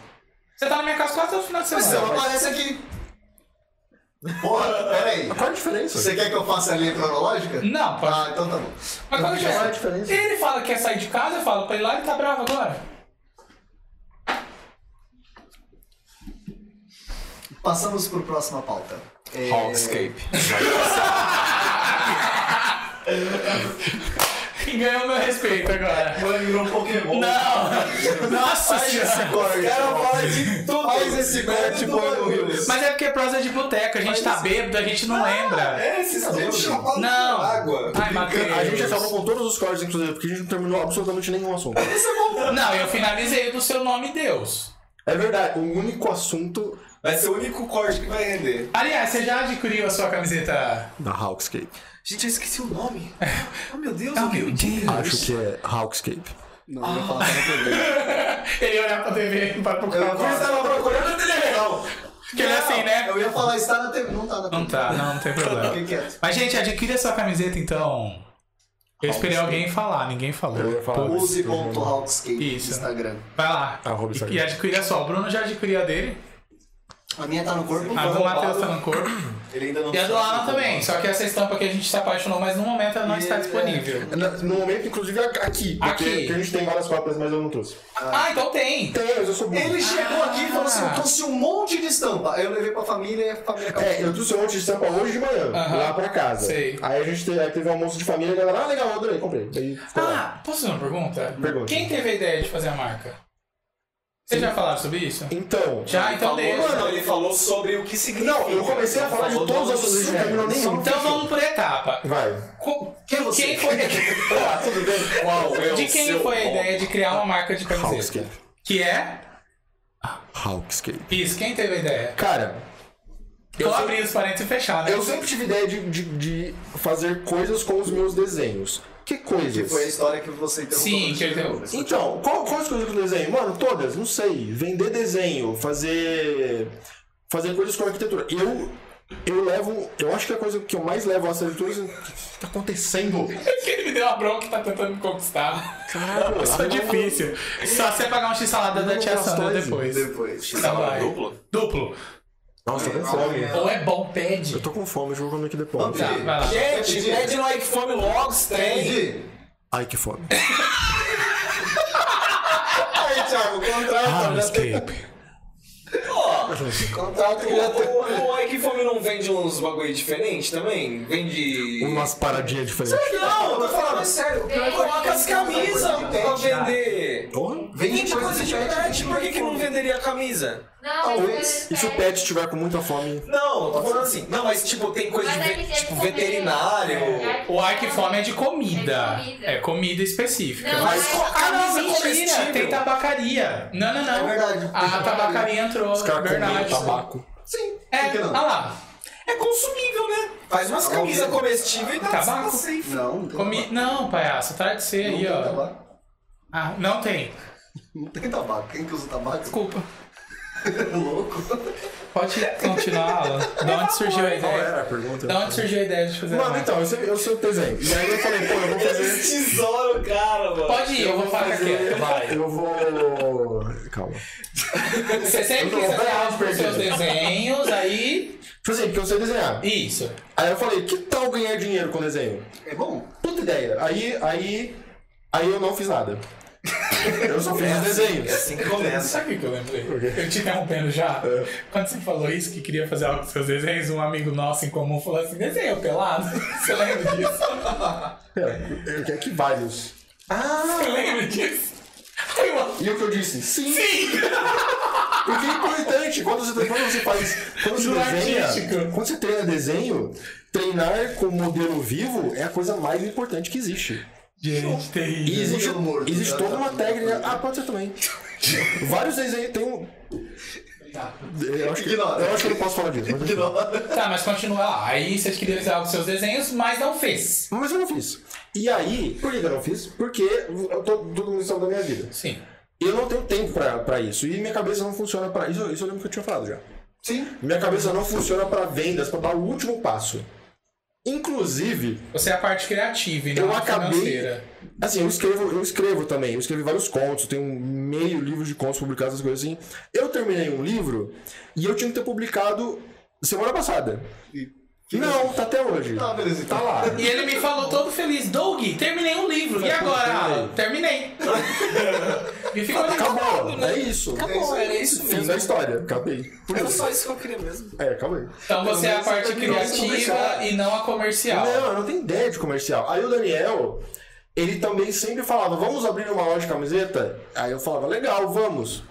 Você tá na minha casa quase todo final de é, Mas você não semana. aparece aqui. Porra, peraí. Qual é a diferença? Você quer que eu faça a linha cronológica? Não, pode. Ah, então tá bom. Então, mas é quando Qual a eu diferença? ele fala que quer sair de casa, eu falo pra ele lá, ele tá bravo agora. [laughs] Passamos pro próxima pauta. É, Hawkscape. Ganhou meu respeito agora. Mano, virou um Pokémon. [laughs] Não! Nossa senhora! corte. fala de tudo. Faz esse corte e põe no Rios. Mas é porque é prosa de boteco, a gente tá bêbado, a gente não lembra. É, esses dois. Não! água. Ai, Matheus. A gente já salvou com todos os cortes, inclusive, porque a gente não terminou absolutamente nenhum assunto. Não, eu finalizei do seu nome Deus. É verdade, o único assunto É Vai ser o único corte que [laughs] vai render. Aliás, você já adquiriu a sua camiseta? da Hawkscape. Gente, eu esqueci o nome. Oh, meu Deus. Ah, meu Deus! Acho que é Hawkscape. Não, eu ia falar pra você. [laughs] Ele ia olhar pra TV pra procurar. Eu o nome. tava procurando a televisão. Porque ele é assim, né? Eu ia falar, está na TV. Não tá na TV. Não tá, não, não tem problema. Fique quieto. Mas, gente, adquire a sua camiseta, então. Eu esperei alguém falar, ninguém Eu ia falou. falar. Ah, Pô, Use.hawkscape no Isso. Instagram. Vai lá. Arroba isso E, e adquire a sua. O Bruno já adquiriu a dele. A minha tá no corpo. A do Matheus tá no corpo. Ele ainda não E a do sabe Alan um como é também. Só que essa estampa que a gente se apaixonou, mas no momento ela não está é disponível. Na- No momento, inclusive, a- aqui. Porque, Aqui. porque a gente tem várias cópias, mas eu não trouxe. Ah, então tem. Tem, mas eu sou burro. Ele chegou aqui e falou assim: eu Ah. trouxe um monte de estampa. Aí eu levei pra família e a família acabou. É, eu trouxe um monte de estampa hoje de manhã, Aham. lá pra casa. Sei. Aí a gente teve, aí teve um almoço de família e a galera, ah, legal, adorei, comprei. Daí ficou lá. Ah, posso fazer uma pergunta? Pergunta. Quem teve a ideia de fazer a marca? Vocês já falaram sobre isso? Então. Já, então deixa. Mano, ele falou sobre o que significa. Não, eu comecei a falar de todos os assuntos, a gente não terminou nenhum. Então vamos por etapa. Vai. Co- Quem é você? Quem foi, de Ah, tudo bem. Uau, eu. quem foi a ideia de criar uma marca de camiseta? Hawkscape. Que é? Hawkscape. Isso, quem teve a ideia? Cara, Eu abri os parênteses e fechar, né? eu sempre tive ideia de, de, de fazer coisas com os meus desenhos. Que coisas? Que foi a história que você interrompeu. Sim, que eu interrompo. Então, qual, quais coisas que eu desenho? Mano, todas, não sei. Vender desenho, fazer. fazer coisas com arquitetura. Eu. Eu levo. Eu acho que a coisa que eu mais levo a sério de tudo. é, O que tá acontecendo? [laughs] Ele me deu uma bronca que tá tentando me conquistar. Caralho, Isso é difícil. Só você pagar um x-salada da tia Sandra Blastoise. depois. Então, Depois. Tá, vai. Duplo? Duplo. Nossa, tô com fome. Ou é bom, pede. Eu tô com fome, eu vou comer aqui depois. Tá, vai lá. é Gente, pede like fome logo, se tem. Entendi. Ai, que fome. Aí, Thiago, contrata. né? Contrata o outro. O, o like É fome não vende uns bagulho diferente também? Vende. Umas paradinhas diferentes. Não, eu tô falando sério. é Coloca as camisas pra vender. Porra. Vende Vende coisa de pet, por que, que não venderia a camisa? Não, Talvez. mas é E se o pet tiver com muita fome? Não, tô falando assim. Não, mas tipo, tem coisa de Mas é que ve- tem tipo que comer. veterinário. É. O ar que fome é de comida. É de comida. É comida específica. Não, Mas é- com a Ah, camisa não, mentira, comestível. tem tá- tabacaria. Não, não, É não. verdade. a tabacaria entrou, Os caras comem verdade. tabaco. Sim. É, Por que olha não? lá. É consumível, né? Faz umas Não, camisas não. comestíveis e dá Tabaco? umas assim. Não, não tem Comi... tabaco. Não, palhaço, tá de ser Não aí, tem ó. tabaco. Ah, não tem. [laughs] Não tem tabaco. Quem que usa tabaco? Desculpa. Louco. Pode continuar, Alan. [laughs] Da onde surgiu a Qual ideia? era a pergunta? Da onde surgiu a ideia de fazer a Mano, marca? então, eu sou, eu sou desenho. E aí eu falei, pô, eu vou fazer. Tesouro, cara, mano. Pode ir, eu vou falar quieto, vai. Eu vou. Calma. Você sempre Eu tô quis fazer bem algo com perdido. seus desenhos, aí. Tipo assim, porque eu sei desenhar. Isso. Aí eu falei, que tal ganhar dinheiro com desenho? É bom? Puta ideia. Aí, aí. Aí eu não fiz nada. [laughs] Eu só fiz os desenhos. assim que É. começa. Sabe o que eu lembrei? Eu te interrompendo já. Quando você falou isso, que queria fazer algo com seus desenhos, um amigo nosso em comum falou assim: desenho pelado? [laughs] Você lembra disso? Pera, eu quero assim. É, que vale isso. Você lembra disso? Aí eu. E o que eu disse? Sim. [laughs] Sim! Porque é importante, quando você, quando você faz. Quando você Do desenha. artístico. Quando você treina desenho, treinar com modelo vivo é a coisa mais importante que existe. Gente, E terrível. existe, Modelo morto, existe né? toda uma técnica. Ah, pode ser também. Vários desenhos. Tem um. Eu acho, que, Ignora. eu acho que eu não posso falar disso. mas- Tá, mas continua lá. Aí vocês queriam fazer algo com seus desenhos, mas não fez. Mas eu não fiz. E aí, por que que eu não fiz? Porque eu tô tudo no da minha vida. Sim. Eu não tenho tempo pra, pra isso. E minha cabeça não funciona pra isso. Isso eu lembro que eu tinha falado já. Sim. Minha cabeça não funciona pra vendas, pra dar o último passo. Inclusive, Você é a parte criativa e Eu não a acabei- financeira. Assim, eu escrevo, eu escrevo também. Eu escrevi vários contos, eu tenho um meio livro de contos publicados, essas coisas assim. Eu terminei um livro e eu tinha que ter publicado semana passada. Não, tá até hoje. Tá, beleza. então. Tá lá. E ele me falou todo feliz, Doug, terminei um livro. E agora? Alan? [laughs] Terminei. e ficou ali. Acabou. É isso. né? Acabou, era isso Fim da mesmo. história. Acabei. Era É só isso que eu queria mesmo. É, acabei. Então você é a parte criativa e não a comercial. Não, eu não tenho ideia de comercial. Aí o Daniel, ele também sempre falava, vamos abrir uma loja de camiseta? Aí eu falava, legal, vamos.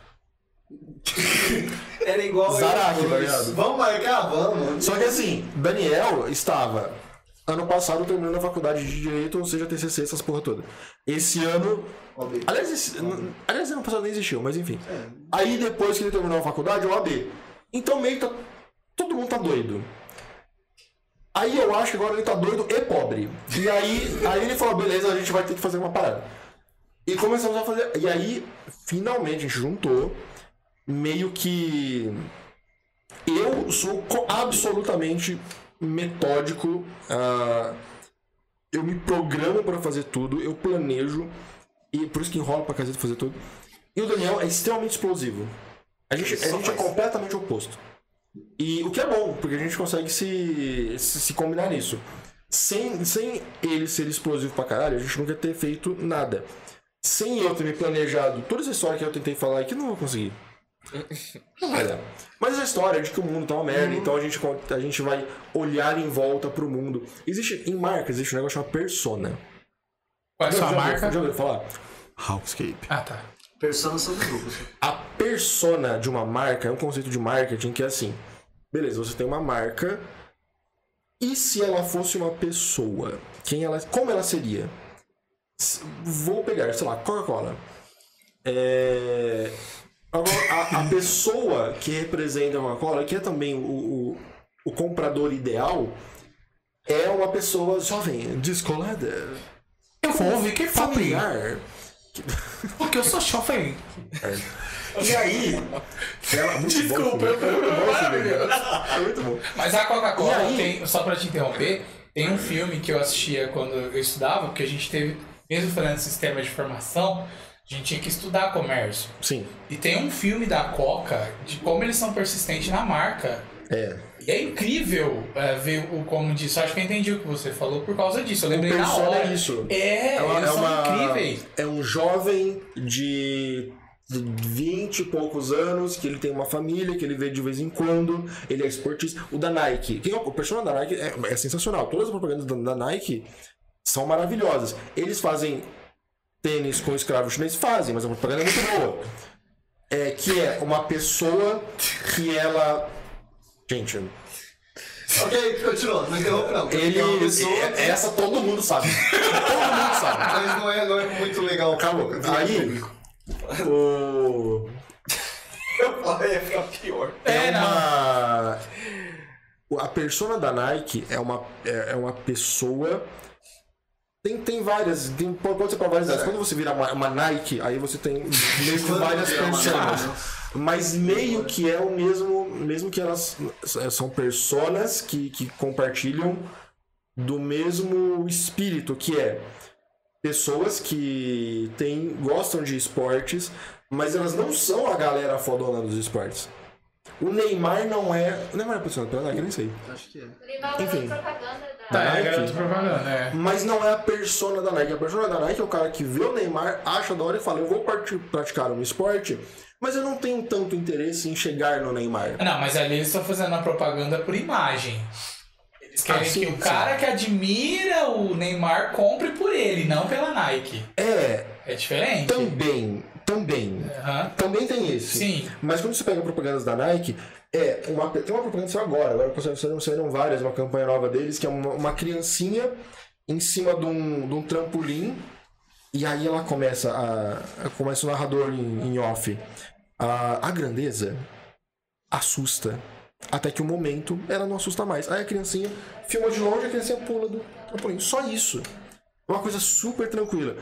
Era igual. Zaraki, tá ligado? Vamos marcar? Vamos. Só que assim, Daniel estava ano passado terminando a faculdade de direito, ou seja, TCC, essas porra toda. Esse ano, Óbvio. aliás, esse, n- aliás ano passado nem existiu, mas enfim. Aí depois que ele terminou a faculdade, o AB. Então meio que tá, todo mundo tá doido. Aí eu acho que agora ele tá doido e pobre. E aí, aí ele falou, beleza, a gente vai ter que fazer uma parada. E começamos a fazer. E aí, finalmente, a gente juntou. Meio que. Eu sou co- absolutamente metódico. ah, eu me programo pra fazer tudo, eu planejo. E por isso que enrola pra caseta fazer tudo. E o Daniel é extremamente explosivo. A gente, a gente é completamente oposto. E o que é bom, porque a gente consegue se, se, se combinar nisso. Sem, sem ele ser explosivo pra caralho, a gente nunca ia ter feito nada. Sem eu ter me planejado toda essa história que eu tentei falar aqui, eu não vou [laughs] conseguir. Não vai dar. Mas a história de que o mundo tá uma merda, Uhum. então a gente, con- a gente vai olhar em volta pro mundo. Existe, em marca, existe um negócio chamado persona. Qual é a Já sua ouviu- marca? Já ouviu falar? Housecape. Ah, tá. Persona são dos grupos. A persona de uma marca é um conceito de marketing que é assim: beleza, você tem uma marca. E se ela fosse uma pessoa? Quem ela, como ela seria? S- Vou pegar, sei lá, Coca-Cola. É, agora, A, a pessoa que representa a Coca-Cola, que é também o, o, o comprador ideal, é uma pessoa jovem, descolada, Eu vou ouvir que fome. familiar, Porque eu sou jovem. E aí? Ela, muito Desculpa, bom, eu- eu- muito bom, maravilhoso. É muito bom. Mas a Coca-Cola E aí? tem, só pra te interromper, tem um filme que eu assistia quando eu estudava, porque a gente teve, mesmo falando de sistema de formação, a gente tinha que estudar comércio. Sim, E tem um filme da Coca de como eles são persistentes na marca. é. E é incrível é, ver o como disso. Acho que eu entendi o que você falou por causa disso. Eu lembrei na persona hora. é isso. É, uma- eles é são uma- incríveis. É um jovem de 20 e poucos anos, que ele tem uma família, que ele vê de vez em quando, ele é esportista. O da Nike, quem é o o personagem da Nike é, é sensacional. Todas as propagandas da, da Nike são maravilhosas. Eles fazem tênis com escravo chinês? Fazem, mas a propaganda é muito boa. É, que é uma pessoa que ela... Gente, ok, continua. Não interrompe, não. Ele. É uma pessoa, é- Essa todo mundo sabe. [laughs] todo mundo sabe. mas não é, não é muito legal. Acabou. Aí. O. ia ficar pior. É, É não. uma. A persona da Nike é uma, é é uma pessoa Tem, tem várias, tem, pode pode ser pra várias áreas. Quando você vira uma, uma Nike, aí você tem meio que várias virar uma personas. Nike, Mas meio que é o mesmo, mesmo que elas s- são personas que, que compartilham do mesmo espírito, que é pessoas que tem, gostam de esportes, mas elas não são a galera fodona dos esportes. O Neymar não é. O Neymar é personagem pela Nike, eu nem sei. Acho que é. Levar Enfim. propaganda da. Tá, é Nike? garoto propaganda, é. Mas não é a persona da Nike. A persona da Nike é o cara que vê o Neymar, acha da hora e fala: Eu vou parti- praticar um esporte, mas eu não tenho tanto interesse em chegar no Neymar. Não, mas ali eles estão fazendo a propaganda por imagem. Eles querem Ah, sim, que o sim. cara que admira o Neymar compre por ele, não pela Nike. É, É diferente? Então, também, também. Aham. Também tem esse. Sim. Mas quando você pega propagandas da Nike, é uma, tem uma propaganda que saiu agora, agora que saíram, saíram várias, uma campanha nova deles, que é uma, uma criancinha em cima de um, de um trampolim, e aí ela começa a. começa o narrador em, em off. A, a grandeza assusta. Até que o momento ela não assusta mais. Aí a criancinha filma de longe, a criancinha pula do trampolim. Só isso. É Uma coisa super tranquila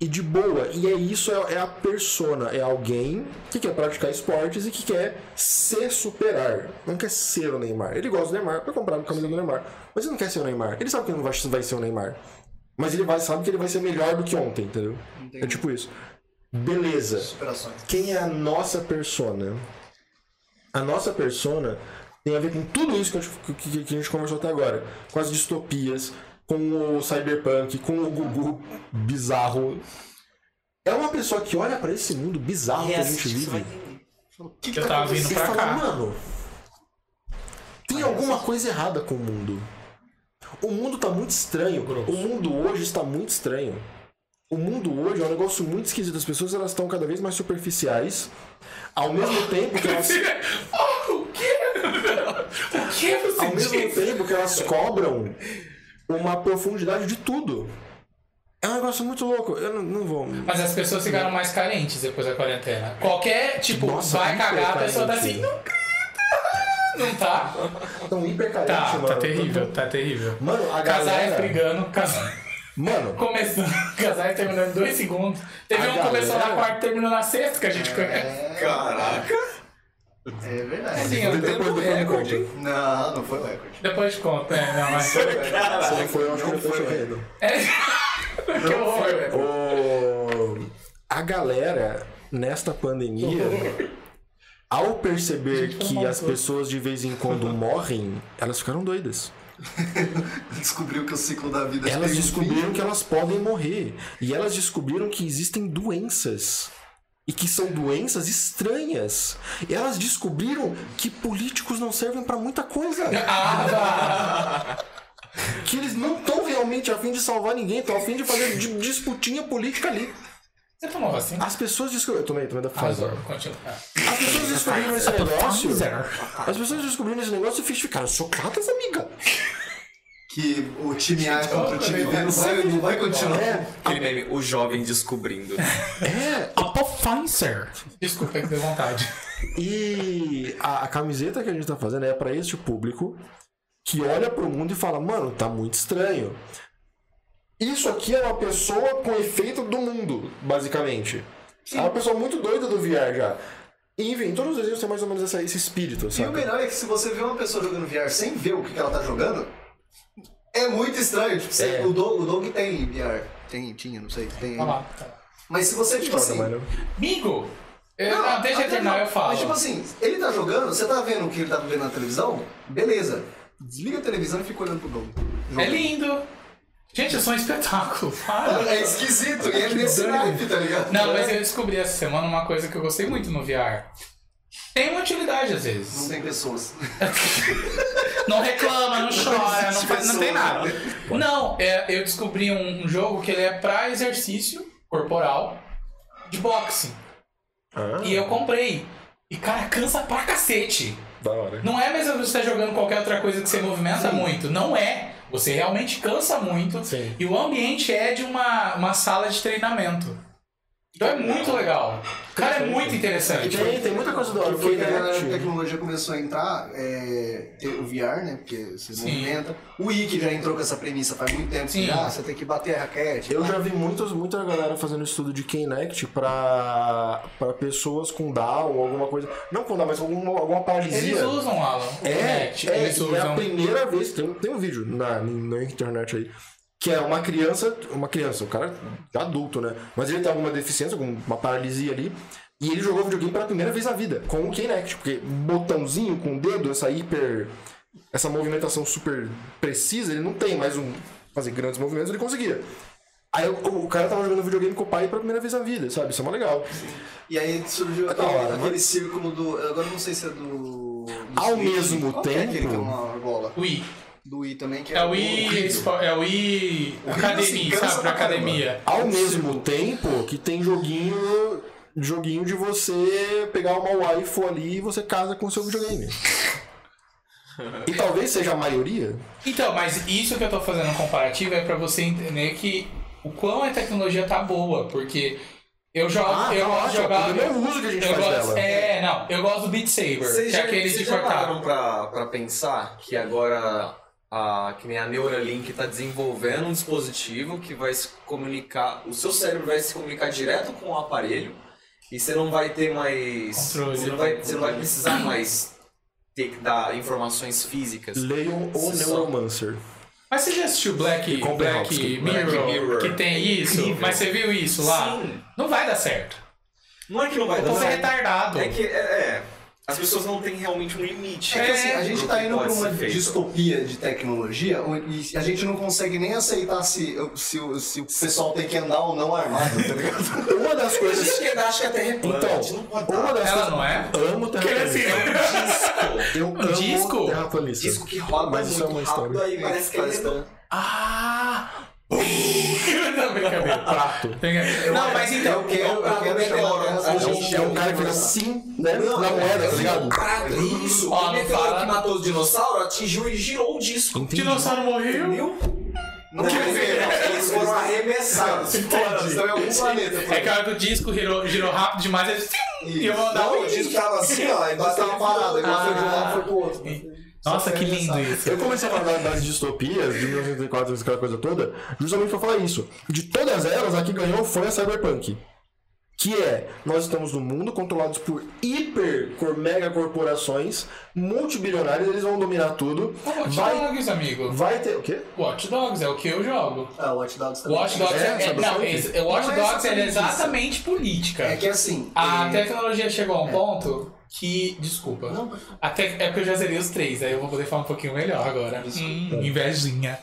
e de boa. E é isso, é, é a persona. É alguém que quer praticar esportes e que quer se superar. Não quer ser o Neymar. Ele gosta do Neymar, vai comprar uma camisa do Neymar. Mas ele não quer ser o Neymar. Ele sabe que ele não vai, vai ser o Neymar. Mas ele vai, sabe que ele vai ser melhor do que ontem, entendeu? É tipo isso. Beleza Superações. quem é a nossa persona. A nossa persona tem a ver com tudo isso que a gente, que- que a gente conversou até agora. Com as distopias, com o cyberpunk, com o Gugu bizarro. É uma pessoa que olha pra esse mundo bizarro que a gente vive Que eu tava Tá vindo e pra fala, cá. mano, tem alguma coisa errada com o mundo. O mundo tá muito estranho. O mundo hoje está muito estranho. O mundo hoje é um negócio muito esquisito. As pessoas elas estão cada vez mais superficiais. Ao mesmo [laughs] tempo que elas, Ah, o quê? [laughs] O que você ao mesmo disse? tempo que elas cobram uma profundidade de tudo. É um negócio muito louco. Eu não, não vou. Mas as pessoas ficaram mais carentes depois da quarentena. Qualquer, tipo, Nossa, vai hiper cagar, a pessoa tá carente. assim, não grita! Não tá? Tão hiper carente, Tá, mano. tá terrível, tá terrível. Mano, a Casais galera. brigando, casais. Mano, Começando, [laughs] casais terminando em dois segundos. Teve A um que começou na galera- quarta e terminou na sexta, que a gente conhece. Caraca. É verdade. Assim, eu depois do plano recorde, conta. Não, não foi o recorde. Depois de conta, é, [laughs] não, [laughs] mas. Se não foi, eu acho É que não foi correndo. que horror, velho. O- A galera, nesta [laughs] pandemia, ao perceber que as pessoas de vez em quando [laughs] morrem, elas ficaram doidas. Descobriu que o ciclo da vida Elas tem um descobriram fim. que elas podem morrer. E elas descobriram que existem doenças. E que são doenças estranhas. E elas descobriram que políticos não servem pra muita coisa. [laughs] Ah, tá. que eles não estão realmente a fim de salvar ninguém, estão a fim de fazer di- disputinha política ali. Você tomou vacina? As pessoas descobriram. Eu tomei, tomei da Pfizer. Azor, continua. Ah, As pessoas descobriram esse negócio. As pessoas descobriram esse negócio e fiz- ficaram chocadas, amiga. Que o time A contra o time B não vai, não vai continuar. É, Aquele meme, o jovem [laughs] descobrindo. é. Apple Pfizer. Desculpa, é que deu vontade. E a, a camiseta que a gente tá fazendo é pra este público que olha pro mundo e fala: mano, tá muito estranho. Isso aqui é uma pessoa com efeito do mundo, basicamente. É uma pessoa muito doida do VR já. E, enfim, todos os desenhos têm mais ou menos essa- esse espírito, E o sabe? melhor é que se você vê uma pessoa jogando VR sem ver o que que ela tá jogando, é muito estranho. Tipo, você- É. o, Doug, o Doug tem VR. Tem, tinha, não sei. Tem. Olha lá. tá. Mas se você, tipo assim. Mano, Migo! Eu- não, deixa eu até terminar, não. eu falo. Mas tipo assim, ele tá jogando, você tá vendo o que ele tá vendo na televisão? Beleza. Desliga a televisão e fica olhando pro Doug. É lindo. Gente, eu sou um espetáculo. [laughs] Para. [laughs] É esquisito, e é nesse naipe, tá ligado? Não, mas é- eu descobri essa semana uma coisa que eu gostei muito no VR. Tem uma utilidade às vezes. Não tem pessoas. Não reclama, não chora, [laughs] não, faz, não tem nada. Não, é, eu descobri um, um jogo que ele é pra exercício corporal de boxe. Ah. E eu comprei. E cara, cansa pra cacete. da hora. Não é mesmo você estar jogando qualquer outra coisa que você movimenta muito. Não é. Você realmente cansa muito. Sim. E o ambiente é de uma, uma sala de treinamento. Então é muito legal. Cara, é muito E interessante. Tem, tem muita coisa da hora. Que foi Porque que a galera de é, tecnologia começou a entrar, é, ter o VR, né? Porque você Sim. movimenta. O Wiki já entrou com essa premissa faz muito tempo. Sim. que Ah, você tem que bater a raquete. eu já vi muitas, muita galera fazendo estudo de Kinect pra, pra pessoas com Down ou alguma coisa. Não com Down, mas com alguma, alguma paralisia. Eles usam, Alan. o É, Kinect, é, eles e é a usam. primeira vez, tem, tem um vídeo na, na internet aí, que é uma criança, uma criança, o cara já adulto, né? Mas ele tem alguma deficiência, alguma paralisia ali, e ele jogou videogame pela primeira vez na vida, com o Kinect, porque botãozinho com o dedo, essa hiper. essa movimentação super precisa, ele não tem mais um. fazer grandes movimentos, ele conseguia. Aí o, o cara tava jogando videogame com o pai pela primeira vez na vida, sabe? Isso é mó legal. E aí surgiu É da aquele, hora, aquele círculo do. Agora eu não sei se é do. do Ao Switch. mesmo Qual que é aquele tempo- que é uma bola? Wii. Do Wii também, que é, É o horrível. Wii. espo- É o Wii. Horrível, assim, Academia, cansa sabe? Pra pra caramba. academia. Ao mesmo tempo que tem joguinho joguinho de você pegar uma waifu ali e você casa com o seu [laughs] videogame. e talvez seja a maioria. Então, mas isso que eu tô fazendo comparativo é pra você entender que o quão a tecnologia tá boa, porque eu jogo, Ah, eu tá gosto de ótimo, jogar. porque não é o uso que a gente eu faz gosto, dela. É, não, eu gosto do Beat Saber, Vocês que é já, aquele de vocês já cortar. pararam pra, pra pensar que agora a, que nem a Neuralink tá desenvolvendo um dispositivo que vai se comunicar, o seu cérebro vai se comunicar direto com o aparelho e você não vai ter mais. Controle. né? Você não vai, você não vai precisar mais ter que dar informações físicas. Leiam o Sim. Neuromancer. Mas você já assistiu Black, E com Black, Blackhawks, Mirror, Black Mirror. que tem isso? Incrível. Mas você viu isso lá? Sim. Não vai dar certo. Não é que não vai O dar povo é certo. retardado. É que é, é, as pessoas não têm realmente um limite. É que assim, a pro gente que tá indo pra pode uma ser feito. distopia de tecnologia onde a gente não consegue nem aceitar se, se, o- se o pessoal tem que andar ou não armado, tá [laughs] ligado? Uma das Tem coisas. gente que acha que a Terra é plana, a gente não Então, pode uma das Ela coisas. não é? Amo terraplanista. disco. Eu amo disco? terraplanista. Disco que roda Mas isso muito é uma rápido, história. aí parece que é Parece eles estão... Ah! [laughs] não, brincadeira. Prato. Brincadeira. Não, mas então. eu quero, eu quero Provavelmente aquela agora, guerra a É um, hoje é um cara que fica assim, né? é, Na moeda, tá assim, ligado? Caraca, isso! Ó, o não meteoro fala. que matou os dinossauros atingiu e girou o disco. Entendi. Dinossauro morreu. Viu? Não quer dizer, não, Eles foram arremessados. fora, estão em algum planeta. tá É que a hora que o disco girou, girou rápido demais, ele. E eu vou andar. Não, o disco tava assim, ó, e Ah. bateu uma parada, igual foi de um lado, foi pro outro. Nossa, que lindo isso. Eu comecei a falar das distopias de 1984, aquela coisa toda, justamente pra falar isso. De todas elas, a que ganhou foi a Cyberpunk. Que é, nós estamos num mundo controlados por hiper cor- mega corporações, multibilionários, eles vão dominar tudo. O Watch Vai, Dogs, amigo. vai ter. O quê? Watch Dogs é o que eu jogo. Ah, o Watch Dogs também. Watch Dogs É, é, é, sabe não, assim? esse- o Watch Não é Dogs ele é exatamente isso. exatamente política. É que assim. A é- tecnologia chegou a um ponto que. Desculpa. A tec- É porque eu já zerei os três, aí eu vou poder falar um pouquinho melhor agora. Hum, invejinha.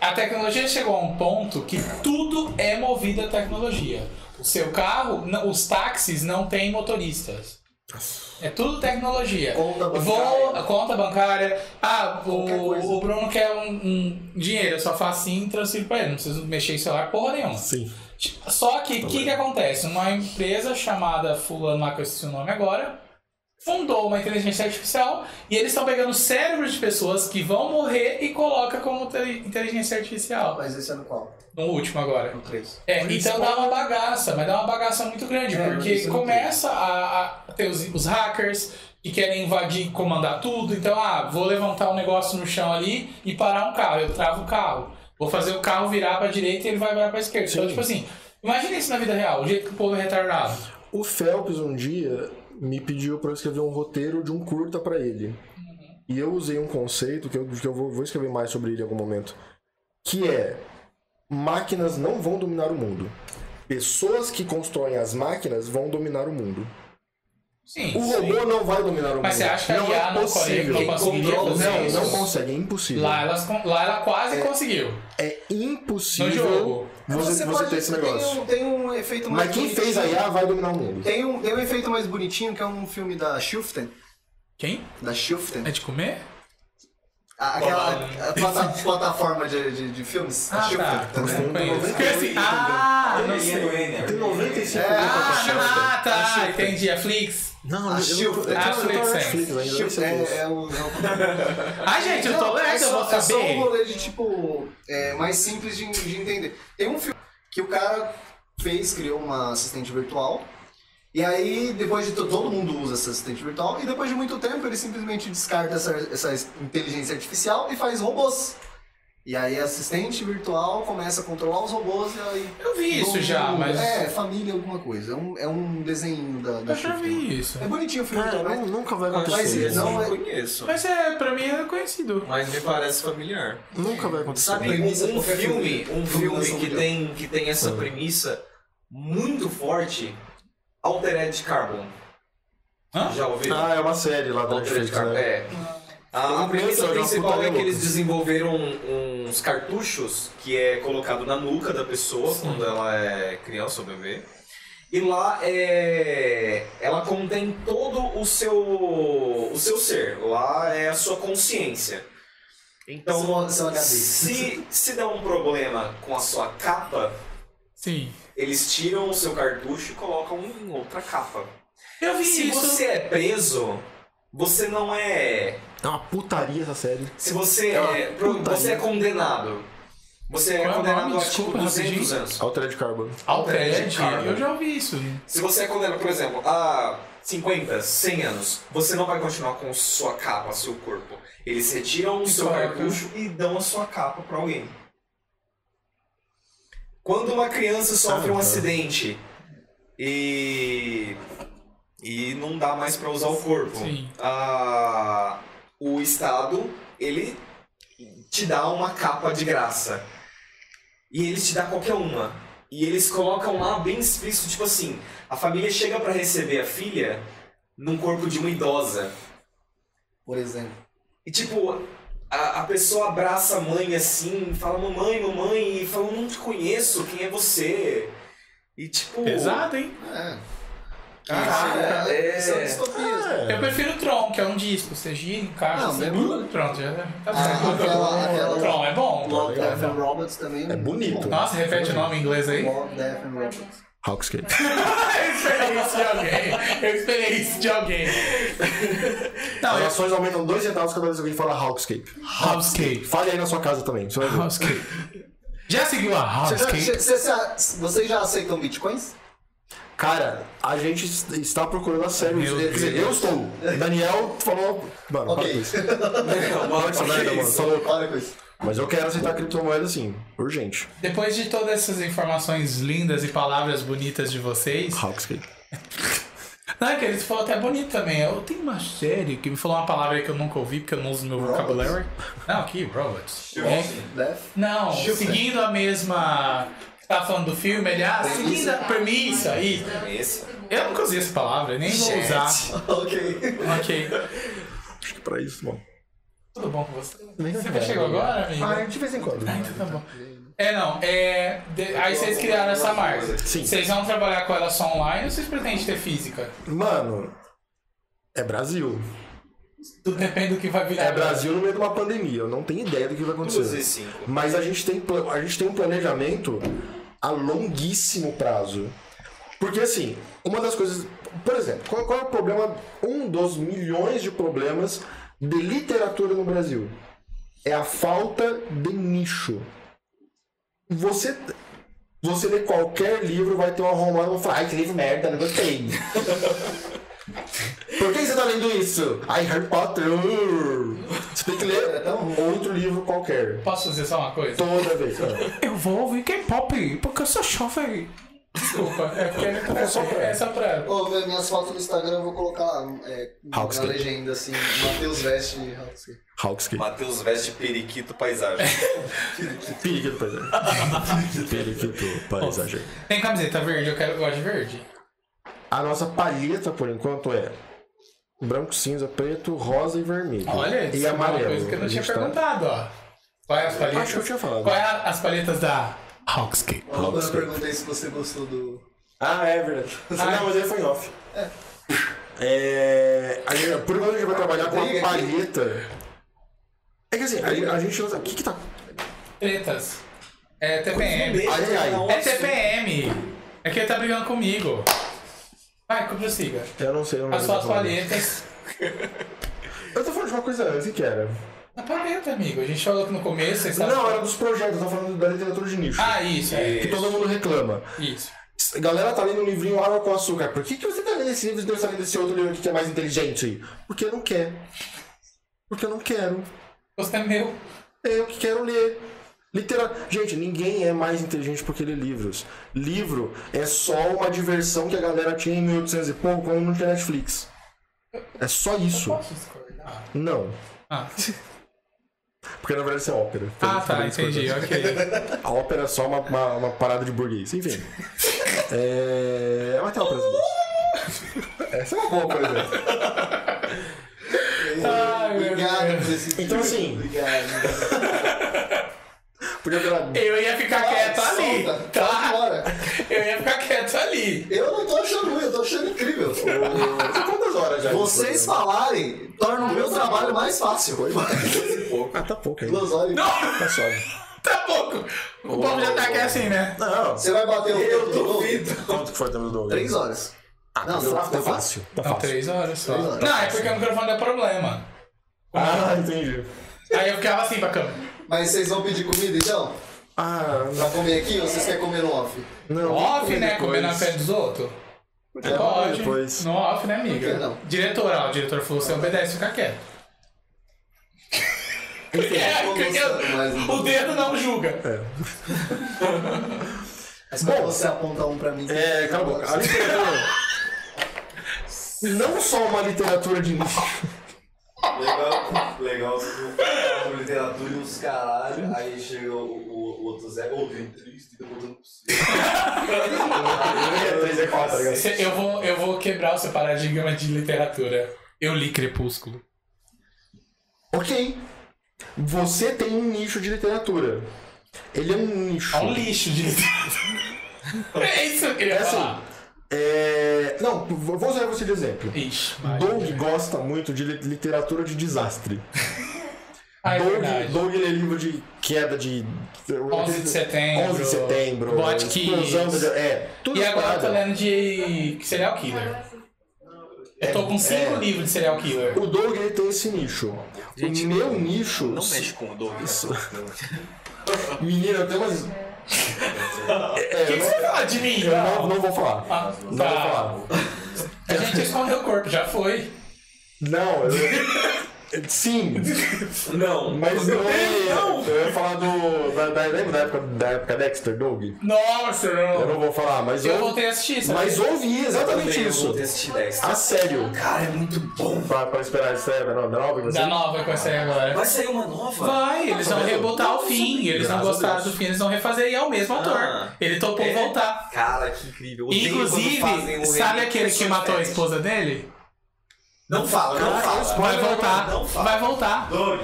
A tecnologia chegou a um ponto que tudo é movido à tecnologia. O seu carro, não- os táxis não têm motoristas. É tudo tecnologia. Conta bancária. Vou, a conta bancária. Ah, Qualquer coisa. o, o Bruno quer um, um dinheiro, eu só faço assim e transfiro pra ele. Não preciso mexer em celular porra nenhuma. Sim. Só que o que, que acontece? Uma empresa chamada Fulano lá que eu esqueci o nome agora fundou uma inteligência artificial e eles estão pegando cérebros de pessoas que vão morrer e coloca como te- inteligência artificial. Mas esse ano qual? No último agora. Tá No 3. É, então dá uma bagaça, mas dá uma bagaça muito grande, É, porque isso eu começa a, a ter os, os hackers que querem invadir e comandar tudo. Então, ah, vou levantar um negócio no chão ali e parar um carro, eu travo o carro. Vou fazer o carro virar pra direita e ele vai virar pra esquerda. Então, Sim. tipo assim, imagina isso na vida real, o jeito que o povo é retardado. O Phelps um dia me pediu pra eu escrever um roteiro de um curta pra ele. E eu usei um conceito que eu, que eu vou, vou escrever mais sobre ele em algum momento. Que é máquinas não vão dominar o mundo. Pessoas que constroem as máquinas vão dominar o mundo. Sim. O robô não vai dominar o mundo. Mas você acha que não a IA é não, consegue, possível. não conseguiria controla- fazer Não, isso? não consegue, é impossível. Lá, elas, con- lá ela quase conseguiu. É No impossível jogo. você, você ter esse Tem negócio. um, tem um efeito mais. Mas quem bonito. fez a IA vai dominar o mundo. Tem um, tem um efeito mais bonitinho que é um filme da Shiften. Quem? Da Shiften. É de comer? A- Aquela a plata- plataforma de, de, de filmes. Ah, a tá. Shuften, Não né? Ah, tá. conheço. noventa Porque Tem 95 assim, ah, não sei. É, Ah, não, ah, tá, Achei. entendi. É Flix. Não, A eu- eu- Ah, Ah, Shield. é, eu- eu- A eu- eu- eu- eu- eu- Shield. eu- eu- eu- eu- eu- Shiften eu- eu- é, é o. Ah, gente, eu tô Não, é lendo, eu só- vou É só um saber. rolê de tipo. é, mais simples de, de entender. Tem um filme que o cara fez, criou uma assistente virtual. E aí, depois de to- todo mundo usa essa assistente virtual, e depois de muito tempo ele simplesmente descarta essa, essa inteligência artificial e faz robôs. E aí a assistente virtual começa a controlar os robôs e aí Eu vi isso já, Domingo. mas. É, família alguma coisa. É um, é um desenho da, da eu já Shift. vi isso. É bonitinho o filme, Cara, também. nu- nunca vai Mas acontecer. isso não não assim, é- conheço. Mas é, pra mim é conhecido. Mas me parece familiar. Nunca vai acontecer. Sabe, é um, Premissa de um qualquer filme, filme. um Tudo filme nessa que mulher. tem, que tem Ah. essa premissa muito forte, Altered Carbon. Hã? Já ouviu? Ah, é uma série lá da Altered Netflix, Carbon, né? é. A, a Eu premissa conheço, é uma principal é putaria que louca. eles desenvolveram um, uns cartuchos que é colocado na nuca da pessoa quando ela é criança ou bebê. E lá é. Ela contém todo o seu. o seu ser. Lá é a sua consciência. Então, São- são HD. se, se der um problema com a sua capa, Sim. eles tiram o seu cartucho e colocam em outra capa. Eu vi Se isso. você é preso, você não é. É uma putaria essa série. Se você É uma é, pro- puta você é merda. condenado. Você Qual é é o condenado nome? a tipo Desculpa, 200 rapidinho. anos. Altered Carbon. Altered, Cara. eu já ouvi isso. Se você é condenado, por exemplo, a 50, 100 anos, você não vai continuar com sua capa, seu corpo. Eles retiram o E seu coloca. cartucho e dão a sua capa pra alguém. Quando uma criança sofre um Ah, tá. acidente e e não dá mais pra usar o corpo, Sim. a- o estado ele te dá uma capa de graça e eles te dá qualquer uma e eles colocam lá bem explícito tipo assim a família chega pra receber a filha num corpo de uma idosa Por exemplo. e tipo, a, a pessoa abraça a mãe assim, fala mamãe, mamãe, e fala, não te conheço, quem é você? E tipo. Pesado, hein? É. Ah, Cara, é. São distopias. né? Eu prefiro o Tron, que é um disco. Você gira, encaixa, Ah, você... mesmo? Pronto, já tá Ah, aquela- aquela- Tron é bom. Love, Death and Robots também. É bonito. Nossa, repete o nome em inglês aí. [laughs] Love, Death and Robots. Hawkscape. Eu esperei isso de alguém. Eu esperei isso de alguém. Não, As eu... ações aumentam 2 centavos cada vez que alguém fala Hawkscape. Housecape. Fale aí na sua casa também, você vai [laughs] ver. Housecape. Já seguiu a Cê- Housecape? cê- cê- Vocês já aceitam bitcoins? Cara, a gente es- está procurando a série. Meu Quer dizer, eu estou. Daniel falou. Mano, Ok. para com [laughs] isso. Para com essa merda, mano. Tá louco. Olha com isso. Mas eu quero aceitar a criptomoeda assim, urgente. Depois de todas essas informações lindas e palavras bonitas de vocês, Hawkscape. Não, é que eles falam até bonito também. Eu tenho uma série que me falou uma palavra que eu nunca ouvi, porque eu não uso no meu Robots. vocabulário. Não, aqui, robots. É- Death. não, Shooter. seguindo a mesma. Tá falando do filme, ele, ah, seguindo a premissa, isso. Esse. Eu nunca usei essa palavra, nem vou Gente. usar. [laughs] Ok. Ok. Acho que pra isso, mano. Tudo bom com você? Nem Você vai. chegou agora, amigo? Ah, de vez em quando. Ah, então tá bom. É, não, é. de- Aí vocês criaram essa marca. Sim. Vocês vão trabalhar com ela só online ou vocês pretendem ter física? Mano, é Brasil. Tudo depende do que vai virar. É Brasil no meio de uma pandemia. Eu não tenho ideia do que vai Duas acontecer. e cinco. Mas a gente tem, pla- a gente tem um planejamento a longuíssimo prazo. Porque assim, uma das coisas. Por exemplo, qual, qual é o problema? Um dos milhões de problemas de literatura no Brasil é a falta de nicho. Você. Você lê qualquer livro, vai ter um arrumado e vai falar, ai, que livro merda, [laughs] não gostei. Por que você tá lendo isso? Ai, Harry Potter. uh. Você tem que É ler tão ruim. outro livro qualquer. Posso fazer só uma coisa? Toda vez. É. Eu vou ouvir K-pop, porque eu sou jovem. Desculpa, é porque é só pra- É só pra... Ô, meu, minhas fotos no Instagram eu vou colocar lá, é, na Hawkscape. legenda, assim, Matheus Veste e Hawkscape. Hawkscape. Matheus veste periquito paisagem. Periquito [laughs] paisagem. Periquito paisagem. Tem camiseta verde, eu quero eu gosto de verde. A nossa palheta, por enquanto, é branco, cinza, preto, rosa e vermelho. Olha, isso e é uma amarelo. coisa que eu não A tinha gente tá- perguntado, ó. Qual é as palhetas? Acho que eu tinha falado. Qual é a- as palhetas da Hawkscape? Ô, Quando eu Hawkscape. perguntei se você gostou do... Ah, é verdade. Ah. Não, mas ele foi em off. É, a gente- por enquanto a gente vai trabalhar com a palheta. É que assim, a gente, a gente lança. O que que tá. Tretas. É TPM. Deixa Ai, ai. eu dar É um assunto. TPM. É que ele tá brigando comigo. Vai, prossiga. Eu não sei o nome As do suas nome. palhetas. Eu tô falando de uma coisa antes, o que era? A É palheta, amigo. A gente falou aqui no começo, vocês sabem. Não, era dos projetos, eu tava falando da literatura de nicho. Ah, isso, é. que todo mundo reclama. Isso. S- Galera tá lendo um livrinho Água com Açúcar. Por que, que você tá lendo esse livro e não tá lendo esse outro livro aqui que é mais inteligente aí? Porque eu não quero. Porque eu não quero. Você é meu. É eu que quero ler. Litera... Gente, ninguém é mais inteligente porque lê livros. Livro é só uma diversão que a galera tinha em 1800 e pouco quando não tinha Netflix. É só isso. Posso discordar? Não. [laughs] Ah, Porque na verdade isso é ópera. Então, ah eu falei tá, isso entendi, pra ok. vocês. A ópera é só uma, uma- uma parada de burguês. [laughs] Enfim. É. É uma até ópera. Essa é uma boa, por exemplo. Ai, meu Obrigado Deus. por esse Então, assim- Obrigado. Podia um virar [laughs] Eu ia ficar é quieto ali, Solta, Tá tá? fora. Eu ia ficar quieto ali. Eu não tô achando ruim, eu tô achando incrível. Tá quantas horas já? de Vocês falarem torna o meu trabalho mais fácil. programa? Ah, tá pouco ainda. Duas horas. Não, Tá só. tá pouco. O povo já tá aqui assim, né? Não, Você vai bater o Eu quanto que foi o tempo do Douglas? Três horas. Ah, Não, tá, não, é fácil, tá não. fácil. Tá Não, fácil. três horas só. Três horas. Não, é porque o microfone dá problema. Ah, entendi. Aí eu ficava assim pra câmera. Mas vocês vão pedir comida então? Ah, Pra comer aqui ou vocês querem comer no off? não. Off, né? depois. Comendo na pé dos outros. Tá É, Pode. depois. No off, né, Por amiga? que não? Diretor, ó, o diretor falou, você obedece, fica quieto. É, não tô porque gostando mais, um não. o dedo não julga. Mas pra Bom. você apontar um pra mim. É, cala a boca. A literatura. não só uma literatura de nicho. Legal, legal, vocês vão falar sobre literatura e os caralho, aí chega o, o- o outro Zé, ô, bem triste, tá voltando pro [laughs] céu. É, três é quatro, tá ligado? Cê- Eu vou, eu vou quebrar o seu paradigma de literatura. Eu li Crepúsculo. Ok. Você tem um nicho de literatura. Ele é um nicho. É um lixo de literatura. [laughs] É isso que eu É queria falar. assim. É... Não, vou vou usar você de exemplo. Ixi, Doug gosta muito de li- literatura de desastre. Ah, é Doug, verdade. Doug lê livro de queda de. 11 de setembro. 11 de setembro. Botkiss. explosão de- É, tudo E as agora eu tô paradas. lendo de serial killer. Eu tô com cinco É. livros de serial killer. O Doug ele tem esse nicho. Gente, o meu nicho. Não mexe com o Douglas. Isso. Menino, eu tenho umas. O que, que você fala de mim? é, Eu não, não vou falar. Ah, Não tá. vou falar. A gente escondeu o corpo, já foi. Não, eu. [laughs] Sim, Não. mas não é. Eu ia falar do. Da, da, lembra da época, da época Dexter, Doug? Nossa, Eu não. não um. vou falar, mas Eu ouve- voltei a assistir, sabe? Mas ouvi exatamente Também eu isso. Ah, vou ter esse Dexter. A sério. Cara, é muito bom. Pra, pra esperar isso é da nova, da nova que vai Da sair? nova com essa aí agora. Vai sair uma nova? Vai, eles vão rebotar o fim. Eles não um. Graças a gostaram do Deus. fim, eles vão refazer e é o mesmo ator. Ah. Ele topou É. voltar. Cara, que incrível. Odeio quando fazem Inclusive, um sabe remake é aquele que de matou a Dexter. esposa dele? Não fala, não Cara, fala. spoiler Vai agora. voltar. não fala. Vai voltar. Doug,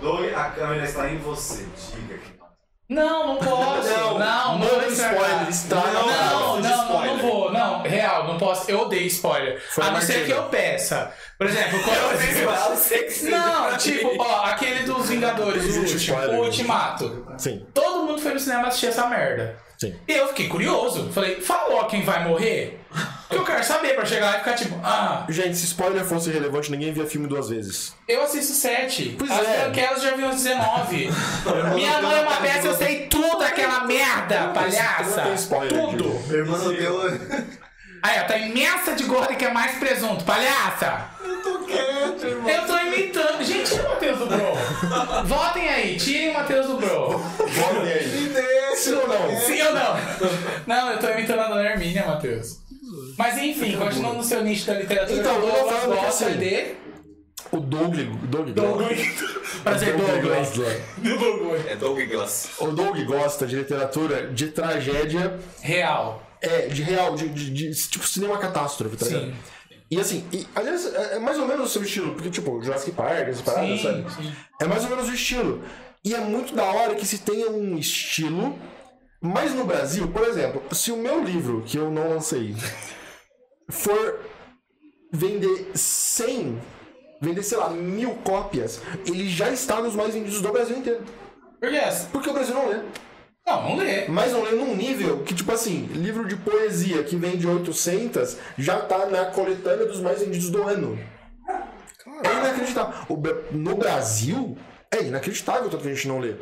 Doug, a câmera está em você, diga que mata. Não, não posso. Não, Não, não, manda vou spoiler, estragar. estraga Não, a parada. não, não, Faz não, spoiler. vou. Não, real, não posso. Eu odeio spoiler. Foi a não ser Martina. que eu peça. Por exemplo, quando eu... Não, tipo, ó, aquele dos Vingadores, o Existe último, spoiler. o Ultimato. Sim, Todo mundo foi no cinema assistir essa merda. sim. E eu fiquei curioso. Falei, falou quem vai morrer? Que eu quero saber pra chegar lá e ficar tipo, ah, Gente, se spoiler fosse relevante, ninguém via filme duas vezes. eu assisto 7. Pois As é. branquelas já viu [laughs] os 19. Minha mãe é uma peça, eu sei tudo daquela merda, palhaça. Não tem spoiler, Tudo. Diego. Meu irmão não deu. Aí, ó, tá imensa de gorda que é mais presunto, palhaça! Eu tô imitando. Gente, tira o Matheus [laughs] do Bro. Votem aí, tirem o Matheus do Bro. Voltem aí. Esse Ou não? Sim ou não? Não, eu tô imitando a dona Hermínia, Matheus. Mas enfim, continuando no seu nicho da literatura, Então, o eu vou Douglas falar que gosta assim, de. O Doug. Doug Prazer, Douglas. Douglas. É Douglas. O Doug gosta de literatura de tragédia, Real. é, de real, de, de- de- tipo cinema catástrofe, tá Sim. ligado? E assim, e, aliás, é é mais ou menos o seu estilo, porque tipo, Jurassic Park, essa parada, sabe? Sim, sim. É mais ou menos o estilo. E é muito da hora que se tenha um estilo. Mas no Brasil, por exemplo, se o meu livro, que eu não lancei, for vender 100, vender, sei lá, mil cópias, ele já está nos mais vendidos do Brasil inteiro. Por que essa? Porque o Brasil não lê. assim, Não, vamos ler. Mas não lê num nível que, tipo assim, livro de poesia que vende 800 já tá na coletânea dos mais vendidos do ano. É inacreditável. O Bra- no Brasil, é inacreditável o tanto que a gente não lê.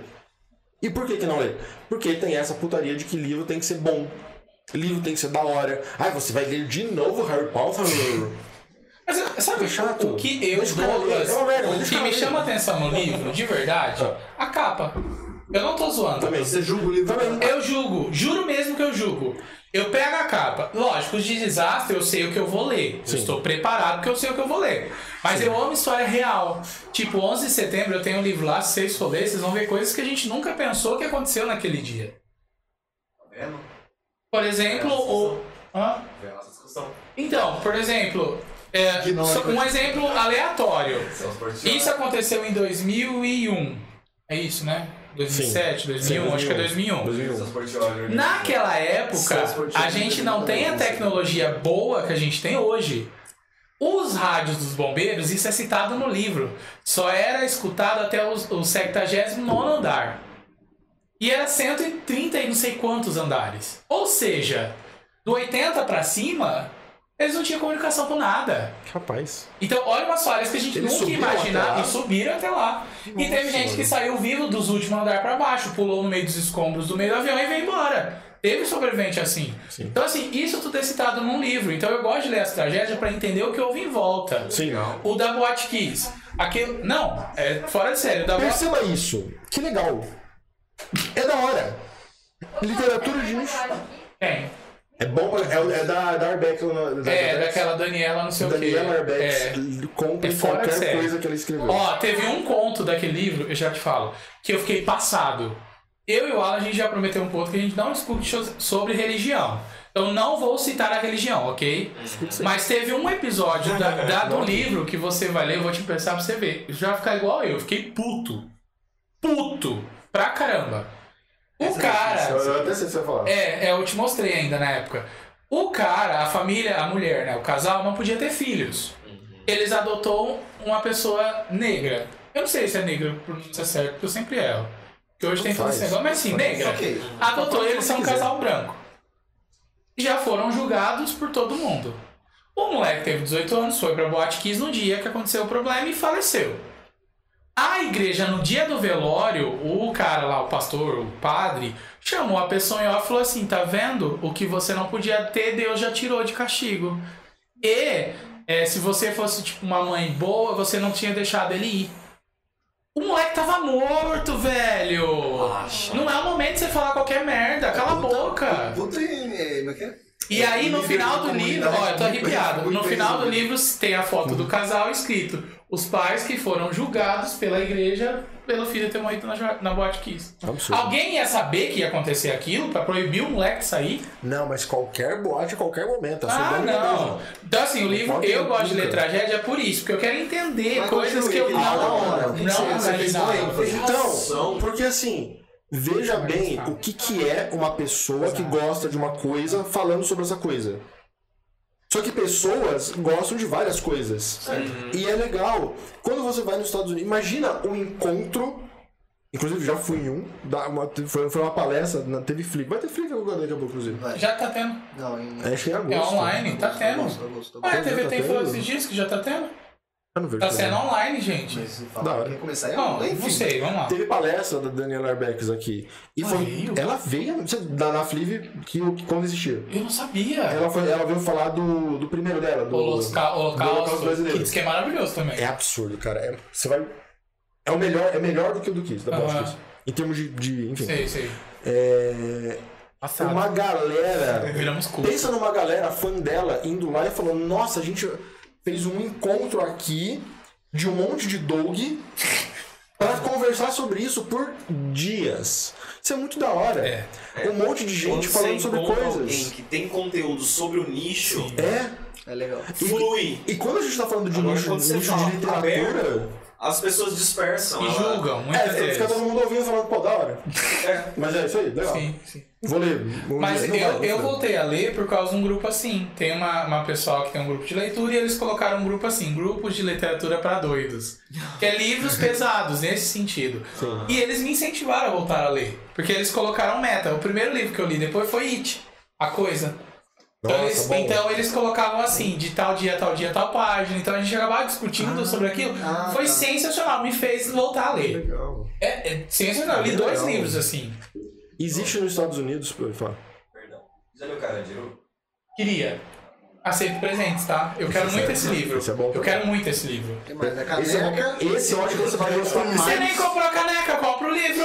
E por que que não lê? Porque tem essa putaria de que livro tem que ser bom. Livro tem que ser da hora. Ai, você vai ler de novo Harry Potter? Mas eu- sabe É chato. o que eu, Mas o cara Douglas, lê, é uma merda, mas o o que cara me lê. chama atenção no livro, de verdade, a capa. Eu não tô zoando. Também. Você julga o livro Também. Eu julgo, juro mesmo que eu julgo. Eu pego a capa. Lógico, os de desastre eu sei o que eu vou ler. Sim. Eu estou preparado porque eu sei o que eu vou ler. Mas eu amo história real. Tipo, 11 de setembro eu tenho um livro lá, se vocês for ler, vocês vão ver coisas que a gente nunca pensou que aconteceu naquele dia. vendo? Por exemplo, É, o. Hã? Vem a nossa discussão. Então, por exemplo, é, Que não é só um coisa- exemplo aleatório. São os partidários. Isso aconteceu em 2001. É isso, né? 2007, 2001, acho que é 2001. 2001. São os né? partidários. Naquela época, Transporte a gente não tem a tecnologia boa que a gente tem hoje. Os rádios dos bombeiros, isso é citado no livro, só era escutado até o, o 79 andar. E era 130 e não sei quantos andares. Ou seja, do 80 pra cima, eles não tinham comunicação com nada. Rapaz. Então, olha umas falhas que a gente Eles nunca subiram até imaginava lá? e subiram até lá. e teve gente que saiu vivo dos últimos andar pra baixo, pulou no meio dos escombros do meio do avião e veio embora. Teve sobrevivente assim. Sim. Então, assim, isso tudo é citado num livro. Então, eu gosto de ler as tragédias pra entender o que houve em volta. Sim. O da Boate Kiss. Aquele... Não, é fora de sério. O da Boate... Perceba isso. Que legal. É da hora. Literatura de nicho. Tem. É bom pra- é, é da, da Arbeck. lá na- Da, É, Arbex. daquela Daniela, não sei Daniela o quê. É. Arbeck conta É fora de qualquer série. coisa que ela escreveu. Ó, teve um conto daquele livro, eu já te falo, que eu fiquei passado. Eu e o Alan, a gente já prometeu um ponto que a gente não discute cho- sobre religião. Então não vou citar a religião, ok? Mas teve um episódio da, da- do livro que você vai ler, eu vou te emprestar pra você ver. Já vai ficar igual eu, eu fiquei puto. Puto! Pra caramba. O cara. Eu, eu até sei o que você vai falar. É, é, eu te mostrei ainda na época. O cara, a família, a mulher, né? O casal não podia ter filhos. Uhum. Eles adotou uma pessoa negra. Eu não sei se é negra pronúncia certo, porque eu sempre erro. Porque hoje tem todo faz. esse negócio, mas assim, negra. Ok. Adotou eles, são um quiser. casal branco. Já foram julgados por todo mundo. O moleque teve 18 anos, foi pra Boate Kiss no dia que aconteceu o problema e faleceu. A igreja, no dia do velório, o cara lá, o pastor, o padre, chamou a pessoa em off e falou assim: tá vendo? O que você não podia ter, Deus já tirou de castigo. E é, se você fosse tipo uma mãe boa, você não tinha deixado ele ir. O moleque tava morto, velho! não é o momento de você falar qualquer merda, cala a boca! Puta em. eh, Como é que é? E aí no final do livro, ó, eu tô arrepiado. No final do livro tem a foto do casal escrito: os pais que foram julgados pela igreja pelo filho ter morrido na, jo- na boate Kiss. Absurdo. Alguém ia saber que ia acontecer aquilo pra proibir o moleque de sair? Não, mas qualquer boate, a qualquer momento. é Ah, sobre não. Então, assim, o livro, Pode eu gosto de ler nunca. tragédia por isso, porque eu quero entender Mas coisas que eu continue, não, que não, da hora. não, Tem que ser- você fez imaginava. com ênfase. Então, porque assim, veja bem o que, que é uma pessoa que gosta de uma coisa falando sobre essa coisa. Só que pessoas gostam de várias coisas. Uhum. E é legal. Quando você vai nos Estados Unidos, imagina um encontro. Inclusive, já fui em um. da- uma- foi, foi uma palestra, na- teve Flick. Vai ter Flick agora daqui a pouco, inclusive. Vai. Já tá tendo. Não, em. Acho que é agosto. É online, tá tendo. Agosto, agosto, Ah, a agosto. Tem, já TV tá tem falou tendo. esses dias que já tá tendo? Eu não vejo Tá também. sendo online, gente. Mas Da fala hora. quem começar é Não, um, não enfim. sei, vamos lá. Teve palestra da Daniela Arbex aqui. E foi. Olha aí, Ela veio da, na Flive que, que quando existia. Eu não sabia. Ela, foi- ela veio falar do, do primeiro dela, É do. Holosca- Holocausto Holocausto. brasileiro. Que diz que é maravilhoso também. É absurdo, cara. É, você vai. É o melhor, é melhor do que o do Kiss, da Aham. Bosch Kiss. Em termos de. de- enfim. Sei, sei. É, uma galera. Viramos culto. Pensa numa galera fã dela indo lá e falando, nossa, a gente fez um encontro aqui de um monte de Doug pra conversar sobre isso por dias. Isso é muito da hora. É. Um monte de gente Quando você falando sobre encontra coisas. Alguém que tem conteúdo sobre o nicho, É. É legal. flui. E quando a gente tá falando de Agora, nicho, quando você tá nicho fala de literatura, aberto, As pessoas dispersam. E ela- julgam, é, muitas fica vezes. todo mundo ouvindo falando, pô, da hora. É. Mas é isso aí, legal. Sim, sim. Vou ler. um Mas dia. eu, Não vai, não eu vai. voltei a ler por causa de um grupo assim. Tem uma, uma pessoal que tem um grupo de leitura e eles colocaram um grupo assim, grupos de literatura pra doidos. Que é livros pesados, nesse sentido. "Ah, Sim. E eles me incentivaram a voltar a ler. Porque eles colocaram meta. O primeiro livro que eu li depois foi It, A Coisa. Então Nossa, eles, bom. então eles colocavam assim, de tal dia, tal dia, tal página. Então a gente acabava discutindo sobre aquilo. ah, foi tá. sensacional, me fez voltar a ler. Legal. É, é sensacional, eu li Que dois legal. livros assim. Existe nos Estados Unidos, pô, fala. Perdão. Já leu Carandiru? Queria. Aceito presentes, tá? Eu quero muito esse livro. Esse é bom. Eu quero muito esse livro. Tem mais a caneca. Esse, é bom. Esse eu acho que você vai gostar é mais. um- Você nem comprou a caneca, compra o livro.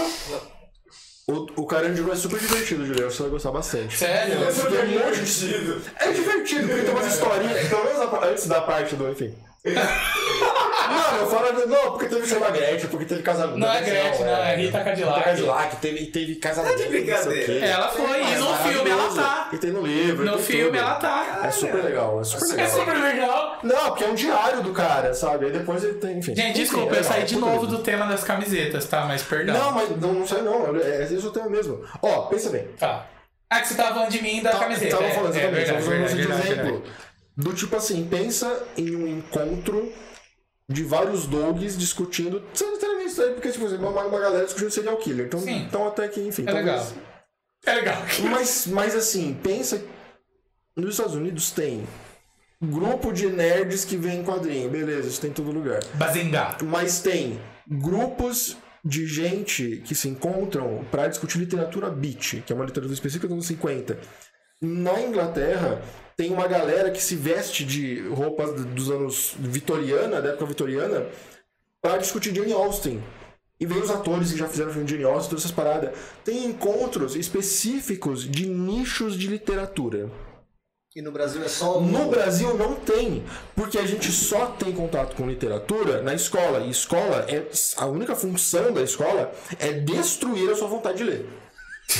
O, o Carandiru é super divertido, Juliano. Você vai gostar bastante. Sério? Tem um monte de- É divertido, porque tem umas historinhas. Pelo menos a- antes da parte [laughs] do. Enfim. Não, eu falo. de- Não, porque teve Chama Gretchen, porque teve casamento. Não é Gretchen, não, é Rita Cadillac. Cadillac, teve, teve casamento. Tá de brincadeira. não sei o quê. Ela foi, e É no filme ela maravilhoso. tá. E tem no livro. No tem tudo. filme ela tá. É super legal, é super É legal. super legal. Não, porque é um diário do cara, sabe? Aí depois ele tem, enfim. Gente, Enfim, é desculpa, eu legal, saí de puta novo vida. do tema das camisetas, tá? Mas perdão. Não, mas não, não sei não. eu- é- Esse é o tema mesmo. Ó, pensa bem. Tá. Ah, que você tava falando de mim e da Tá- camiseta. Tava é, falando é, exatamente, verdade, tava falando verdade, de um verdade, é exemplo. verdade. Do tipo assim, pensa em um encontro de vários dogs discutindo. Não necessariamente isso aí, porque tipo, assim, uma, uma galera discutindo serial killer. Então, Sim. então até que, enfim. É legal. talvez- É legal. Mas, mas assim, pensa. Nos Estados Unidos tem grupo de nerds que vem em quadrinho. Beleza, isso tem em todo lugar. Bazengá. Mas tem grupos de gente que se encontram para discutir literatura beat, que é uma literatura específica dos anos 50. Na Inglaterra, tem uma galera que se veste de roupas dos anos vitoriana, da época vitoriana, para discutir Jane Austen. E vem os atores que já fizeram filme de Jane Austen, todas essas paradas. Tem encontros específicos de nichos de literatura. E no Brasil é só No Brasil não tem, porque a gente só tem contato com literatura na escola. E escola é a única função da escola é destruir a sua vontade de ler.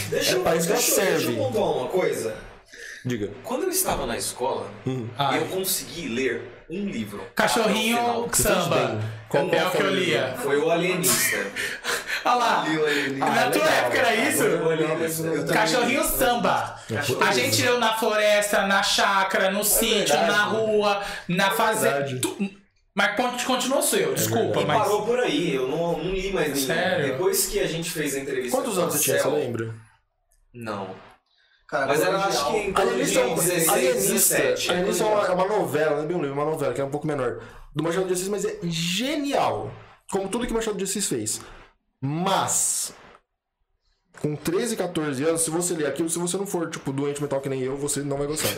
Deixa, É pra isso que deixa- serve. deixa eu pontuar uma coisa. Diga. Quando eu estava na escola, Ah, eu consegui ler um livro. Até o Cachorrinho final. samba. Qual É o que eu lia. Foi o Alienista. Olha lá. Brasil ele... Ah, Na tua época era isso? Foi o Alienista. Eu também- Cachorrinho samba. A gente leu na floresta, na chácara, no sítio, verdade. na rua, na fazenda. verdade. Tu- Mas con- continuou sou eu, desculpa, E mas. parou por aí, eu não, não li mais nenhum. Sério? Depois que a gente fez a entrevista. Quantos com o anos você tinha, você Marcel- lembra? Não. Cara, Mas era, colegial. acho que em torno de Alienista, é um- 16, alienista, 17. alienista é, uma, é uma novela, não é bem um livro, é uma novela que é um pouco menor. Do Machado de Assis, mas é genial. Como tudo que Machado de Assis fez. Mas, com 13, 14 anos, se você ler aquilo, se você não for, tipo, doente mental que nem eu, você não vai gostar.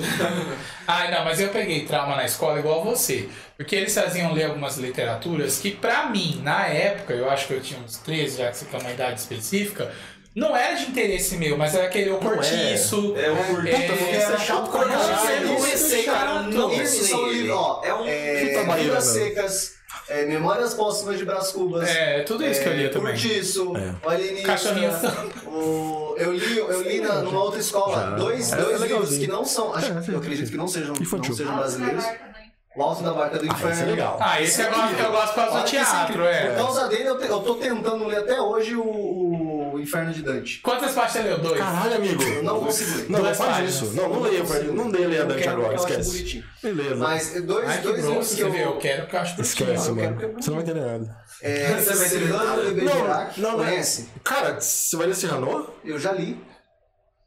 Ai, não, mas eu peguei trauma na escola igual você. Porque eles faziam ler algumas literaturas que, pra mim, na época, eu acho que eu tinha uns 13, já que você tem uma idade específica, não era de interesse meu, mas era aquele eu Não curti é. isso. É um curto. É, isso é chato pra Quando eu caralho. comecei, eu é comecei, cara, não Isso são terminei. livros, ó, É um. É, tá Fita Vidas baiana. Secas, é, Memórias Póstumas de Brás Cubas. né? É, tudo isso que eu lia também. Curtiço, É. o Alienista. Cachorrinho o- Eu li, eu li na, numa outra escola Já. dois, É dois legalzinho. livros que não são. Acho, É, sim, eu acredito que não sejam, Infantil. não sejam Ah, brasileiros. você vai lá também. O Alto da Barca do Inferno. Isso é legal. Ah, esse eu gosto, eu gosto por causa Olha do que esse teatro, incrível. Por é. causa dele, eu, te- eu tô tentando ler até hoje o, o Inferno de Dante. Quantas partes você leu? Dois? Caralho, amigo. Eu não consigo ler. Não, não Duas faz páginas. isso. Não, não leia, Fred. Não dê ler a Eu Dante quero agora, porque eu acho esquece. bonitinho. Beleza. Mas eh, dois, Ai, que dois um grosso, livros que você eu. vê, eu quero que eu acho bonitinho. Esquece, eu quero porque é mano. Você não vai entender nada. É, Você vai ter Cyrano de Bergerac, não, não. conhece? Cara, você vai ler Serrano? Eu já li.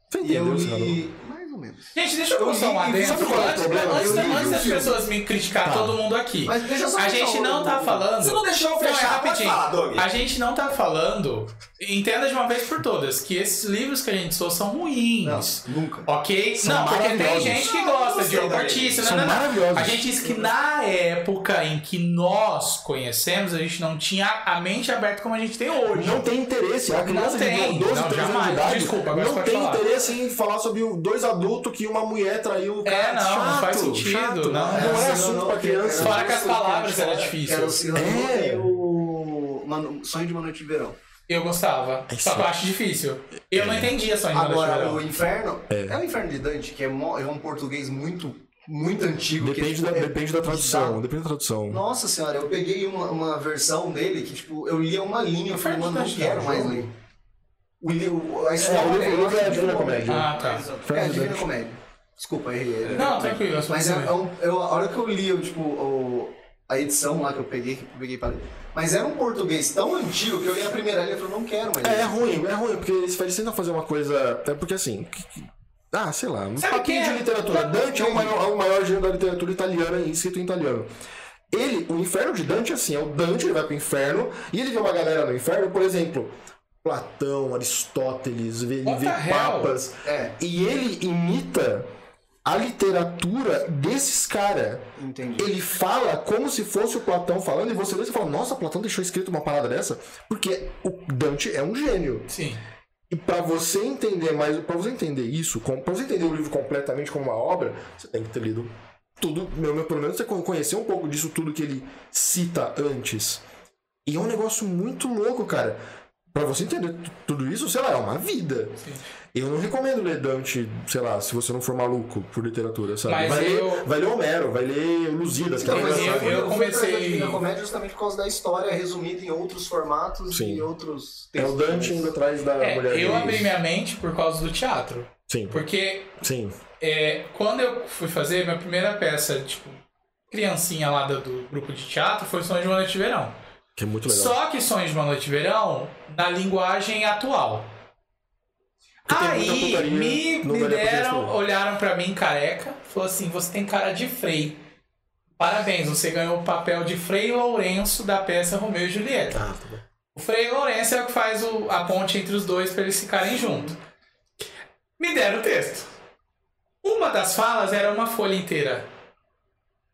Você E eu entendeu Serrano? li. Mais ou menos. Gente, deixa eu Eu postar um li- adendo. Então, sabe qual é o Antes, problema? antes, Eu li antes o das filme. pessoas me criticar, Tá. todo mundo aqui. Mas deixa eu só A fechar gente o- não tá falando. Você não deixou eu Não, é fechar, pode rapidinho. falar, Doug. A gente não tá falando, entenda de uma vez por todas, que esses livros que a gente sou são ruins. Nunca. Ok? São não, porque tem maravilhosos. gente que Não, eu gosta de gostei eu também. curtiço, não, São não, não. maravilhosos. A gente disse que na época em que nós conhecemos, a gente não tinha a mente aberta como a gente tem hoje. Não tem interesse. A criança tem. de 12, 13 Não, anos de jamais. idade Desculpa, agora você não pode tem falar. interesse em falar sobre o- dois adultos que uma mulher traiu o cara. É, não, não chato, faz sentido, chato. não. Não, Não, é não, assunto não, pra não, criança. Fora que as palavras era difícil. Era o Cyrano É. e o Manu- Sonho de uma Noite de Verão. Eu gostava. É Só que eu acho difícil. Eu não entendi a Sonho de Noite de Agora, Verão. o Inferno é. o Inferno de Dante, que é, mó- é um português muito, muito antigo. que Depende é- da, é depende da tradução. né? bizarro. Depende da tradução. Nossa senhora, eu peguei uma, uma versão dele que, tipo, eu lia uma linha, eu falei, Inferno de mano, não Dante quero não, mais não. ler. O, li- o, a É, o história assim, livro- o livro é a Divina Comédia. Ah, tá. É, a Fernando Divina Dante. Comédia. Desculpa, errei. é- Não, tranquilo. eu sou Mas é, assim. é um- eu- a hora que eu li, eu, tipo, o- a edição lá que eu peguei, que eu peguei pra ler. Mas era um português tão antigo que eu li a primeira linha e falei, não quero mais. É, ler. é ruim, é ruim, porque eles eles tentam fazer uma coisa. É porque assim. que- que- Ah, sei lá, um Sabe papinho quem é? de literatura. Dante é o maior, é o maior gênero da literatura italiana, escrito em italiano. é Ele, o inferno de Dante, é assim, é o Dante, ele vai pro inferno, e ele vê uma galera no inferno, por exemplo, Platão, Aristóteles, vê, What vê the hell? papas. É, E ele imita a literatura desses caras. entendi. Ele fala como se fosse o Platão falando, e você lê e você fala, nossa, Platão deixou escrito uma parada dessa? Porque o Dante é um gênio. Sim. E pra você entender mais, para você entender isso, com- pra você entender o livro completamente como uma obra, você tem que ter lido tudo, meu, meu, pelo menos você con- conhecer um pouco disso tudo que ele cita antes. E é um negócio muito louco, cara. Pra você entender t- tudo isso, sei lá, é uma vida. Sim. Eu não recomendo ler Dante, sei lá, se você não for maluco por literatura, sabe? Mas vai, ler, eu- vai ler Homero, vai ler Lusíadas, que é Então, mais mas eu- sabe? eu- comecei- na comédia justamente por causa da história resumida em outros formatos Sim. e outros É o Dante indo atrás da É, mulher eu dele. abri minha mente por causa do teatro. Sim, Porque sim. é, quando eu fui fazer minha primeira peça, tipo, criancinha lá do, do grupo de teatro, foi Sonhos de uma Noite de Verão. Que é muito legal. Só que Sonhos de uma Noite de Verão na linguagem atual. Porque tem muita Aí putaria, me, não me daria pra deram, gestor. olharam pra mim careca, falou assim: você tem cara de Frei. Parabéns, você ganhou o papel de Frei Lourenço da peça Romeu e Julieta. Ah, tá bom. O Frei Lourenço é o que faz o- a ponte entre os dois pra eles ficarem juntos. Me deram o texto. Uma das falas era uma folha inteira.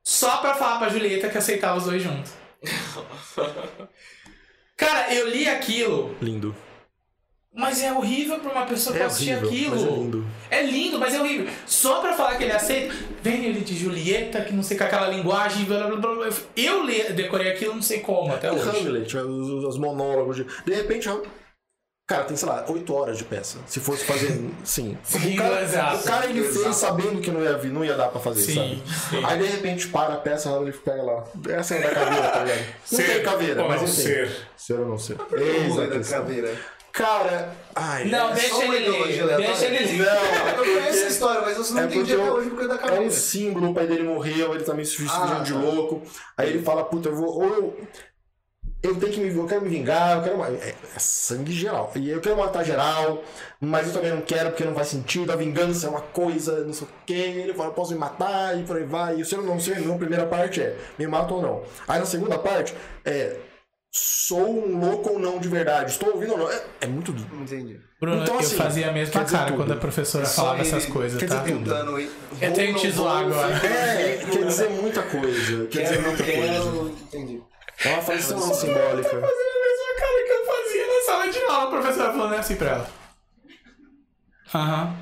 Só pra falar pra Julieta que aceitava os dois [laughs] juntos. Cara, eu li aquilo, Lindo. mas é horrível pra uma pessoa que É assistir horrível, aquilo. mas é lindo. É lindo, mas é horrível. Só pra falar que ele aceita, vem ele de Julieta, que não sei com aquela linguagem, blá blá blá blá. Eu le- decorei aquilo, não sei como até E hoje. É Hamlet, os, os- os monólogos de. De repente, Ham- cara, tem, sei lá, 8 horas de peça. Se fosse [laughs] fazer. Sim. Sim, é o cara, Ah, exato. o cara, ele fez sabendo que não ia, vir- não ia dar pra fazer, Sim, sabe? sim. Aí de repente para a peça, Hamlet pega lá. Essa é a da caveira, tá ligado? Não tem caveira, mas enfim. Ser ou não ser. Eis a Exato. questão. É, caveira. Cara, ai. Não, É deixa só uma ele ideologia ler. Deixa aleatória. ele ler. Não, Eu conheço a história, mas eu não É entendi porque até eu- hoje porque é da É um caveira. símbolo, o pai dele morreu, ele tá meio se fingindo Ah, de tá. louco. Aí ele fala, puta, eu vou. Ou eu, eu tenho que me. Eu quero me vingar, eu quero. ma- É, é sangue geral. E eu quero matar geral, mas eu também não quero porque não faz sentido. A vingança é uma coisa, não sei o quê. Ele fala, eu posso me matar e por aí vai. E o ser ou não ser, não, a primeira parte é me mata ou não. Aí na segunda parte é. Sou um louco ou não de verdade? Estou ouvindo ou não? É, é muito. Entendi. Bruno, Então, assim, eu fazia a mesma quer dizer é cara tudo. quando a professora Só falava ele- essas coisas, quer tá? dizer, um tentando ir. Eu tenho que te zoar agora. É, quer dizer muita coisa. Quer dizer Quero, não muita coisa. né? quero. Entendi. Hum. É uma função simbólica. fazendo a mesma cara que eu fazia na sala de aula, a professora falando assim pra ela. Aham.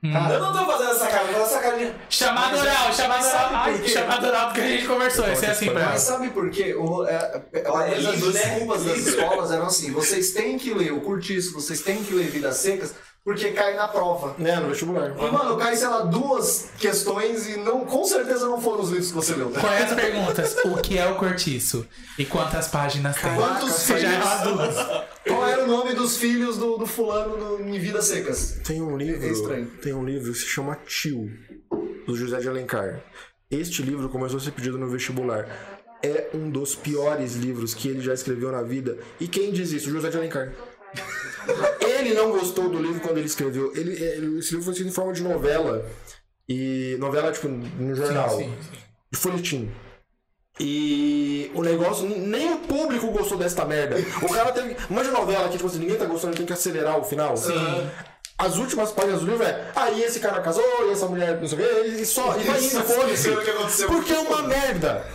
Eu não tô fazendo essa cara, eu tô fazendo essa carinha. Chamada oral, chamada oral. sabe por Ai, quê? Chamada oral porque a gente conversou, esse é assim pra ela. Mas sabe por quê? O, é, é, Olha, as lindo, né? desculpas das escolas eram assim: vocês têm que ler o curtiço, vocês têm que ler Vidas Secas, porque cai na prova. Né, no vestibular. Mano, eu caí, sei lá, duas questões e não, com certeza não foram os livros que você leu. Quais as perguntas? O que é o cortiço? E quantas páginas tem? Quantos Você já é filhos? errou as duas. Qual era o nome dos filhos do, do fulano do- em Vidas Secas? Tem um livro. É estranho. Tem um livro que se chama Tio, do José de Alencar. Este livro começou a ser pedido no vestibular. É um dos piores livros que ele já escreveu na vida. E quem diz isso? José de Alencar. [laughs] ele não gostou do livro quando ele escreveu. Ele, ele- esse livro foi escrito em forma de novela. E novela, tipo, no jornal. de folhetim. E o negócio, nem o público gostou desta merda. O cara teve. Manja novela que, tipo assim, ninguém tá gostando, tem que acelerar o final. Sim. As últimas páginas do livro é. Aí esse cara casou, e essa mulher não sei o quê, e só. E vai indo, foda-se. o que aconteceu. Porque é uma merda.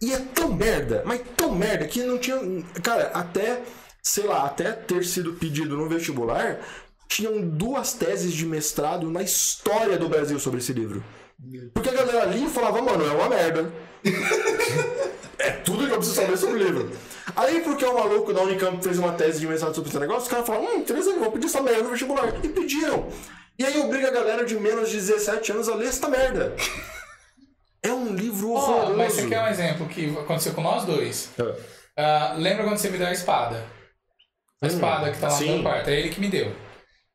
E é tão merda, mas tão merda que não tinha. Cara, até, sei lá, até ter sido pedido no vestibular, tinham duas teses de mestrado na história do Brasil sobre esse livro. Porque a galera ali falava, mano, é uma merda. é tudo que eu preciso saber sobre o livro. Aí, porque o maluco da Unicamp fez uma tese de mestrado sobre esse negócio, os caras falaram, hum, interessante, vou pedir essa merda no vestibular. E pediram. E aí obriga a galera de menos de 17 anos a ler essa merda. [laughs] É um livro Ó, horroroso. mas você quer um exemplo que aconteceu com nós dois? Ah, lembra quando você me deu a espada? A espada que tá lá Hum, Sim. no meu quarto. É ele que me deu.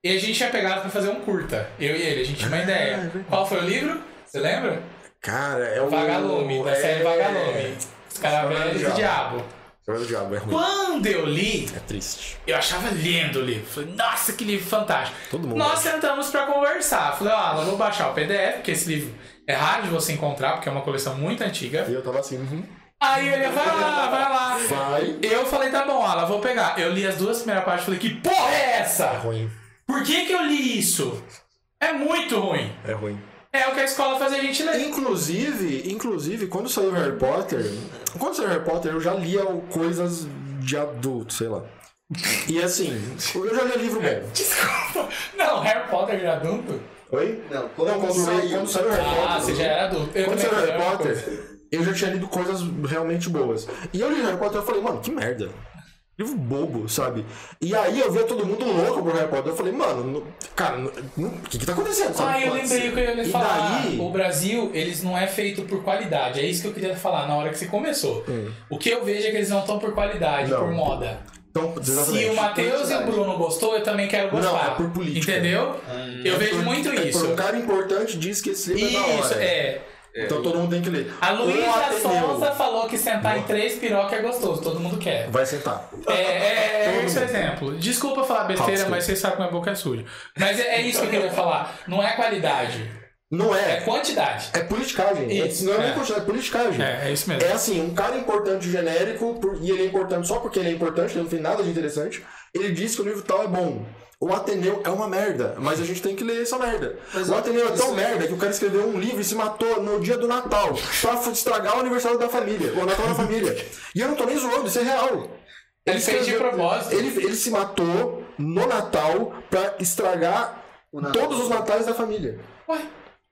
E a gente tinha pegado pra fazer um curta. Eu e ele, a gente tinha uma ideia. Qual foi o livro? Você lembra? Cara, é um... é Vagalume, da série Vagalume. Os Caravelas do Diabo. Diabo. Cara do diabo, é ruim. Quando eu li, É triste. eu achava lindo o livro. Falei, nossa, que livro fantástico. Todo mundo Nós sentamos pra conversar. Falei, ó, Alan, eu vou baixar o PDF, porque esse livro é raro de você encontrar, porque é uma coleção muito antiga. E eu tava assim, uhum. Aí ele, vai lá, vai lá. Vai. Eu falei, tá bom, Ala, vou pegar. Eu li as duas primeiras partes e falei, que porra é É essa? ruim. Por que que eu li isso? É muito ruim. É ruim. É o que a escola faz a gente ler. Inclusive, inclusive, quando saiu Harry Potter, quando saiu Harry Potter, eu já lia o- coisas de adulto, sei lá. E assim, eu já li livro bom. Desculpa. Não, Harry Potter já é adulto? Oi? Não, quando, Não, quando saiu, quando saiu Harry Potter. Ah, você já era adulto. Eu Quando também saiu fui, Harry mesma coisa. Potter, eu já tinha lido coisas realmente boas. E eu li Harry Potter e falei, mano, que merda. Livro bobo, sabe? E aí eu via todo mundo louco pro Harry Potter. Eu falei, mano, não- cara, não- não- o que que tá acontecendo? Ah, sabe? eu lembrei o que eu ia E falar. daí- O Brasil, eles não é feito por qualidade. É isso que eu queria falar na hora que você começou. O que eu vejo é que eles não estão por qualidade, Não. por moda. Então, Se o exatamente. Matheus e o Quantidade. Bruno gostou, eu também quero gostar. Não, é por política. Entendeu? eu vejo Por- muito é por isso. Um cara importante diz que esse livro é da Isso, hora. é. Então todo mundo tem que ler. A Ou Luísa Ateneu. Souza falou que sentar em três piroca é gostoso, todo mundo quer. Vai sentar. É, é, é Todo esse o mundo. exemplo. Desculpa falar Ah, besteira, desculpa. mas vocês sabem que minha boca é suja. Mas é, é isso que eu queria falar. Não é qualidade, Não é é. quantidade. É politicagem. É- Isso, não é, é. nem quantidade, é politicagem. É, é isso mesmo. É assim, um cara importante genérico, por- e ele é importante só porque ele é importante, ele não tem nada de interessante. Ele diz que o livro tal é bom. O Ateneu é uma merda, mas a gente tem que ler essa merda. Mas o eu- Ateneu é tão isso- merda que o cara escreveu um livro e se matou no dia do Natal pra f- estragar o aniversário da família, o Natal da família. E eu não tô nem zoando, isso é real. Ele fez de escreveu- propósito. Ele, ele se matou no Natal pra estragar O Natal. todos os Natais da família. Ué.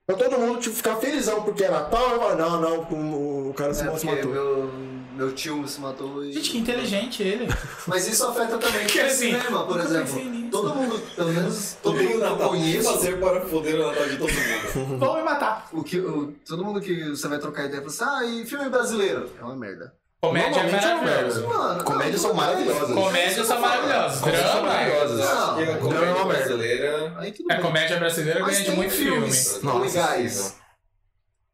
Pra todo mundo tipo, ficar felizão porque é Natal, eu falo, não, não, o, o cara se É, matou. porque meu, meu tio se matou e... Gente, que inteligente ele. Mas isso afeta também Que o assim, cinema, por nunca exemplo. pensei nisso. Todo mundo, pelo menos todo Odeio o mundo que eu Natal. O que conheço, fazer para foder o Natal de todo mundo? Vão me matar. o que, o- todo mundo que você vai trocar ideia fala assim, ah, e filme brasileiro? É uma merda. Comédia é Normalmente é uma maravilhosa. merda. Mano, Comédias não, são maravilhosas. Comédias são maravilhosas. Comédias são Drama é. maravilhosas. Não, Porque a não é comédia uma merda. brasileira. Aí tudo A bem. É comédia brasileira Mas ganha de tem muito filme. filmes Nossa, legais.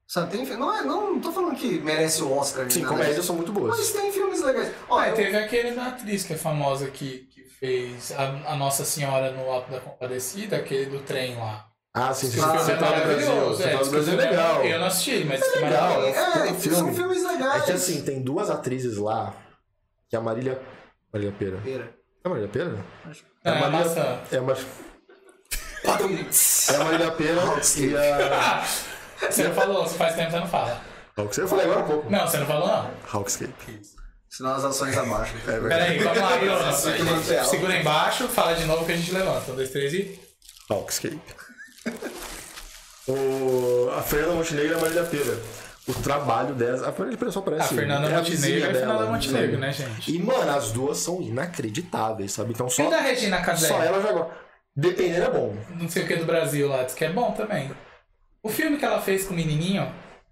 Sabe, tem fi- não, é, não, não tô falando que merece o Oscar nem Sim, é nada comédias disso. são muito Mas boas. tem filmes legais. Ó, Ué, eu- é, teve aquele da atriz que é famosa que, que fez a, a Nossa Senhora no Alto da Compadecida, aquele do trem lá. Ah, sim, sim. Esse Ah, filme Você é tá no Brasil. maravilhoso. Você tá diz no que Brasil é o filme legal. Eu não assisti, mas diz que é legal. maravilhoso. é, Puta são filme. filmes legais. É que assim, tem duas atrizes lá que é a Marília. Marília Pera. [laughs] Pera. É a Marília Pera? Não, é a Maria- maçã. É a, Mar... é a Marília [laughs] Pera e a. Você não falou, se faz tempo que você não fala. Hawkscape. Eu falei agora há pouco. Não, você não falou não. Hawkscape. Senão as ações É abaixo. Peraí, [laughs] vamos lá, Bruno. Segura embaixo, fala de novo que a gente levanta. Um, dois, três e... Hawkscape. o... A Fernanda Montenegro é a Marília Pera. O trabalho dela. A Marília Pera só A parece. Ah, Fernanda é Montenegro vizinha é a Fernanda dela, Montenegro, sabe? né, gente? E, mano, as duas são inacreditáveis, sabe? Então só, E da Regina Casé? só ela já gosta. Dependendo é bom. não sei o que do Brasil lá, diz que é bom também. O filme que ela fez com o menininho,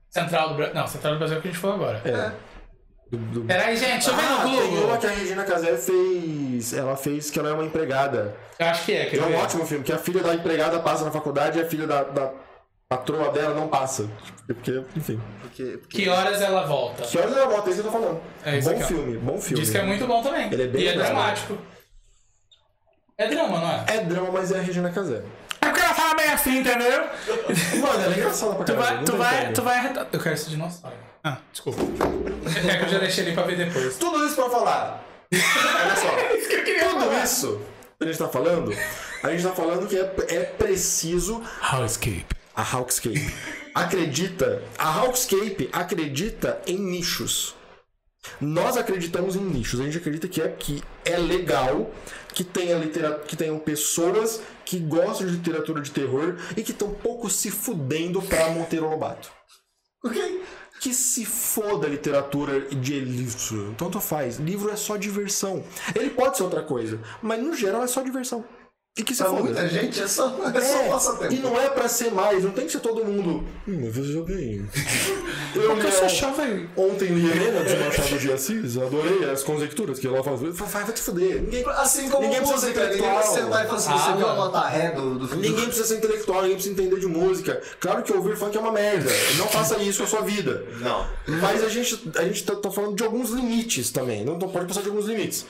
Central do Brasil. Não, Central do Brasil é o que a gente falou agora. É. Do- do- Peraí, gente, deixa eu ver Ah, no tem uma Google. que a Regina Casé fez. Ela fez que ela é uma empregada. Eu acho que é, quer É um ver? ótimo filme, que a filha da empregada passa na faculdade e a filha da, da patroa dela não passa. Porque, enfim. Porque, porque Que horas ela volta? Que horas ela volta, é isso que eu tô falando. É isso bom aqui, ó. filme, bom filme. Diz que é muito bom também. Ele é bem e é legal. dramático. É drama, não é? É drama, mas é a Regina Casé. É porque ela fala bem assim, entendeu? Mano, ela é engraçada pra Tu vai, caralho. tu não vai, entendo. tu vai arretar. Eu quero esse dinossauro. Ah, desculpa. É que eu já deixei ele pra ver depois. Tudo isso pra [laughs] falar. Olha só. É Isso que eu queria Tudo isso que a gente tá falando, a gente tá falando que é, é preciso Housekeep. A Hawkscape acredita. A Hawkscape acredita em nichos. Nós acreditamos em nichos. A gente acredita que é, que é legal que tenha litera- que tenham pessoas que gostam de literatura de terror e que estão pouco se fudendo pra Monteiro Lobato. Ok. Que se foda a literatura de livro. Tanto faz. Livro é só diversão. Ele pode ser outra coisa, mas no geral é só diversão. E que se pra foda. muita gente é só, é só É, passatempo. E não é pra ser mais, não tem que ser todo mundo. Hum, eu vejo bem. Eu é Porque eu sou li jovem. ontem li Helena de Machado de Assis, adorei as conjecturas que ela faz. Vai, vai vai te fuder. Ninguém, Assim como Ninguém precisa ser música, ninguém vai intelectual. sentar e falar assim, Ah, você viu a mano. nota ré do, do, do ninguém precisa ser intelectual, ninguém precisa entender de música. Claro que ouvir funk é uma merda. Não faça isso com a sua vida. Não. Mas a gente, a gente tá, tá falando de alguns limites também. Não não pode passar de alguns limites.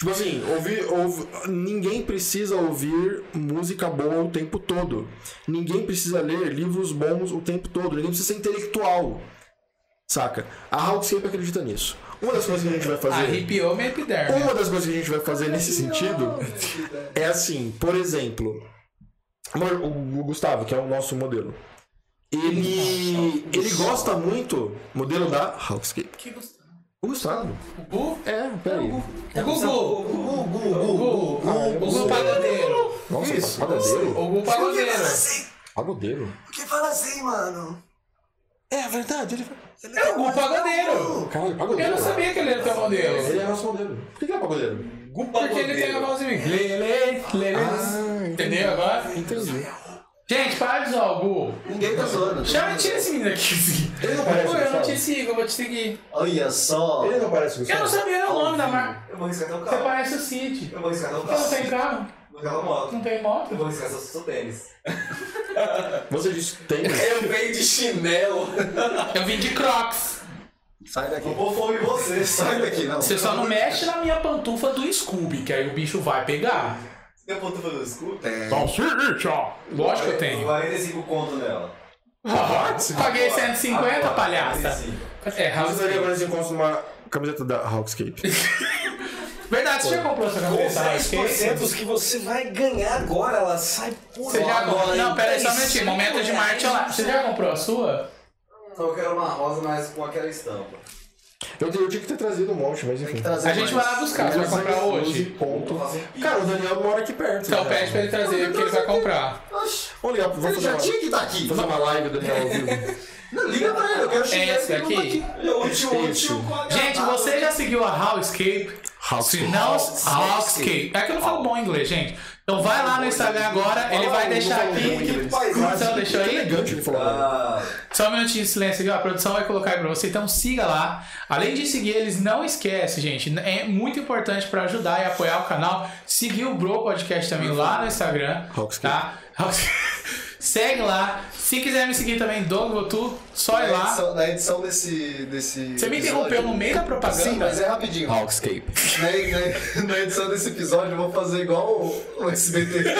Tipo assim, ouvir, ouvi- ninguém precisa ouvir música boa o tempo todo. Ninguém precisa ler livros bons o tempo todo. Ninguém precisa ser intelectual. Saca? A Hulk sempre acredita nisso. Uma das coisas que a gente vai fazer. Arrepiou minha epiderme. Uma das coisas que a gente vai fazer nesse sentido é assim, por exemplo, o o Gustavo, que é o nosso modelo, ele, ele gosta muito, modelo da Hawkscape. Que gostoso. O Gustavo. O Gu? É, peraí. O Gugu! ah, Gugu, O Gu! O Gu pagodeiro! Nossa, Isso, pagodeiro. O Gu pagodeiro! Pagodeiro. que assim? fala assim, mano? É verdade, ele fala. Ele É o Gu pagodeiro! Caralho, Eu pagodeiro. não sabia que ele era teu modelo. Ele é nosso modelo. Por que ele é pagodeiro? Porque ele tem a vozinha. Lele, lele. Ah. Ah, Entendeu agora? Entendi. Gente, para de zoar o Gu. Ninguém tá zoando. Chama e tira esse menino aqui. Ele não Pô, eu não Gustavo? te sigo, eu vou te seguir. Olha só. Ele não parece o Eu não Gustavo? sabia o nome da marca. Eu vou arriscar teu Você carro. parece o Cid. Eu vou arriscar teu Você não tem carro. carro? Vou arriscar tua moto. Não tem moto? Eu vou arriscar seu, seu tênis. Você disse que tem. É. Eu venho de chinelo. Eu vim de Crocs. Sai daqui. Vou pôr fogo em você. Sai daqui, não. Você só não mexe na minha pantufa do Scooby, que aí o bicho vai pegar. Tem ponto pelo escudo? É Salsicha! Lógico que eu tenho. 45 conto nela. Paguei 150, Agora, palhaça. 45. É, Você House estaria agora se encontra uma camiseta da Hawkscape. Verdade, você já comprou essa camiseta? da House Cake? 10% que você vai ganhar agora, ela sai por Você já comprou? Não, pera aí, só um minutinho. 35 Momento de Marte reais. lá. Você já comprou a sua? Só eu quero uma rosa, mas com aquela estampa. Eu, eu tinha que ter trazido um monte, mas enfim. A gente vai lá buscar, você vai comprar hoje. 12 ponto. Cara, o Daniel mora aqui perto. Então né? pede pra ele trazer o que ele vai comprar. Vamos ligar, vamos Ele fazer já uma, tinha que estar aqui. fazer uma live do Daniel ao [laughs] vivo. Não, liga pra ele, eu quero xingar Esse ele, ele não tá aqui. Eu útil, útil. Gente, você já seguiu a Housecape? Se Hawkscape. não, Housecape. É que eu não falo bom inglês, gente. Então vai lá no Instagram agora, ele vai deixar aqui. Produção, deixou Que aí? elegante é ele falou. né? Ah, Só um minutinho de silêncio aqui, ó. A produção vai colocar aí pra você. Então siga lá. Além de seguir eles, não esquece, gente. É muito importante pra ajudar e apoiar o canal. Seguir o Bro Podcast também lá no Instagram. Hawkscape. Tá? [laughs] Segue lá. Se quiser me seguir também, Doug Votu, só ir Na lá. edição, na edição desse, desse. Você me episódio- interrompeu no meio da Sim, propaganda. mas é rapidinho. Hawkscape. Na, na- na edição desse episódio eu vou fazer igual o, o SBT.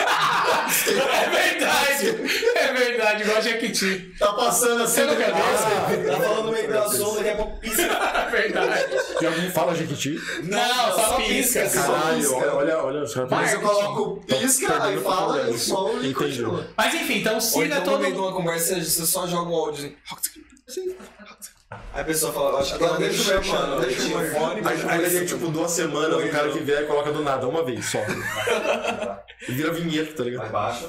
[laughs] É verdade! É verdade, igual Jequiti. Tá passando assim Você não quer ver? tá falando no meio da sombra, daqui a pouco pisa. É verdade. Se alguém fala Jequiti, Não, só pisca. caralho, olha, olha, olha os caras. Mas eu coloco pisca, aí Perdendo fala propaganda. e o som e Entendi. continua. Mas enfim, então Ou siga então no todo meio de mundo. uma conversa, você só joga o áudio assim. Aí a pessoa fala, acho que Agora ela deixa o deixa eu meu chamar, mano, deixa eu deixa o chamar. fone. Aí, aí daqui, tipo, duas semanas, o cara que vier coloca do nada, uma vez só. E [laughs] vira vinheta, tá Mais ligado? baixo,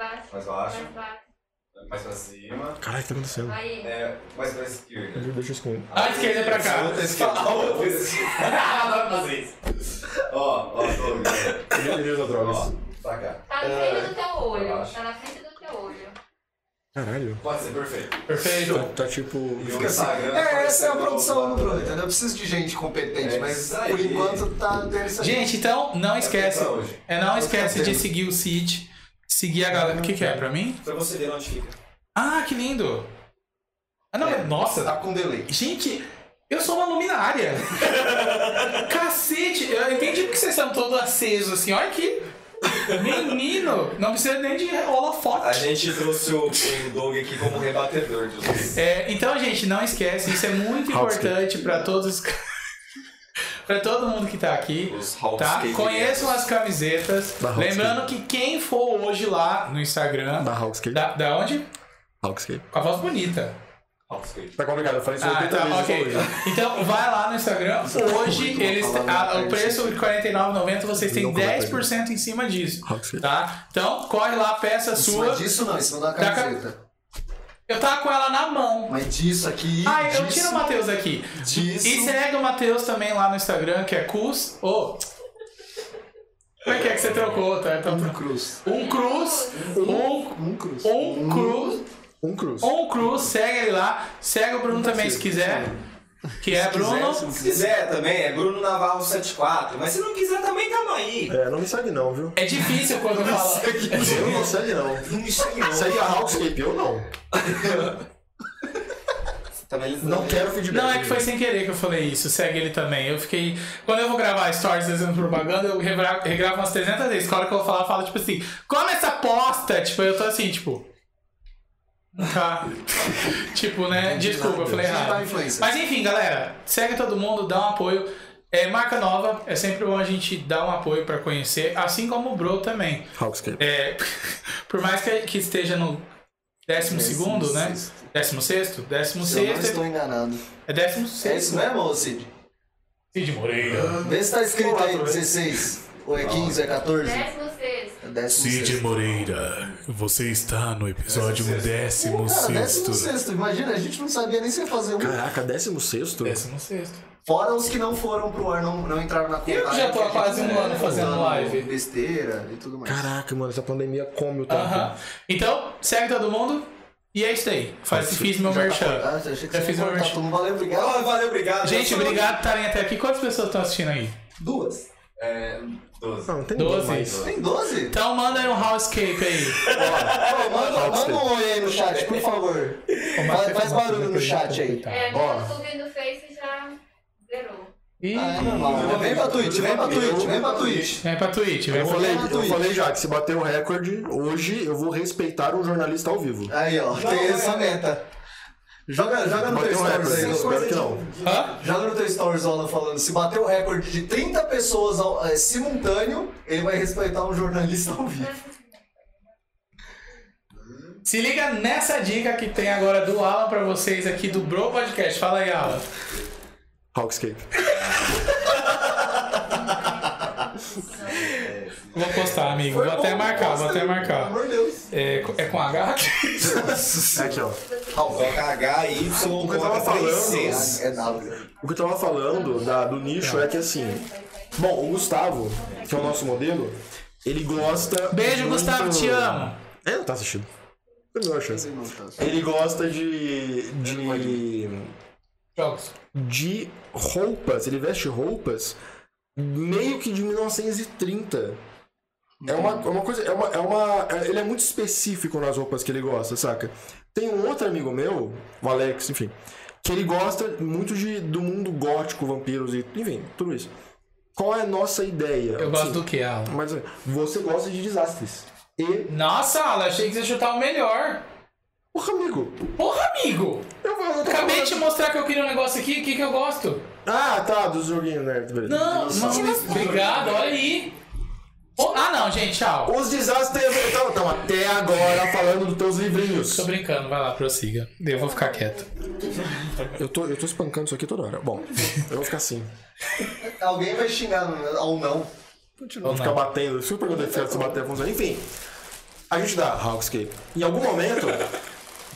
Mais baixo. mais baixo, Mais baixo. mais pra cima, Caralho, o que tá acontecendo? Aí. é, mais pra esquerda. Deixa isso comigo. A esquerda é pra cá. A outra esquerda. Ah, não, [laughs] vocês. Ó, ó, Doug, Meu Deus, as drogas. ó, pra cá. Tá na É, frente do teu pra olho. baixo. Tá na frente do teu olho. Caralho. Pode ser perfeito. Perfeito. Tá, tá tipo. E um Instagram. É, essa é a produção do Bruno, entendeu? Eu preciso de gente competente, É mas isso aí. por enquanto tá tendo isso aí. Gente, então não esquece. pra hoje. É, não esquece de seguir o Cid. Seguir a galera. O que, que é? Pra mim? Pra você ver onde fica. Ah, que lindo! Ah, não, É. nossa, tá com delay. Gente, eu sou uma [laughs] luminária. Cacete, eu entendi porque vocês estão todos acesos assim. Olha aqui. Menino, não precisa nem de A holofote. gente trouxe o, o Doug aqui como rebatedor de luz. É, então, gente, não esquece, isso é Housekeeping. muito importante pra [laughs] todos para todo mundo que tá aqui. Os Tá? Hawkscape. Conheçam as camisetas. Da Housekeeping. Lembrando que quem for hoje lá no Instagram. Da Hawkscape. Da, da onde? Hawkscape. Com a voz bonita. Tá complicado, eu falei isso Ah, 80 tá, vezes ok. hoje. Então vai lá no Instagram. Hoje eles a- o preço de R$ 49,90 vocês têm Não compra 10% em cima disso, Hawkscape. tá? Então corre lá, peça Em cima sua. disso não, em cima da Da ca- camiseta. Eu tava com ela na mão. Mas disso aqui. Ai, eu disso, tiro é o Matheus aqui. disso. E segue o Matheus também lá no Instagram, que é Cus. Ô! Como é que é que você trocou? Tá? Então, Um cruz. um Cruz. Um, Um cruz. um Cruz. Um cruz. Um Cruz, segue ele lá. Segue o Bruno também se quiser. Que é Bruno. Se quiser também, é Bruno Navarro 74. Mas se não quiser também, tamo [laughs] aí. É, não me segue não, viu? É difícil quando fala. Eu não segue não. Não me segue não. Ah, Segue a Hawkscape, eu não. Também eles Não quero feedback. Não, é que foi sem querer que eu falei isso. Segue ele também. Eu fiquei. Quando eu vou gravar stories fazendo propaganda, eu regra- regravo umas 300 vezes. Quando que eu vou falar, eu falo tipo assim: Come essa aposta! Tipo, eu tô assim, tipo. Tá. [laughs] tipo, né? Desculpa, eu falei Digital errado. influencer. Mas enfim, galera, segue todo mundo, dá um apoio. É marca nova, é sempre bom a gente dar um apoio pra conhecer, assim como o Bro também. Hawkscape. É, [laughs] por mais que, que esteja no um décimo segundo, né? sexto. Décimo sexto? Décimo Se eu não sexto. estou enganado. É décimo É sexto. isso mesmo, ô Cid? É Cid Moreira. Vê se tá escrito aí Quatro, né? 16, ou é 15, ou é 14. Décimo sexto. É décimo sexto. Moreira, você está no episódio Pô, décimo Cara, Ah, décimo sexto, né? imagina, a gente não sabia nem se ia fazer um. Caraca, 16? Décimo sexto. Fora os que não foram pro ar, não, não entraram na contagem. já tô porque a há quase gente um tá ano fazendo contando live. Besteira e tudo mais. Caraca, mano, essa pandemia come o tempo. Aham. Então, segue todo mundo. E é isso aí. Faz, fiz meu merchan. Ah, achei que você Eu fiz ia uma cortar merch- tudo. Valeu, obrigado. Ah, valeu, obrigado. tá Gente, obrigado por estarem até aqui. Quantas pessoas estão assistindo aí? Duas. É, 12. Não, não tem Doze. ninguém mais. Tem 12? Então manda aí um housecape aí. Tá, Ô, manda, Pode ser. manda um oi aí no chat, por favor. Faz, faz barulho no chat tá aí. É, Ó. meu YouTube no Face já zerou. Ih, Ah, é normal. Vem pra Twitch, vem pra Twitch, vem pra Twitch. vem pra Twitch, vem Eu pra falei, na eu Twitch. falei já que se bater o recorde, hoje eu vou respeitar um jornalista ao vivo. Aí, ó, tem essa meta. Joga, joga no teu Bateu um stories recorde, aí, espero que Lola. não. Hã? Joga no teu stories, Lola, falando. Se bater o recorde de 30 pessoas ao- eh, simultâneo, ele vai respeitar um jornalista ao vivo. Se liga nessa dica que tem agora do Alan pra vocês aqui do Bro Podcast. Fala aí, Alan. Hawkscape. Vou postar, amigo. Foi vou até bom, marcar, vou posta aí, até Pelo marcar. amor de Deus. É, co- é com H? É aqui, ó. Coloca H, Y, que eu tava coloca três falando? Cs. É W. O que eu tava falando da- do nicho é que assim. Bom, o Gustavo, que é o nosso modelo, ele gosta. Beijo, muito- Gustavo, te amo. Ele não tá assistindo. Foi a melhor chance. É Ele gosta de. de. Jogos. de roupas. Ele veste roupas meio que de 1930. É uma, é uma coisa. É uma, é uma- é- ele é muito específico nas roupas que ele gosta, saca? Tem um outro amigo meu, o Alex, enfim, que ele gosta muito de, do mundo gótico, vampiros e. Enfim, tudo isso. Qual é a nossa ideia? Eu gosto Sim, do que, Alan? Mas você gosta de desastres. E. Nossa, Alan, achei que você ia chutar o melhor. Porra, amigo! Porra, amigo! Eu, eu tô Acabei de te falando- mostrar que eu queria um negócio aqui, o que, que eu gosto? Ah, tá, dos joguinhos nerd, beleza. Não, não, obrigado, olha aí. Ô, ah, não, gente, tchau. Os desastres estão até agora falando dos teus livrinhos. Tô brincando, vai lá, prossiga. Eu vou ficar quieto. Eu tô, eu tô espancando isso aqui toda hora. Bom, eu vou ficar assim. Alguém vai xingar no- ou não. Vou ficar batendo. Se eu perguntar se bater, funciona. Enfim, a gente dá Hawkscape. Em algum momento,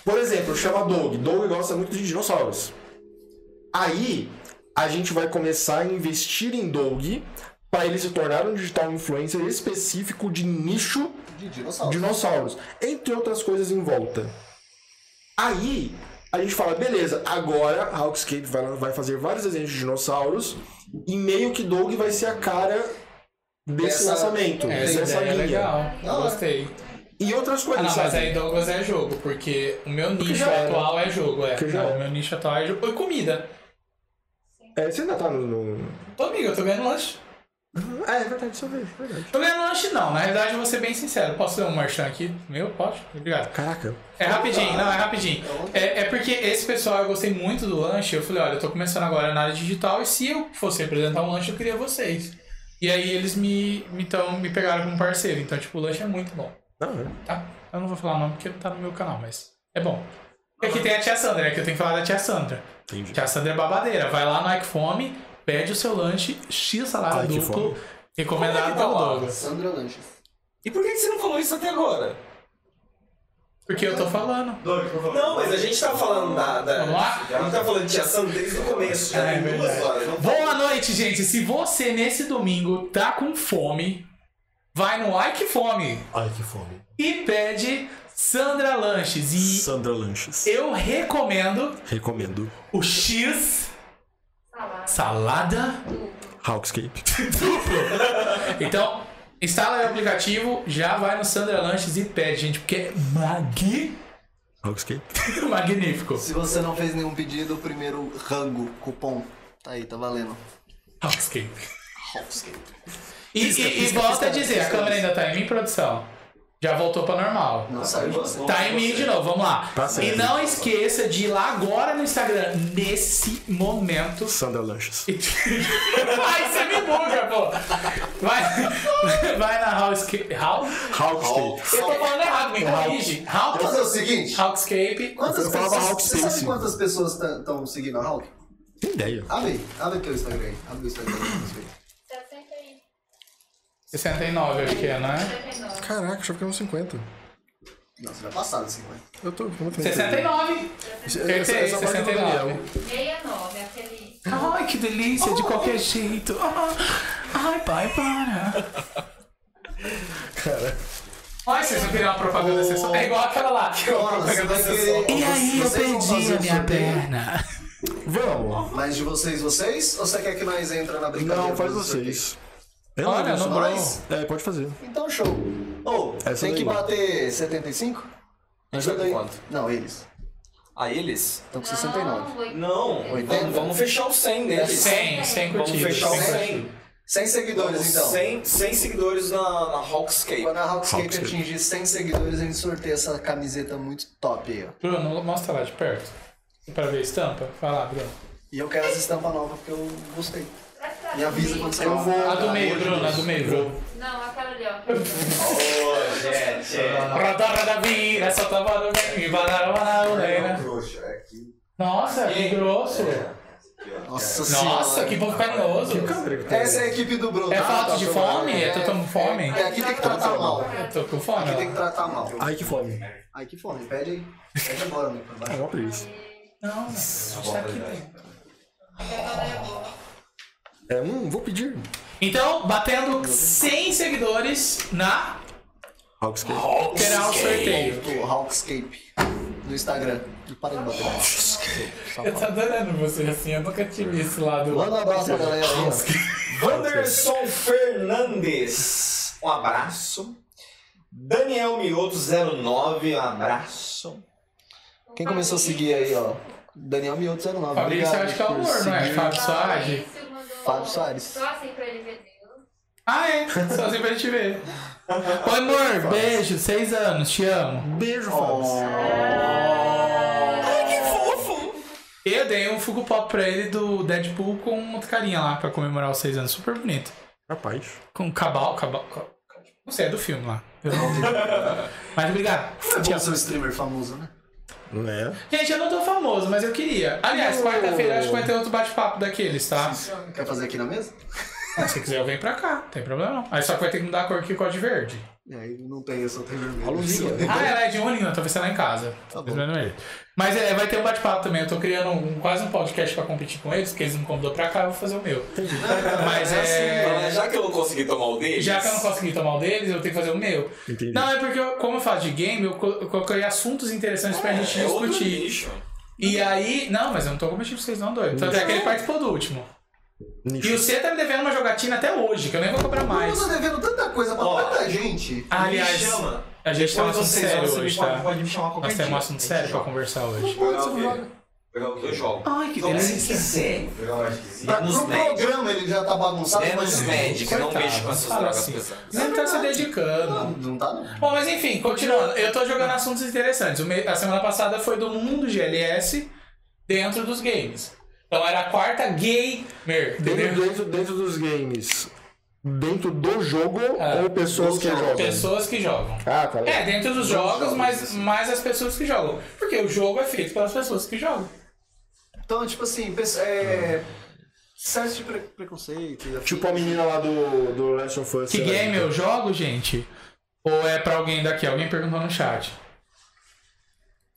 por exemplo, chama Doug. Doug gosta muito de dinossauros. Aí, a gente vai começar a investir em Doug pra ele se tornar um digital influencer específico de nicho De dinossauro. dinossauros, entre outras coisas em volta. Aí a gente fala, beleza, agora Hawkscape vai, vai fazer vários desenhos de dinossauros e meio que Doug vai ser a cara desse Essa- lançamento, Essa dessa ideia é linha. legal, Da hora. gostei. E outras Ah, coisas, não, mas sabe? aí Douglas é jogo, porque o meu nicho já era. atual é jogo, é. Porque já Não, era. o meu nicho atual é jogo. E comida. É, você ainda tá no... no- Tô amigo, eu tô ganhando lanche. Ah, é verdade, só vejo, verdade. Tô ganhando lanche não, né? na realidade eu vou ser bem sincero. Posso dar um marchão aqui? Meu, pode? Obrigado. Caraca. É rapidinho, não, é rapidinho. Então, É, é porque esse pessoal, eu gostei muito do lanche. Eu falei, olha, eu tô começando agora na área digital e se eu fosse representar um lanche, eu queria vocês. E aí eles me, me, tão, me pegaram como parceiro. Então, tipo, o lanche é muito bom, Não, é. tá? Eu não vou falar o nome porque não tá no meu canal, mas é bom. E aqui tem a tia Sandra, né? Que eu tenho que falar da tia Sandra. Entendi. Tia Sandra é babadeira. Vai lá no Icfome, pede o seu lanche, X salário Ai, que fome. duplo, recomendado Como é que tá pelo lá? Douglas. Sandra Lanches. E por que que você não falou isso até agora? Porque eu tô falando. Não, mas a gente tá falando da. da- Vamos lá? A gente tá falando de tia Sandra desde o começo, já É, tem duas verdade. horas. Não Boa noite, gente. Se você nesse domingo tá com fome, vai no Ike Fome Ai, que fome. e pede Sandra Lanches. E Sandra Lanches. eu recomendo Recomendo. o X Salada. Salada Hawkscape. Então, instala aí o aplicativo, já vai no Sandra Lanches e pede, gente, porque é magui... Hawkscape. [laughs] magnífico. Se você não fez nenhum pedido, primeiro rango, cupom. Tá aí, tá valendo. Hawkscape. Hawkscape. E, e, e volta a dizer, a câmera ainda tá em mim, produção. Já voltou pra normal. Não saiu você. Tá em mim de novo, vamos lá. Tá certo. e não esqueça de ir lá agora no Instagram, nesse momento. [laughs] Sandra Lanches. Ai, você me buga, pô. Vai, [laughs] vai na Hawkscape. Hawk? Hawkscape. Eu tô falando errado, me corrige. Vamos Hawk, fazer o seguinte. Hawkscape. Quantas Eu falava pessoas, Hulk você sabe Space. quantas pessoas estão seguindo a Hulk? Tem ideia. Abre, abre aqui o Instagram. aí. Abre o Instagram. aí, vamos ver. 69, eu acho que é, não é? 69. Caraca, achava que era uns 50. Nossa, já passaram assim, né? 50. Eu tô é completamente. 69. Essa, essa parte é do 69. Daniel. 69, aquele. Ai, que delícia, de qualquer jeito. Ah, Ai, pai, para. Cara, Ai, vocês não viram a propaganda sexual? É igual aquela lá. Olha, você vai querer- E aí, eu vocês vão fazer perdi a um minha sorteio? perna. vamos. Mas de vocês, vocês? Ou você quer que nós entra na brincadeira? Não, faz do sorteio? vocês. Eu Olha, eu no sou- Bros. É, pode fazer. Então, show. Ou, Essa tem daí. que bater 75? Nós vai com quanto? Não, eles. A eles? Estão com 69. Não, É Oitenta. vamos, vamos fechar o 100 deles. 100, 100 Vamos curtidas. fechar o 100 100. curtidas. 100 seguidores, então. 100, 100 seguidores na, na Hawkscape. Quando a Hawkscape Hawkscape. atingir 100 seguidores, a gente sorteia essa camiseta muito top aí, ó. Bruno, mostra lá de perto. Pra ver a estampa? Vai lá, Bruno. E eu quero essa estampa nova porque eu gostei. Me avisa quando um você Eu vai. vou- A do meio, Bruno, a do meio, Bruno. assim. Não, aquela ali, ó. Rodora da vira, tá solta a bola, vem, badara, badara, É um ureira. trouxa, é aqui. Nossa, que grosso. É. aqui, ó. Nossa Nossa, que tá povo carinhoso. Essa é a equipe do Bruno. É tá? falta Tá de chorando. fome? É, tô com fome. Tá É, aqui tem que tratar mal. Eu tô com fome. tá? Aqui tem que ó. tratar mal. Ai, que fome. Ai, que fome. Pede aí. Pede agora, meu. pra É baixo. uma preguiça. Não, mas tá aqui dentro. É, hum, vou pedir. Então, batendo 100 seguidores na Hawkscape. terá o sorteio. Do Hawkscape. No Instagram. E para de bater. Eu tô adorando você assim, eu nunca tive esse lado. Manda um abraço pra galera aí, ó. Anderson Fernandes, um abraço. Daniel Mioto 09, um abraço. [laughs] Quem começou a seguir aí, ó? Daniel Mioto 09. Fabrício, eu acho que é o por amor, não é? seguir. Fábio Soares. Fabrício mandou- Fábio Soares. Só assim pra ele ver Deus. Ah, é? Só assim pra gente ver. Oi, amor. Beijo. Seis anos. Te amo. Beijo, Fábio. Eu dei um Fugo Pop pra ele do Deadpool com outro carinha lá pra comemorar os seis anos. Super bonito. Rapaz. Com Cabal, Cabal. Cabal- Não sei, é do filme lá. Eu [laughs] não vi. Mas obrigado. É Te bom ser um amo. streamer famoso, né? Não é? Gente, eu não tô famoso, mas eu queria. Aliás, quarta-feira acho que vai ter outro bate-papo daqueles, tá? Quer fazer aqui na mesa? Ah, se quiser, eu venho pra cá. Não tem problema não. Aí só que vai ter que mudar a cor aqui com a de verde. E É, aí não tem, eu só tenho vermelho. Ah, ela é de Unina, talvez seja lá em casa. Tá Mas é, vai ter um bate-papo também. Eu tô criando um- quase um podcast pra competir com eles, porque eles não convidou pra cá, eu vou fazer o meu. [laughs] Mas é. assim, né, já que eu não consegui tomar o deles, Já que eu não consegui tomar o deles, eu tenho que fazer o meu. Entendi. Não, é porque, eu- como eu faço de game, eu co- eu coloquei assuntos interessantes pra gente é outro discutir. nicho. E aí. Não, mas eu não tô competindo com vocês, não, doido. Tanto é que ele participou do último. E o Nicho. C tá me devendo uma jogatina até hoje, que eu nem vou cobrar Eu tô mais. tá devendo tanta coisa pra Ó. tanta gente. Aliás, me chama. a gente tá um Quando assunto vocês sério vão, você me hoje, pode, tá? pode me chamar qualquer Nós dia. temos um assunto sério pra conversar hoje. Pegar o quê? Pegar o quê? Eu jogo. Ai, que Então, se quiser, Pegar mais esquisito. Pra, Menos pro médico. programa ele já tá bagunçado. menos mas- médico, não Coitado, mexe com essas fala drogas assim. pesadas. Você tá se dedicando. Não, não tá não. Bom, mas enfim, continuando. Eu tô jogando assuntos interessantes. O me- A semana passada foi do mundo GLS dentro dos games. Então era a quarta gamer, Dentro, entendeu? dentro, dentro dos games. Dentro do jogo Ah, ou pessoas que jogam? Pessoas que jogam. Ah, tá legal. É, dentro dos jogos, mas mais as pessoas que jogam. Porque o jogo é feito pelas pessoas que jogam. Então, tipo assim, pes- é... Certo de pre- preconceito. e afim. Tipo a menina lá do, do Last of Us. Que sei lá. game eu jogo, gente? Ou é pra alguém daqui? Alguém perguntou no chat.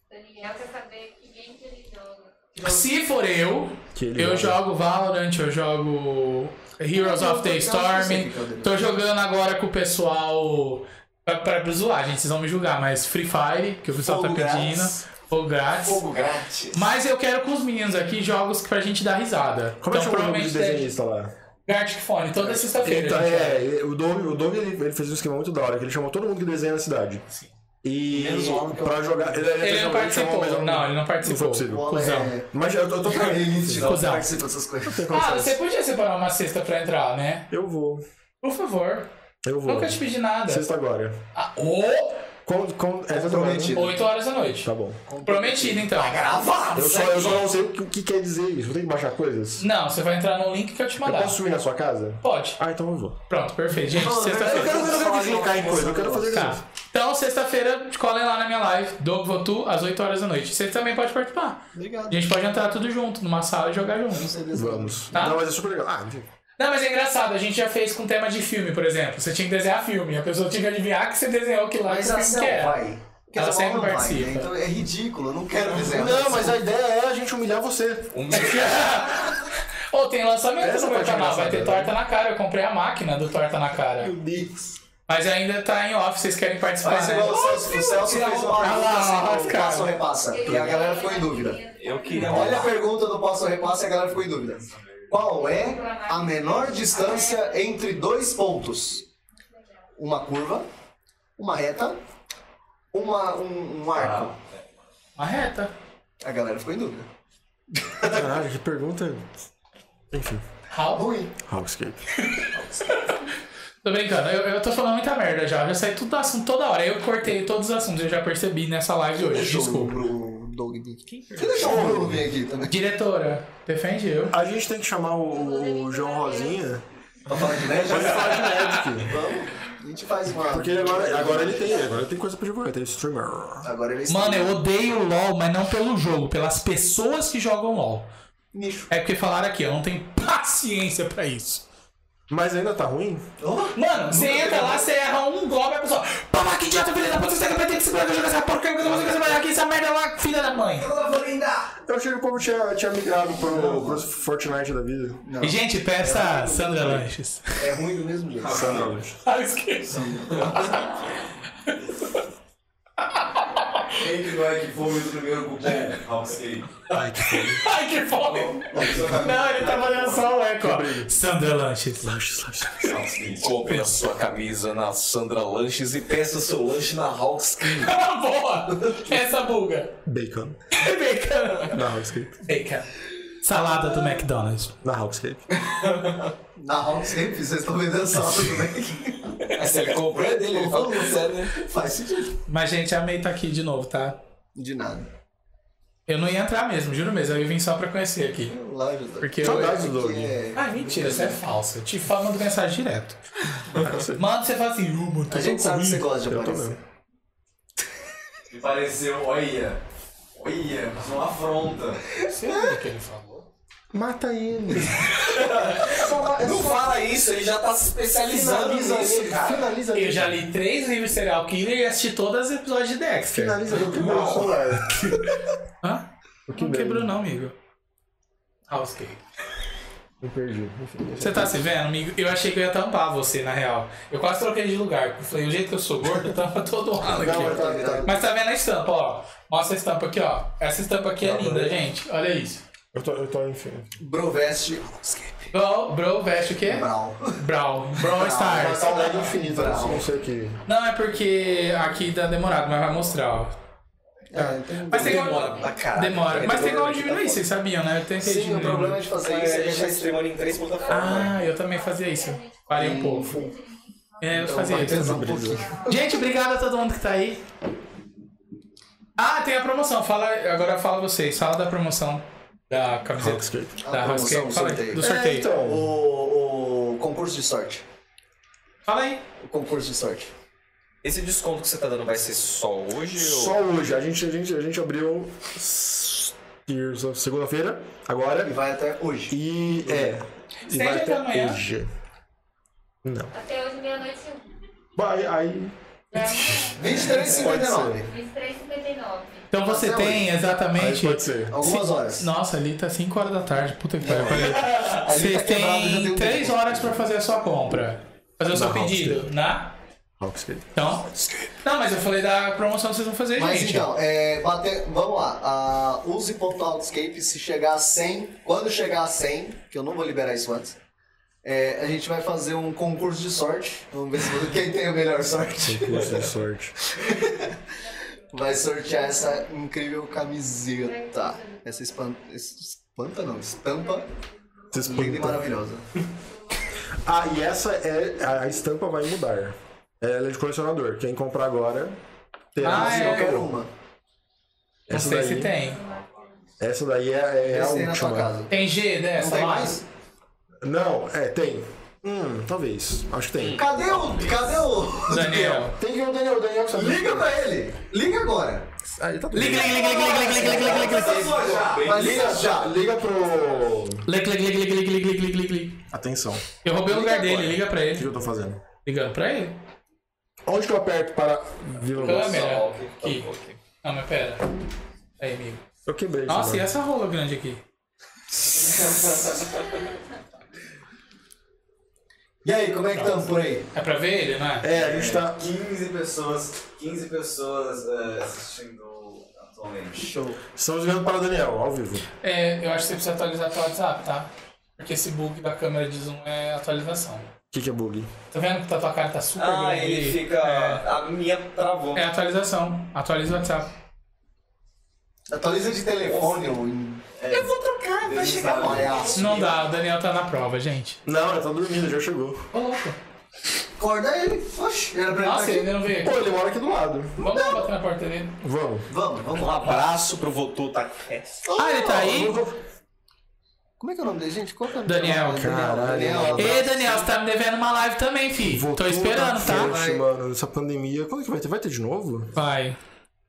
Daniel quer saber que game que ele joga. Se for eu, Que ele eu joga. jogo Valorant, eu jogo Heroes of the Storm. é Tô jogando agora com o pessoal. Pra, pra zoar, gente, vocês vão me julgar, mas Free Fire, que o pessoal Fogo tá pedindo. grátis. Fogo grátis. Fogo grátis. Mas eu quero com os meninos aqui jogos pra gente dar risada. Então, Como é que chama o nome do deve- desenhista lá? Gartic Fone, toda sexta-feira. Então, gente, é, ele- o Doug, o Doug ele, ele fez um esquema muito da hora, que ele chamou todo mundo que desenha na cidade. Sim. E Menos o homem que eu- pra jogar. Ele, ele chamou- Ele não ele chamou, participou. mas eu um. Não, ele não Não foi participou. possível. Bola Cusão. é- Mas eu, eu tô pra Elite, não Cusão. é participa dessas coisas. Ah, você podia separar uma sexta pra entrar, né? Eu vou. Por favor. Eu vou. Nunca te pedi nada. Sexta agora. Ah, ô! Com, com, é sexta agora, né? Comprometido. 8 horas da noite. Tá bom. Prometido, então. Eu só, eu só não sei o que, o que quer dizer isso. Eu tenho que baixar coisas? Não, você vai entrar no link que eu te Eu mandar. posso subir na sua casa? Pode. Ah, então eu vou. Pronto, perfeito. Gente, sexta-feira. Eu quero, eu quero deslocar em coisa, eu quero fazer Tá. isso. Então, sexta-feira, colhem lá na minha live do Votu às 8 horas da noite. Você também pode participar. A Obrigado. gente pode entrar tudo junto, numa sala e jogar Não junto. sei desse Vamos. Tá. Não, mas é super legal. Ah, enfim. Não, mas é engraçado, a gente já fez com tema de filme, por exemplo. Você tinha que desenhar filme, a pessoa tinha que adivinhar que você desenhou que lá Mas que a o Cel filme que era. [laughs] vai. Quer Ela dizer, sempre não vai, participa. né? Então é ridículo, eu não quero dizer. Não, mas a ideia é a gente humilhar você. Um Ou tem lançamento Essa no meu parte canal, vai engraçada, ter né? torta na cara. Eu comprei a máquina do torta na cara. Deus. Mas ainda tá em off, vocês querem participar, Mas né? igual o Celso, o Celso filho, fez uma arrombado. pergunta assim, Ah, do cara. passo ou repassa. E a galera ficou em dúvida. Eu queria. Olha a pergunta do passo ou repassa e a galera ficou em dúvida. Qual é a menor distância entre dois pontos? Uma curva, uma reta, uma, um, um arco. Uma reta. A galera ficou em dúvida. Caralho, que pergunta. Enfim, How? Ruim. Hawkscape. Tô brincando, eu, eu tô falando muita merda já. Eu já saí tudo do assunto toda hora. Eu cortei todos os assuntos, eu já percebi nessa live de hoje. Desculpa. Pro Doug Dick. um Você deixou o Bruno vir um aqui também? Diretora, defende eu. A gente tem que chamar o, o João Rosinha Pra falar de nerd? pra falar de Magic. Vamos. A gente faz uma. é. Porque ele agora, agora ele tem, agora ele tem coisa pra divulgar, tem streamer. Agora ele Mano, eu odeio LOL, mas não pelo jogo, pelas pessoas que jogam LOL. Nicho. É porque falaram aqui, eu não tenho paciência pra isso. Mas ainda tá ruim? Mano, você entra lá, você erra um golpe, a pessoa. Papá, que idiota, filha da puta, você vai ter que segurar que eu jogo essa porcaria, que eu não consigo você vai aqui, essa merda lá, filha da mãe. Eu achei que o povo tinha, tinha migrado pro, pro Fortnite da vida. Não, E, gente, peça Sandra Lanches. é ruim do mesmo jeito. Ah, esqueci. Quem que vai que foi o primeiro cupom? Hawkscape. Ai, que foda. Ai, que fome. Não, ele tá fazendo só o eco. ó. Sandra Lanches. Compre a sua camisa na Sandra Lanches e peça o seu lanche na Hawkscape. [laughs] Boa! Essa buga. Bacon. Bacon. Na Hawkscape. Bacon. Salada do McDonald's. Na Hawkscape. Na round sempre, vocês estão vendendo salto também. [laughs] Se ele comprou é dele, ele fala que é, né? Faz sentido. Mas, gente, a May tá aqui de novo, tá? De nada. Eu não ia entrar mesmo, juro mesmo. Eu vim só pra conhecer aqui. Lá, José. Porque eu. Saudades do Doug. É, Ah, mentira, isso é falso. Eu te falo, mando mensagem [laughs] direto. Manda, você fala assim, Hugo, tô a gente sabe que você gosta de Eu tô aparecer. mesmo. Me pareceu, olha. Olha, mas uma afronta. Você ouviu o que ele falou? Mata ele. Então, Não fala isso, ele já tá se especializando Finaliza nisso, ele, cara. finaliza Eu ele. já li três livros de serial killer e assisti todos os episódios de Dexter. Finaliza ele. Quebrou o celular. é. Hã? não quebrou não, amigo. Housecake. Eu perdi. Enfim, Você tá se vendo, amigo? Eu achei que eu ia tampar você, na real. Eu quase troquei de lugar. Eu falei, o jeito que eu sou gordo, tampa todo lado aqui. Não, tá, é. tá. Mas tá vendo a estampa, ó. Mostra a estampa aqui, ó. Essa estampa aqui é né? linda, gente. Olha isso. Eu tô, eu tô, enfim. Broveste Bro, bro veste o quê? Brau. Brawl. Brawl Mas Stars. tá um lag infinito, né? não sei o que. Não, é porque aqui dá demorado, mas vai mostrar, ó. É, tem- Mas tem Demora como- pra caralho. Demora. Mas tem como Demora pra diminuir, vocês sabiam, né? Eu tentei tá Sim, o diminuir. problema de fazer isso Você é já tá deixar esse streamando em três plataformas. Ah, eu também fazia isso. Parei um pouco. É, eu fazia Então, vai isso. pesar um pouquinho. Gente, obrigado a todo mundo que tá aí. Ah, tem a promoção. Fala, agora fala vocês. Fala da promoção da camiseta. Hawkscape. Da A promoção, Housecape. tá, Fala Ah, aí. um sorteio. Do É, sorteio. então. O, o concurso de sorte. Fala aí. O concurso de sorte. Esse desconto que você tá dando vai ser só hoje ou... Só hoje. A gente, a gente, a gente abriu s- terça- segunda-feira, E agora. vai até hoje. E é. E Seja vai até da manhã. hoje. Não. Até hoje, meia-noite e um. Né? Vai, aí. Já Pode 23,59. é 23h59. Então você Até tem Aí exatamente. pode ser. Algumas horas. Nossa, ali tá 5 horas da tarde. Puta que pariu. peraí. Ali Vocês tá quebrado, já tem têm um 3 tempo. horas pra fazer a sua compra. Fazer o seu Na pedido, Housecape. né? Hawkscape. Então. Não, mas eu falei da promoção que vocês vão fazer, Mas gente. então, é, bater- vamos lá. Ah, use .outscape se chegar a 100. Quando chegar a 100, que eu não vou liberar isso antes, é, a gente vai fazer um concurso de sorte. Vamos ver se- quem tem a melhor sorte Concurso de sorte. vai sortear essa incrível camiseta. Essa espanta, espanta não, estampa [laughs] Vocês linda e podem- maravilhosa. Ah, e essa é. A a estampa vai mudar. Ela é de colecionador. Quem comprar agora terá Ah, esse é. Assim, Qualquer autor. uma. Não Essa sei se daí, tem. essa daí é, é a Esse aí na tua última. casa. Tem G dessa? Não tem lá? mais? Não, é, tem. Hum, talvez. Acho que tem. Cadê o. Cadê o. Daniel. Tem que ver o Daniel, o Daniel que sabe. Liga pra ele! Liga agora! Ah, ele tá doido. Liga, liga, liga, liga, liga, liga, liga, liga, liga. Mas liga Liga já, já! liga pro. Liga, liga, liga, liga, liga, liga, liga, liga, liga. Atenção. O Eu roubei o lugar Liga agora. dele, liga pra que ele. eu tô fazendo? Liga pra ele. Onde que eu aperto para. Viva o Voz? Câmera. ok, tá É. Aqui. bom, ok. Não, mas pera. Aí, amigo. Eu quebrei. isso Nossa, e agora. essa rola grande aqui? E aí, como é que estamos por aí? É pra ver ele, não é? É, a gente tá. 15 pessoas, 15 pessoas é, assistindo atualmente. Show. Estamos jogando para o Daniel, ao vivo. É, eu acho que você precisa atualizar teu WhatsApp, tá? Porque esse bug da câmera de zoom é atualização. O que, que é bug? Tá vendo que a tua cara tá super Ah, grande? ele fica. A minha travou. É atualização. Atualiza o WhatsApp. Atualiza de telefone ou em. Eu vou É trocar, vai chegar Não dá, o Daniel tá na prova, gente. Não, ele tá dormindo, já chegou. Ô, louco. Acorda ele! Oxi, era pra ele estar tá Nossa, ele aqui. ainda não veio Pô, aqui. ele mora aqui do lado. Vamos lá bater na porta dele. Vamos. Vamos, vamos Um lá. abraço pro Tá Votu Takefest. Ah, ele tá aí? Como é que é o nome dele, gente? Qual que é o nome Daniel. dele? Caralho. Daniel, Daniel. Ei, Daniel, você tá me devendo uma live também, fi. Tô esperando, tá? Forte, mano, essa pandemia. Quando que vai ter? Vai ter de novo? Vai.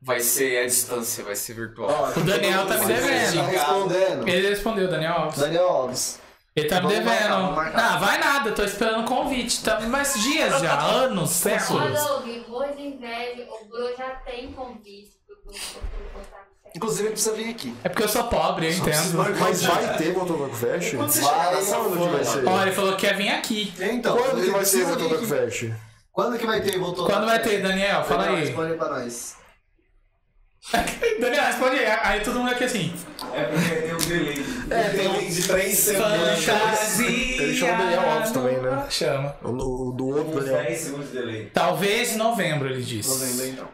Vai ser à distância, vai ser virtual. O Daniel tá me é Tá devendo. respondendo. Ele respondeu, Daniel Alves. Daniel Alves. Ele tá me Vamos devendo. marcar, vamos marcar. Não, vai nada, tô esperando o convite. Tá mais dias já, anos, Ô, séculos. Doug, hoje em velho, o Bruno já tem convite pro pro- pro contato certo. Inclusive, ele precisa vir aqui. É porque eu sou pobre, eu entendo. Mas vai ter Botobaco Fest? Quando você Vai, chegar na Quando sala, que vai ser? Ó, ele falou que quer vir aqui. Então, Quando que ele vai precisa ser vir Botobaco aqui. Fest? Quando que vai ter? Voltou Quando lá. vai ter, Daniel? Fala Daniel, aí. Responde pra nós. Daniel, responde aí. Aí todo mundo aqui assim. É porque tem um delay. É, tem um- de 3 Fantasia. Ele chama o Daniel Alves também, né? Chama. O, o- do outro Uns Daniel. 10 segundos de delay. Talvez novembro, ele disse. Novembro, então.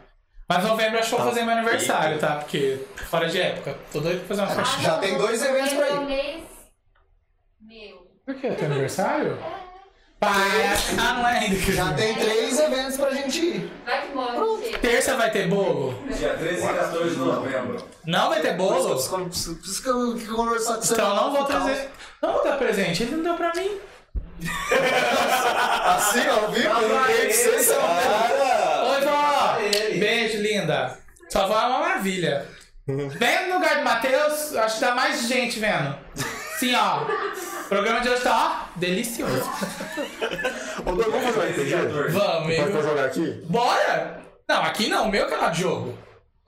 Mas novembro eu acho que eu vou fazer meu aniversário, tá? Porque fora de época. Tô doido pra fazer uma festa. Já Ah, não, tem dois porque eventos pra ir. é o mês Meu. Por quê? Teu aniversário? Pai, acho- ah, não é ainda que Já tem três eventos pra gente ir. Vai que morre, chega. Terça vai ter bolo? Dia 13 e 14 de novembro. Não vai ter Por bolo? isso que eu preciso- por isso que eu que eu conversar com você. Então eu não vou Tal. trazer. Não vou dar presente, ele não deu pra mim. Assim, ao vivo, eu não tenho que ser seu Oi, vó! Beijo, linda. Sua vó é uma maravilha. Vem no lugar do Matheus, acho que tá mais gente vendo. Sim, ó. O programa de hoje tá, ó, delicioso. Ô, Daniel, vamos fazer um RPG? Vamos, Vai pra amigo. jogar aqui? Bora! Não, aqui não, o meu canal de jogo.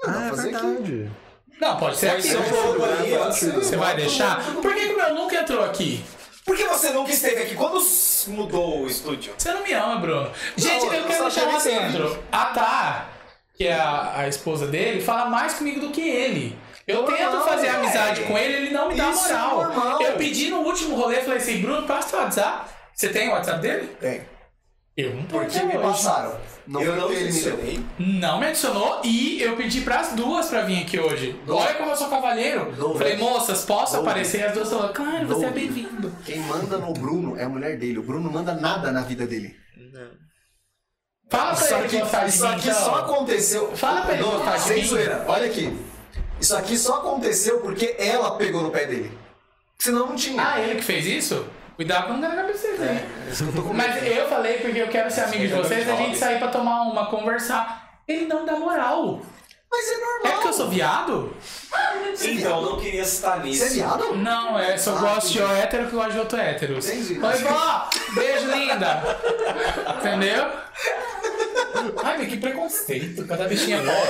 Ah, é fazer aqui. verdade. Não, pode ser aqui. ser um jogo ali, ó. Você vai deixar? Por que que o meu nunca entrou aqui? Por que você nunca esteve aqui? Quando s- mudou o estúdio? Você não me ama, Bruno. Gente, Não, eu eu quero só deixar lá queria esse dentro. A Tá, que é a, a esposa dele, fala mais comigo do que ele. Eu tento fazer amizade com ele, ele não me dá Isso é moral. normal. eu pedi no último rolê, falei assim, Bruno, passa o WhatsApp. Você tem o WhatsApp dele? Tem. Eu não tenho. Porque até me hoje. passaram. Não Eu foi não porque ele me deu. mencionei. Não me adicionou e eu pedi pras duas pra vir aqui hoje. Olha como eu sou cavalheiro. Douglas. Falei, moças, posso Douglas. aparecer? As duas falaram, claro, você Douglas. é bem-vindo. Quem manda no Bruno é a mulher dele. O Bruno manda nada na vida dele. Fala pra ele gostar de isso mim, aqui então. só aconteceu. Fala pra ele Não, tá, gostar de sem mim. zoeira. Olha aqui. Isso aqui só aconteceu porque ela pegou no pé dele. Senão não tinha. Ah, ele que fez isso? Cuidado pra não dar na cabeça dele. hein? É isso que eu tô com Mas medo. eu falei porque eu quero ser amigo de vocês, a gente sair pra tomar uma, conversar. Ele não dá moral. Mas é É normal. porque eu sou viado? Então, não queria citar Você é nisso. viado? Não, é só Ah, gosto de hétero que gosto de outro hétero. Entendi. Oi, vó! Beijo, linda! Entendeu? Ai, mas que preconceito. Cada bichinha é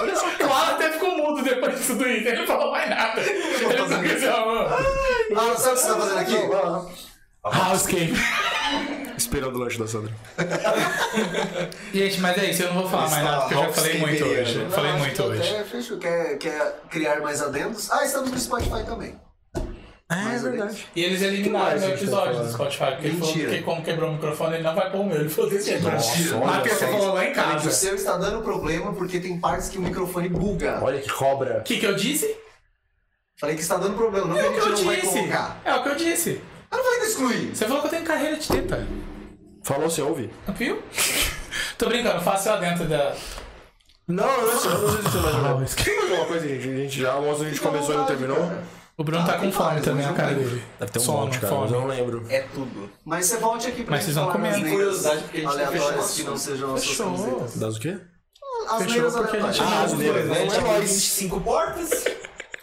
Olha só, claro, até ficou mudo depois de tudo isso. Ele não falou mais nada. Ele só quis dizer, amor. Ah, sabe o que você tá fazendo aqui? House game. Esperando o lanche da Sandra. É, Gente, mas é isso, eu não vou falar mais nada, porque eu já falei muito hoje. Eu Falei Não, acho muito que hoje. até fechou. Ah, então, Quer, quer criar mais adendos? Ah, estamos no Spotify também. Ah, é Mais ou menos. verdade. E eles Que eliminaram mais meu a gente tá episódio vai do Spotify, porque ele falou Mentira. que como quebrou o microfone, ele não vai pôr o meu. Ele falou desse jeito. Nossa, olha Matheus, você só. falou lá em Cara, que o casa. seu está dando problema porque tem partes que o microfone buga. Olha que cobra. O que, que eu disse? Falei que está dando problema, não que É a o que gente eu não vai disse. colocar. É o que eu disse. excluir. Você falou que eu tenho carreira de teta. Falou, você ouve? Viu? [laughs] Tô brincando, faço eu dentro da. Não, não, não, não, não, não, não. Tem mais alguma coisa que a gente já, algumas vezes a gente começou e não terminou? O Bruno Ah, tá com fome também, a cara dele. Deve ter um Sono, monte, cara, fome. mas eu não lembro. É tudo. Mas você volte aqui pra Mas gente vocês vão falar comer. das Tem neiras curiosidade, porque a gente não fechou aleatórias o que não sejam as suas Fechou. camisetas. Das o quê? As Fechou neiras porque a aleatórias. gente- Ah, as neiras, né? A gente É abriu nóis. 25 portas.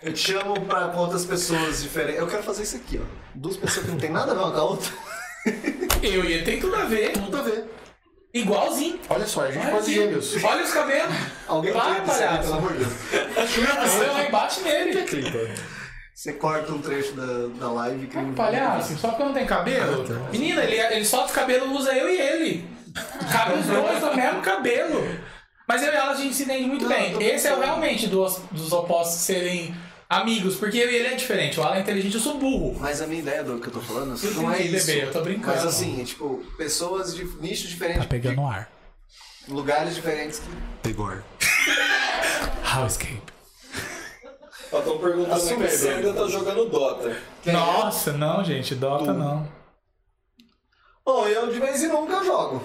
Eu te chamo pra pra outras pessoas diferentes. Eu quero fazer isso aqui, ó. Duas pessoas que não tem nada a ver uma com a outra. Eu ia tem tudo a ver. Tudo a ver. Igualzinho. Olha só, a gente quase gêmeos. Olha [laughs] os cabelos. Alguém Para, clipa isso aí, palhaço. pelo amor de Deus. Você vai e bate nele. Você corta um trecho da, da live um que não- Hum, Palhaço, só porque eu não tenho Ah, cabelo. tá. Menina, ele, ele solta o cabelo, usa eu e ele. Cabe os dois no mesmo cabelo. Mas eu e ela a gente se entende muito Não, eu bem. tô Esse é o pensando. realmente dos, dos opostos serem amigos, porque eu e ele é diferente. O Alan é inteligente, eu sou burro. Mas a minha ideia do que eu tô falando assim, Eu não é entendi, isso. bebê, eu tô brincando. Mas assim, é tipo, pessoas de nichos diferentes, Tá pegando ar. de lugares diferentes que How escape. Só estão perguntando aqui se ainda tá jogando Dota. Nossa, não, gente, Dota não. Bom, eu de vez em nunca jogo.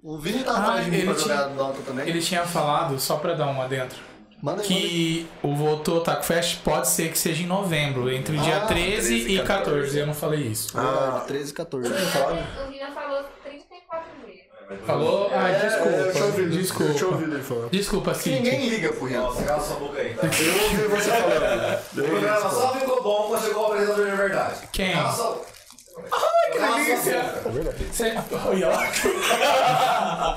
O Vini tá Ah, atrás de mim pra ele jogar Dota também. Ele tinha falado, só pra dar uma dentro, Manda aí, manda aí. que o Voltou Otaku Fest pode ser que seja em novembro, entre o dia Ah, 13, 13 e 14. Eu não falei isso. Ah, 13 e 14. O Rina falou 34 vezes. É, Falou? Ah, desculpa. eu tinha ouvido. Eu tinha desculpa. ouvido ele falando. Desculpa, Cid. Ninguém liga pro Rian. Nossa, cala sua boca aí, tá? Eu ouvi você falando. O [laughs] Eu ouvi você programa falando. só ficou bom quando chegou o apresentador de verdade. Quem? Ah. Cala Ai, sua- que delícia! Cê- Oi, ó.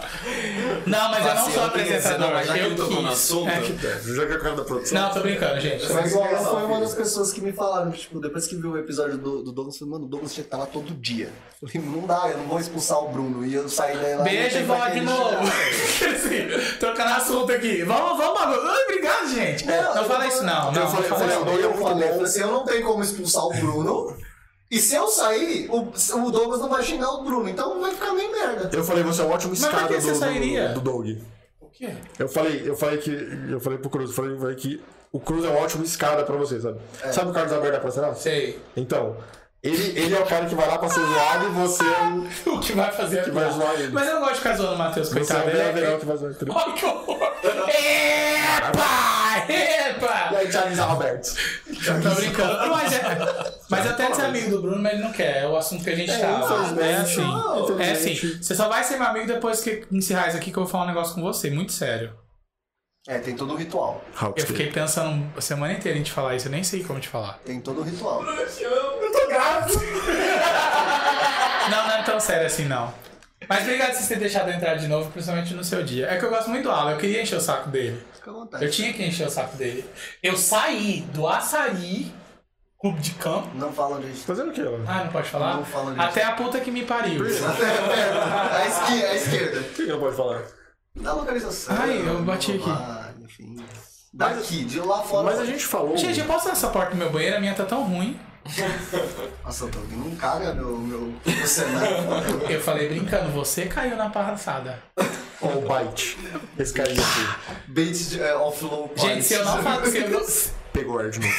Não, mas eu não sou apresentador. já que ele Eu tocou no quis. assunto, É que- Já que a cara da produção. Não, tô brincando, gente. Mas o Alan foi Filho. uma das pessoas que me falaram, que, tipo, depois que viu o episódio do, do Douglas, eu falei, mano, o Douglas tinha que estar lá todo dia. Eu falei, não dá, eu não vou expulsar o Bruno. E eu saí daí lá. Beijo, não tem Vlog pra quem [laughs] novo. ele chegar. Assim, Trocando assunto aqui. Vamos, vamos. agora. Ai, Obrigado, gente. Não, Não eu fala tô- isso, não. Não, eu não falei- fala eu isso. falei- Não, eu falei, eu falei assim, eu não tenho como expulsar o Bruno. E se eu sair, o, o Douglas não vai xingar o Bruno, então vai ficar meio merda. Eu falei, você é um ótimo por escada que do, você sairia? do, do Doug. O quê? Eu falei, eu falei que. Eu falei pro Cruz, eu falei, eu falei que o Cruz é um ótimo escada pra você, sabe? Sabe o Carlos Alberto da Praça Nossa? Sei. [laughs] Então, ele, ele é o cara que vai lá pra ser zoado e você é o. O que vai fazer Que vai agora? zoar ele. Mas eu não gosto de ficar zoando o Matheus, Você é coitado. o Ele Vera é- Verão que vai zoar ele. Ai, que horror! Epa! E Epa! aí, Charles Alberto. Tô brincando. Mas, é, mas eu tento ser amigo do Bruno, mas ele não quer. É o assunto que a gente É, tá. infelizmente. É assim. Infelizmente. É assim. Você só vai ser meu amigo depois que encerrar isso aqui que eu vou falar um negócio com você. Muito sério. É, tem todo o ritual. Hawks. Eu fiquei pensando a semana inteira em te falar isso. Eu nem sei como te falar. Tem todo o ritual. É Não, não é tão sério assim, não. Mas obrigado por vocês terem deixado eu entrar de novo, principalmente no seu dia. É que eu gosto muito do Alan, eu queria encher o saco dele. Fica à Eu vontade. tinha que encher o saco dele. Eu saí do Açaí, clube de campo, Não fala onde a gente tá, Fazendo o quê, mano? Ah, não pode falar? Não fala disso. Até a puta que me pariu. tá. [laughs] À esquerda, à esquerda. Por que que não pode falar? Da localização. Ai, eu bati blá, blá, Enfim. Daqui, de lá fora. Mas a gente falou. Gente, eu posso usar essa porta do meu banheiro? A minha tá tão ruim. Nossa, eu tô alguém não caga meu, meu, meu cenário. né? Eu falei brincando, você caiu na parraçada. Ó, o Bite. Esse carinha aqui. Bait de é, offload. Gente, se eu não falo, se [laughs] eu não... Pegou o Edmund.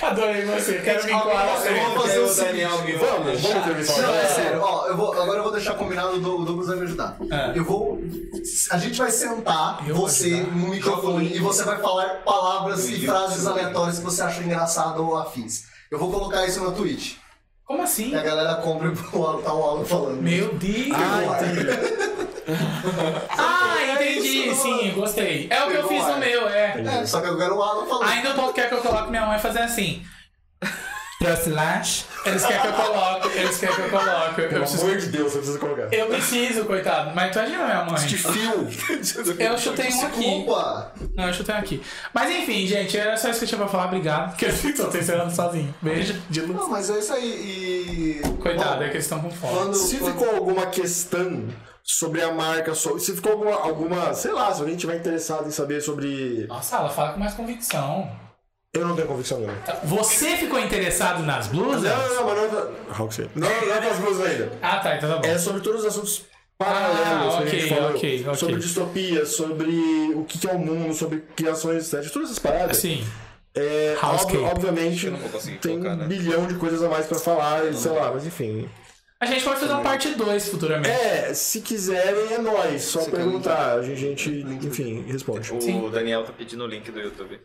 Adorei você, quero me encontrar Eu vou você. fazer o Daniel seguinte. Vamos, vamos entrevistar Não, o é sério. Ó, eu vou, agora eu vou deixar combinado, o Doug- o Douglas vai me ajudar. Ah. Eu vou. A gente vai sentar Eu vou você ajudar? no microfone e você vai falar palavras e frases aleatórias que você acha engraçado ou afins. Eu vou colocar isso na Twitch. Como E assim? a galera compra e tá o Alan falando. Meu Deus! Ah, entendi. Ah, É entendi, isso, sim, gostei. É o que eu Pegou fiz ar. no meu, é. É, só que eu quero o Alan falando. Ainda o povo quer que eu coloque minha mãe fazer assim. Trouxe lanche? Eles querem que eu coloque, eles querem que eu coloque. Eu Pelo preciso, amor de Deus, eu preciso colocar. eu preciso coitado. Mas tu imagina minha mãe. Que fio! Eu chutei um aqui. Desculpa! Não, deixa eu ter aqui. Mas enfim, gente, era só isso que eu tinha pra falar. Obrigado. Que eu tô terceirando sozinho. Beijo de luz. Não, mas é isso aí. E. Coitado, Bom, é que eles estão com fome. Quando, Se quando- ficou alguma questão sobre a marca, so- se ficou alguma, alguma, sei lá, se alguém tiver interessado em saber sobre. Nossa, ela fala com mais convicção. Eu não tenho convicção, não. Você ficou interessado nas blusas? Não, não, não, mas não é. Hawks, Não, não é das blusas ainda. Ah, tá, então tá bom. É sobre todos os assuntos paralelos Ah, que a ok, gente falou. ok, ok. Sobre distopia, sobre o que que é o mundo, sobre criações estéticas, todas essas paradas. Sim. É, Housecape. óbvio- obviamente, Eu não vou conseguir tem colocar, um né? bilhão de coisas a mais pra falar, e sei lá, mas enfim. A gente pode fazer uma parte 2 futuramente. É, se quiserem é nós, só Você quer perguntar, a gente, enfim, responde. O Sim. Daniel tá pedindo o link do YouTube.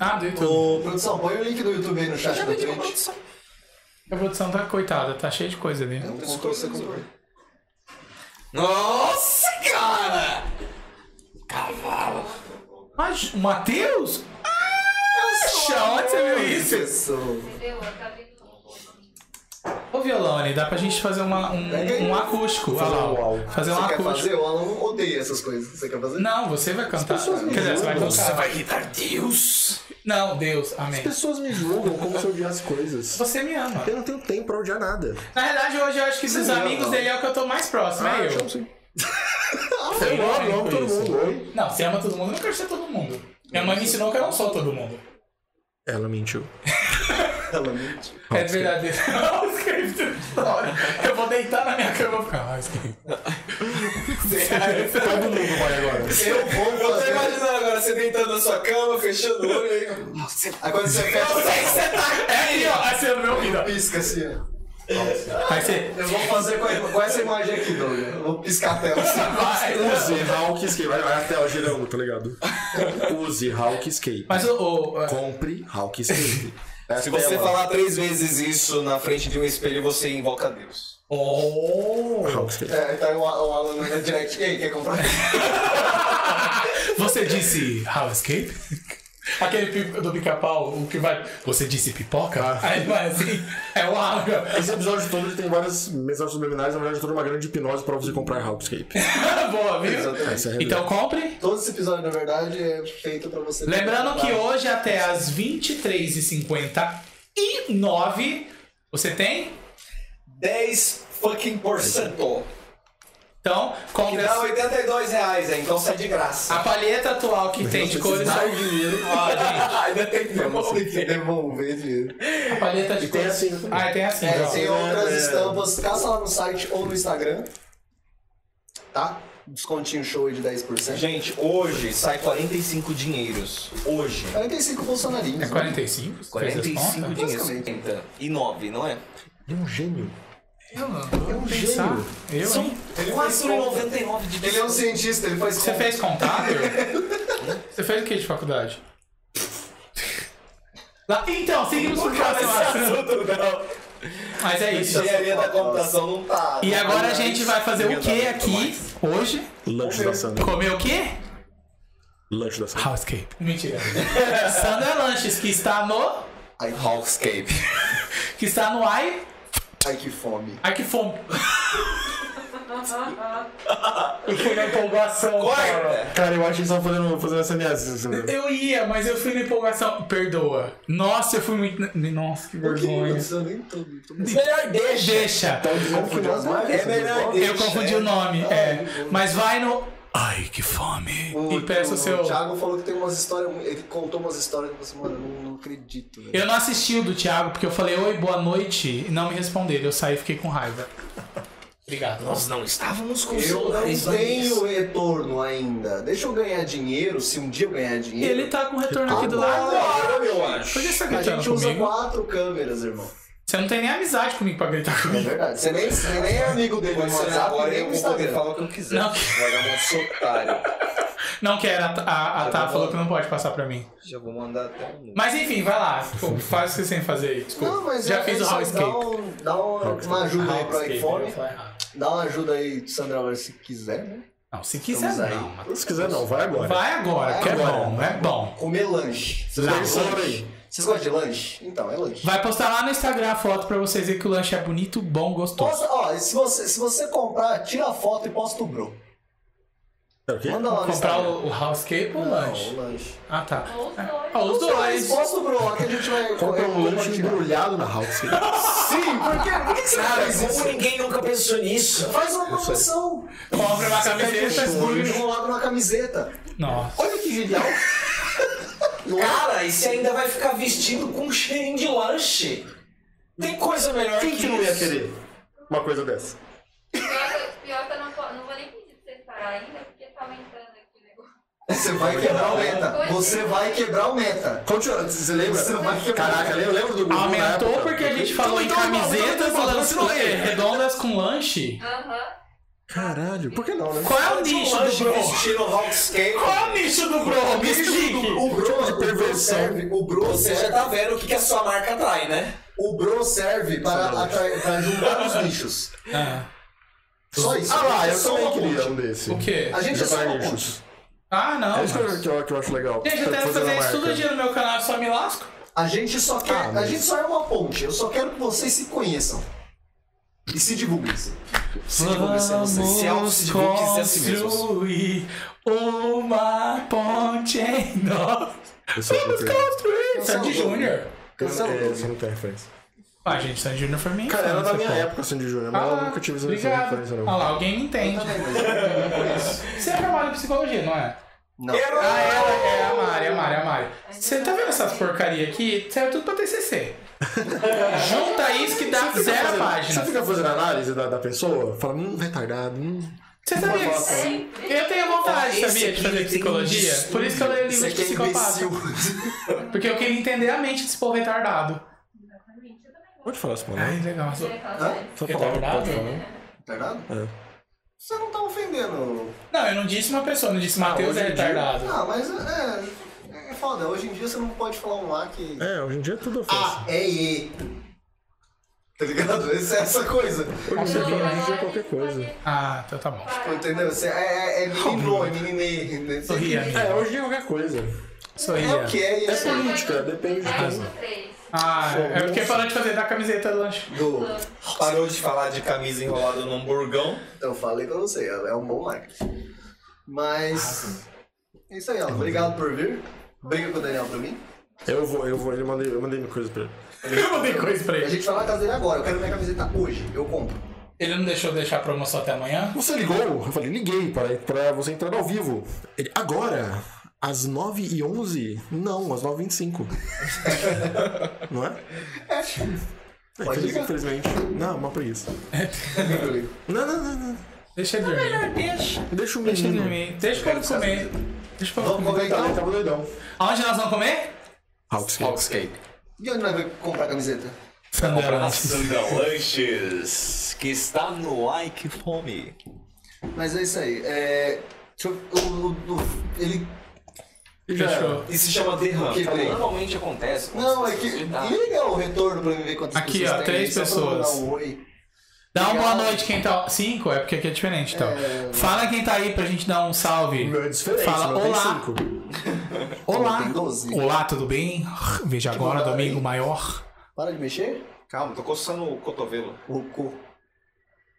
Ah, do YouTube. Ô, produção, põe o link do YouTube aí no chat da Twitch. A produção tá coitada, tá cheia de coisa ali. É um controle você comprou. Nossa, cara! Mas, o Matheus? Acha, onde você viu isso? Entendeu? Eu tava vendo um- Ô, Violone, dá pra gente fazer uma- um, um acústico. Fazer um lá, uau. ó. fazer um Você quer acústico. fazer? O Alan odeia essas coisas. Você quer fazer? Não, você vai cantar. Quer pessoas me dizer, você vai julgam. cantar. Você vai irritar Deus. Não, Deus, As amém. pessoas me julgam como se eu odiasse coisas. Você me ama. Eu não tenho tempo pra odiar nada. Na verdade, hoje eu acho que dos me ama, Ah, amigos não. dele é o que eu tô mais próximo, é eu chamo eu. sim. Ah, Ele Eu vem amo, eu amo com todo isso. mundo, oi. Não, você ama todo mundo, eu não quero ser todo mundo. Minha mãe me ensinou que eu não sou todo mundo. Ela mentiu. [laughs] Ela mente. É de verdade. [laughs] é eu vou deitar na minha cama e vou ficar. Ah, esqueci. Todo mundo vai agora. Eu vou Eu tô fazer. imaginando agora você deitando na sua cama, fechando o olho aí. Aí quando você Eu fecha, sei que você tá. É aqui, ó. Assim, no meu ouvido. ó. pisca assim, ó. Aí você. Eu vou fazer com, a- com essa imagem aqui, Douglas. Eu vou piscar a tela. assim. [laughs] Vai. Use Hawk Escape. Vai, vai até o girão, tá ligado? Use Hawk Escape. Mas o. o- Compre Hawk Escape. É [laughs] Se você tela. falar três vezes isso na frente de um espelho, você invoca Deus. Oh. Hawk Escape. É, tá aí o Al- o Alan no direct. E aí, quer [laughs] comprar? Você disse Housecape? Aquele pi- do pica-pau, o que vai. Você disse pipoca? Aí vai assim, é o água. Esse episódio todo ele tem várias mensagens subliminares, na verdade, toda uma grande hipnose pra você comprar Hawk Escape. [laughs] Ah, Boa, viu? Essa é a realidade. Então compre. Todo esse episódio, na verdade, é feito pra você. Lembrando que hoje até as 23h59 você tem. 10 fucking por cento. Então, Que compre dá a, 82 reais, hein? então sai de [laughs] graça. a palheta atual que tem de cores. Ah, Dá o dinheiro. Ó, gente, Ainda tem Eu não sei que devolver dinheiro. a palheta [laughs] de E tem cores. assim. Ah, e tem assim. É, ó. tem é, outras é. estampas, caça lá no site ou no Instagram. Tá? Descontinho show aí de 10%. Gente, hoje sai 45 dinheiros. Hoje. 45 bolsonarinhos. um- É 45? Fez as 45 contas? dinheiros. Basicamente. 30 e 9, não é? É um gênio. Eu não, eu É um pensar. gênio. Eu, hein? Ele faz conta. 4,99 de Ele é um cientista, ele faz Você conta. fez [laughs] contábil? Você fez o que de faculdade? Lá- Então, seguimos o próximo assunto. Mas é isso. Engenharia da computação não tá. E agora a gente vai fazer o que aqui hoje? Lanche da Sandra. Comer o quê? Lanche da Sandra. Housecape. [laughs] Mentira. Sandra Lanches, que está no. Ai, Hawkscape. Que está no i. ai, que fome. Ai que fome. Eu fui na empolgação. cara. Cara, eu acho que eles estão fazendo, fazendo essa ameaça. Eu ia, mas eu fui na empolgação. Perdoa. Nossa, eu fui muito. na- Nossa, que vergonha. Eu nem tô, nem tô. Melhor deixa. Deixa. Então, É melhor Eu confundi o nome, é. Mas vai no. Ai, que fome. e peça o seu. O Thiago falou que tem umas histórias. mu- Ele contou umas histórias que você, mano, eu não, não acredito. velho. Eu não assisti o do Thiago, porque eu falei oi, boa noite, e não me responderam. Eu saí e fiquei com raiva. Obrigado. Nós não estávamos com Eu celulares não tenho amigos. retorno ainda. Deixa eu ganhar dinheiro, se um dia eu ganhar dinheiro. Ele tá com retorno aqui do lado. Agora, meu Por que você tá A gritando gente usa comigo? quatro câmeras, [laughs] irmão. Você não tem nem amizade comigo pra gritar É comigo. verdade. Você nem, você nem é amigo dele no WhatsApp, Agora nem eu no vou poder Instagram. falar o que eu quiser. Não, Vagabundo sou otário. não quero. A, a, a Tá falou que não pode passar pra mim. Já vou mandar até um. Mas enfim, vai lá. Pô, faz o que sem fazer aí. Desculpa. Não, mas Já é fiz o isso, Dá, Housecape. um- dá uma, uma ajuda aí pro Housecape, eu ia iPhone. falar errado. Dá uma ajuda aí, Sandra, agora, se quiser, né? Não, se quiser Vamos aí. não. mas- Se quiser, não, vai agora. Vai agora, Vai que é agora. bom, é bom. Comer lanche. Vocês Lá. gostam de Fora aí. lanche? Vocês gostam de lanche? Então, é lanche. Vai postar lá no Instagram a foto pra vocês verem que o lanche é bonito, bom, gostoso. Posta, ó, e se você, se você comprar, tira a foto e posta o bro. É o quê? Manda lá no Comprar Instagram. o, o housecape ou o Não, lanche? o lanche. Ah, tá. Ou os dois. Ah, os dois. Posta o bro, ó, que a gente vai... Então, é Compra um lanche compartilhar. embrulhado na Hawks. Sim, por quê? Por que que você faz isso? ninguém nunca pensou nisso? Faz uma promoção. Compra uma é Pega camiseta. um hambúrguer enrolado na camiseta. Nossa. Olha que genial. Cara, e você ainda vai ficar vestido com um cheirinho de lanche? Tem coisa melhor Quem que não ia querer uma coisa dessa? Pior que- Pior que eu não, po- não vou nem pedir pra vocês parar ainda, porque tá aumentando aqui o negócio. Você vai quebrar o meta. Você vai quebrar o meta. Continua, você lembra? Você vai quebrar. Caraca, eu lembro do Gugu na Aumentou época. porque a gente falou em Então, então, então, camisetas então, então, lanches então, então, então, redondas com lanche. Aham. Caralho, por que não, né? um Qual é o nicho do bro? Estilo Hawkscape. Qual é o nicho do bro? Me explique. O Bro, de perversão. O Bro serve, o bro Você já serve, tá vendo o que, que a sua marca atrai, né? o bro serve para, atra- para juntar os bichos. Ah, Só isso. Ah lá, É eu só também uma queria ponte. um desse. o quê? A gente é só Juntar uma ponte. nichos. Ah, não. É isso que eu, mas- que eu- que eu acho legal. Gente, eu Tá tento a fazer isso todo marca. dia no meu canal, só me lasco. A gente só quer. Ah, mas- A gente só é uma ponte. Eu só quero que vocês se conheçam. E se divulguem. Se se divulguem é sem vocês. Se auto- se divulguem sem si mesmos. construir uma ponte em nós. Eu sou Vamos é muito- construir. Cancela Então, Sandy o jogo. Júnior. Cancela o É, jogo. você não tem referência. Ah, gente, Sandy Júnior foi minha Cara, era da infância, minha pô. época, assim, de Júnior, mas é Ah, eu nunca tive essa essa obrigado. referência, Ah não. lá, alguém me entende. Também, mas eu não conheço. Você é formado em psicologia, não é? Não. Ah, ela é a Mari, a Mari, a Mari. Você tá vendo essas porcaria aqui? Serve tudo pra [laughs] TCC. Junta isso que dá Você fica zero fazendo- Você Tá página. fica fazendo análise da, da pessoa, fala, hum, retardado, hum. Você sabia Nossa. que Sempre. eu tenho vontade, Esse sabia, de aqui fazer tem psicologia? isso. Por isso que eu leio Isso livro de aqui é psicopata. imbecil. [laughs] Porque eu queria entender a mente desse povo retardado. Exatamente. Eu também gosto. Pode falar essa Ai, palavra. legal. de aquelas Hã? séries. Essa palavra Retardado? pode falar. Retardado? É. Tá Você não tá ofendendo. Não, eu não disse uma pessoa, eu não disse Matheus hoje é em dia- retardado. Ah, mas é. É foda. Hoje em dia você não pode falar um A que. É, hoje em dia é tudo ofensa. Ah, é E. Tá ligado? Essa é essa coisa. hoje em dia, hoje em dia é Agora qualquer coisa. Ah, então tá bom. Para. Entendeu? Você é, é, é menino, é meninê. né? Você- Sorria, É, amigo. hoje em dia é qualquer coisa. É o que Sorria. é e É é política, depende de Dez tudo. do três. Ah, é porque falando de fazer da camiseta do lanche. [laughs] do. Parou de falar de camisa enrolada num burgão. Eu falei pra você, é um bom marketing. Ah, Mas. É isso aí, ó. Obrigado por vir. Briga com o Daniel pra mim. Eu vou, eu vou, eu mandei, eu mandei minha coisa pra ele. Eu mandei coisa pra A ele. gente vai na casa dele agora. Eu quero minha camiseta hoje. Eu compro. Ele não deixou deixar a promoção até amanhã? Você ligou? Eu falei, liguei para, para você entrar ao vivo. Ele, agora, às 9h11? Não, às 9h25. [laughs] Não é? É. Pode infeliz- ligar. infelizmente. Não, uma preguiça. Não, não, não, não. Deixa ele dormir. Deixa o Ah, Deixa ele menino. dormir. Deixa o povo comer. Deixa o povo Vamos comer. Tá, ele comentar. tava doidão. Aonde nós vamos comer? Hawkscape. Hawkscape. E onde nós vamos comprar a camiseta? [laughs] Sandelante. Sandra Lanches, que está no Ike Fome. Mas é isso aí. É. Deixa eu. o- o- o- ele. Fechou. E se chama derrame. tá Que bem. Normalmente acontece. quando Não, as é que. pessoas irritam. Liga o retorno pra mim ver quantas Aqui, pessoas ó, tem três aí, só pra eu pessoas. mandar um oi. Dá uma boa Obrigado. noite quem tá. Cinco? É porque aqui é diferente, então. É. Fala quem tá aí pra gente dar um salve. O meu é diferente. Fala, meu tem olá. cinco. Olá. Tem 12. Olá, tudo bem? Veja agora, bondade, domingo hein? maior. Para de mexer? Calma, tô coçando o cotovelo. O cu.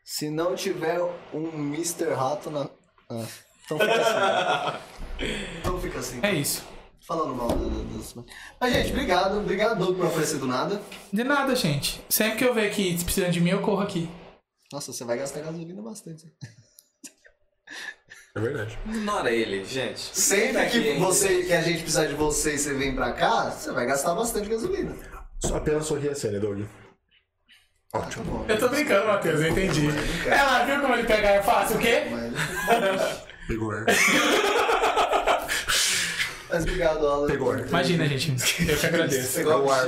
Se não tiver um Mr. Rato na. Ah, então fica assim. [laughs] então fica assim. É isso. Falando mal do- dos. Mas, gente, obrigado. Obrigado, Doug, por aparecer do nada. De nada, gente. Sempre que eu ver que precisa de mim, eu corro aqui. Nossa, você vai gastar gasolina bastante. É verdade. Ignora ele, gente. Sempre Tá aqui, que, hein? você, que a gente precisar de você e você vem pra cá, você vai gastar bastante gasolina. Só apenas sorri a cena, Doug. Ótimo. Tá Bom, Eu tô brincando, Matheus, eu entendi. Ela viu como ele pega é fácil, o quê? mas, Igor. mas obrigado, Alan. Pegou. Imagina, gente. [laughs] Eu que agradeço. Pegou o ar.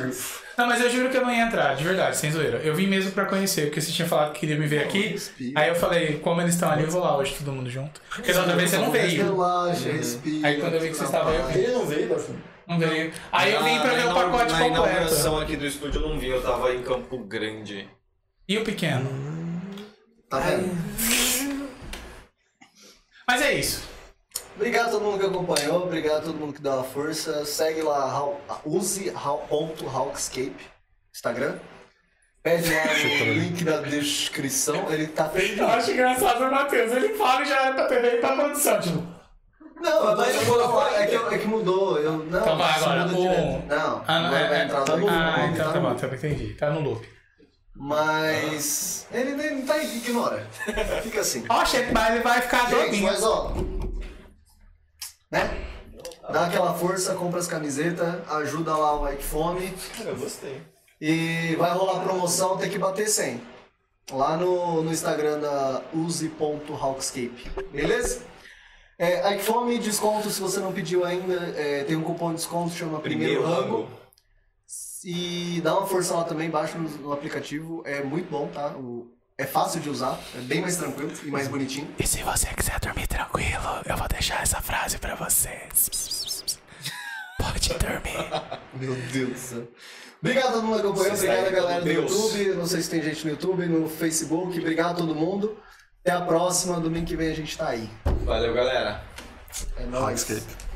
Não, mas eu juro que eu não ia entrar, de verdade, sem zoeira. Eu vim mesmo pra conhecer, porque você tinha falado que queria me ver aqui. respira. Aí eu falei, como eles estão ali, eu vou lá hoje, todo mundo junto. Porque da outra vez você não veio. Relaxa, respira. Aí quando eu vi que você estava aí, eu vi. Ele não veio, Doug. Não veio. Aí eu vim Na- pra ver na o pacote Na completo. inauguração aqui do estúdio eu não vi, eu tava em Campo Grande. E o pequeno. Tá vendo? Mas é isso. Obrigado a todo mundo que acompanhou, obrigado a todo mundo que deu uma força. Segue lá, Hal- use Hal- ponto Hawkscape, Instagram. Pede lá o link da descrição, ele tá perdido. engraçado o Matheus. Ele fala e já era pra TV e pra produção, tipo. Não, mas eu vou falar, é que, eu- é que mudou. Eu, não, Então vai isso agora, muda um. direto. Não, Ah, não, agora vai é, é, entrar tá no bom. Ah, loop, então tá tá no bom, loop. tá bom, entendi. Tá no loop. Mas ele, ele tá aí, ignora. Fica assim. Ó, chefe, mas ele vai ficar Gente, doidinho. mas ó. Né? Dá aquela força, compra as camisetas, ajuda lá o Ike Fome. Cara, eu gostei. E vai rolar promoção, tem que bater 100. Lá no, no Instagram da use.hawkscape, beleza? É, Ike Fome, desconto, se você não pediu ainda, é, tem um cupom de desconto, chama Primeiro, Rango. E dá uma força lá também, baixa no, no aplicativo, é muito bom, tá? O- é fácil de usar, é bem mais tranquilo e mais bonitinho. E se você quiser dormir tranquilo, eu vou deixar essa frase pra você. Pode dormir. [laughs] Meu Deus do céu. Obrigado a todo mundo que acompanhou, Vocês obrigado aí, galera do Deus. YouTube, não sei se tem gente no YouTube, no Facebook, obrigado a todo mundo. Até a próxima, domingo que vem a gente tá aí. Valeu, galera. É nóis. Rockscape.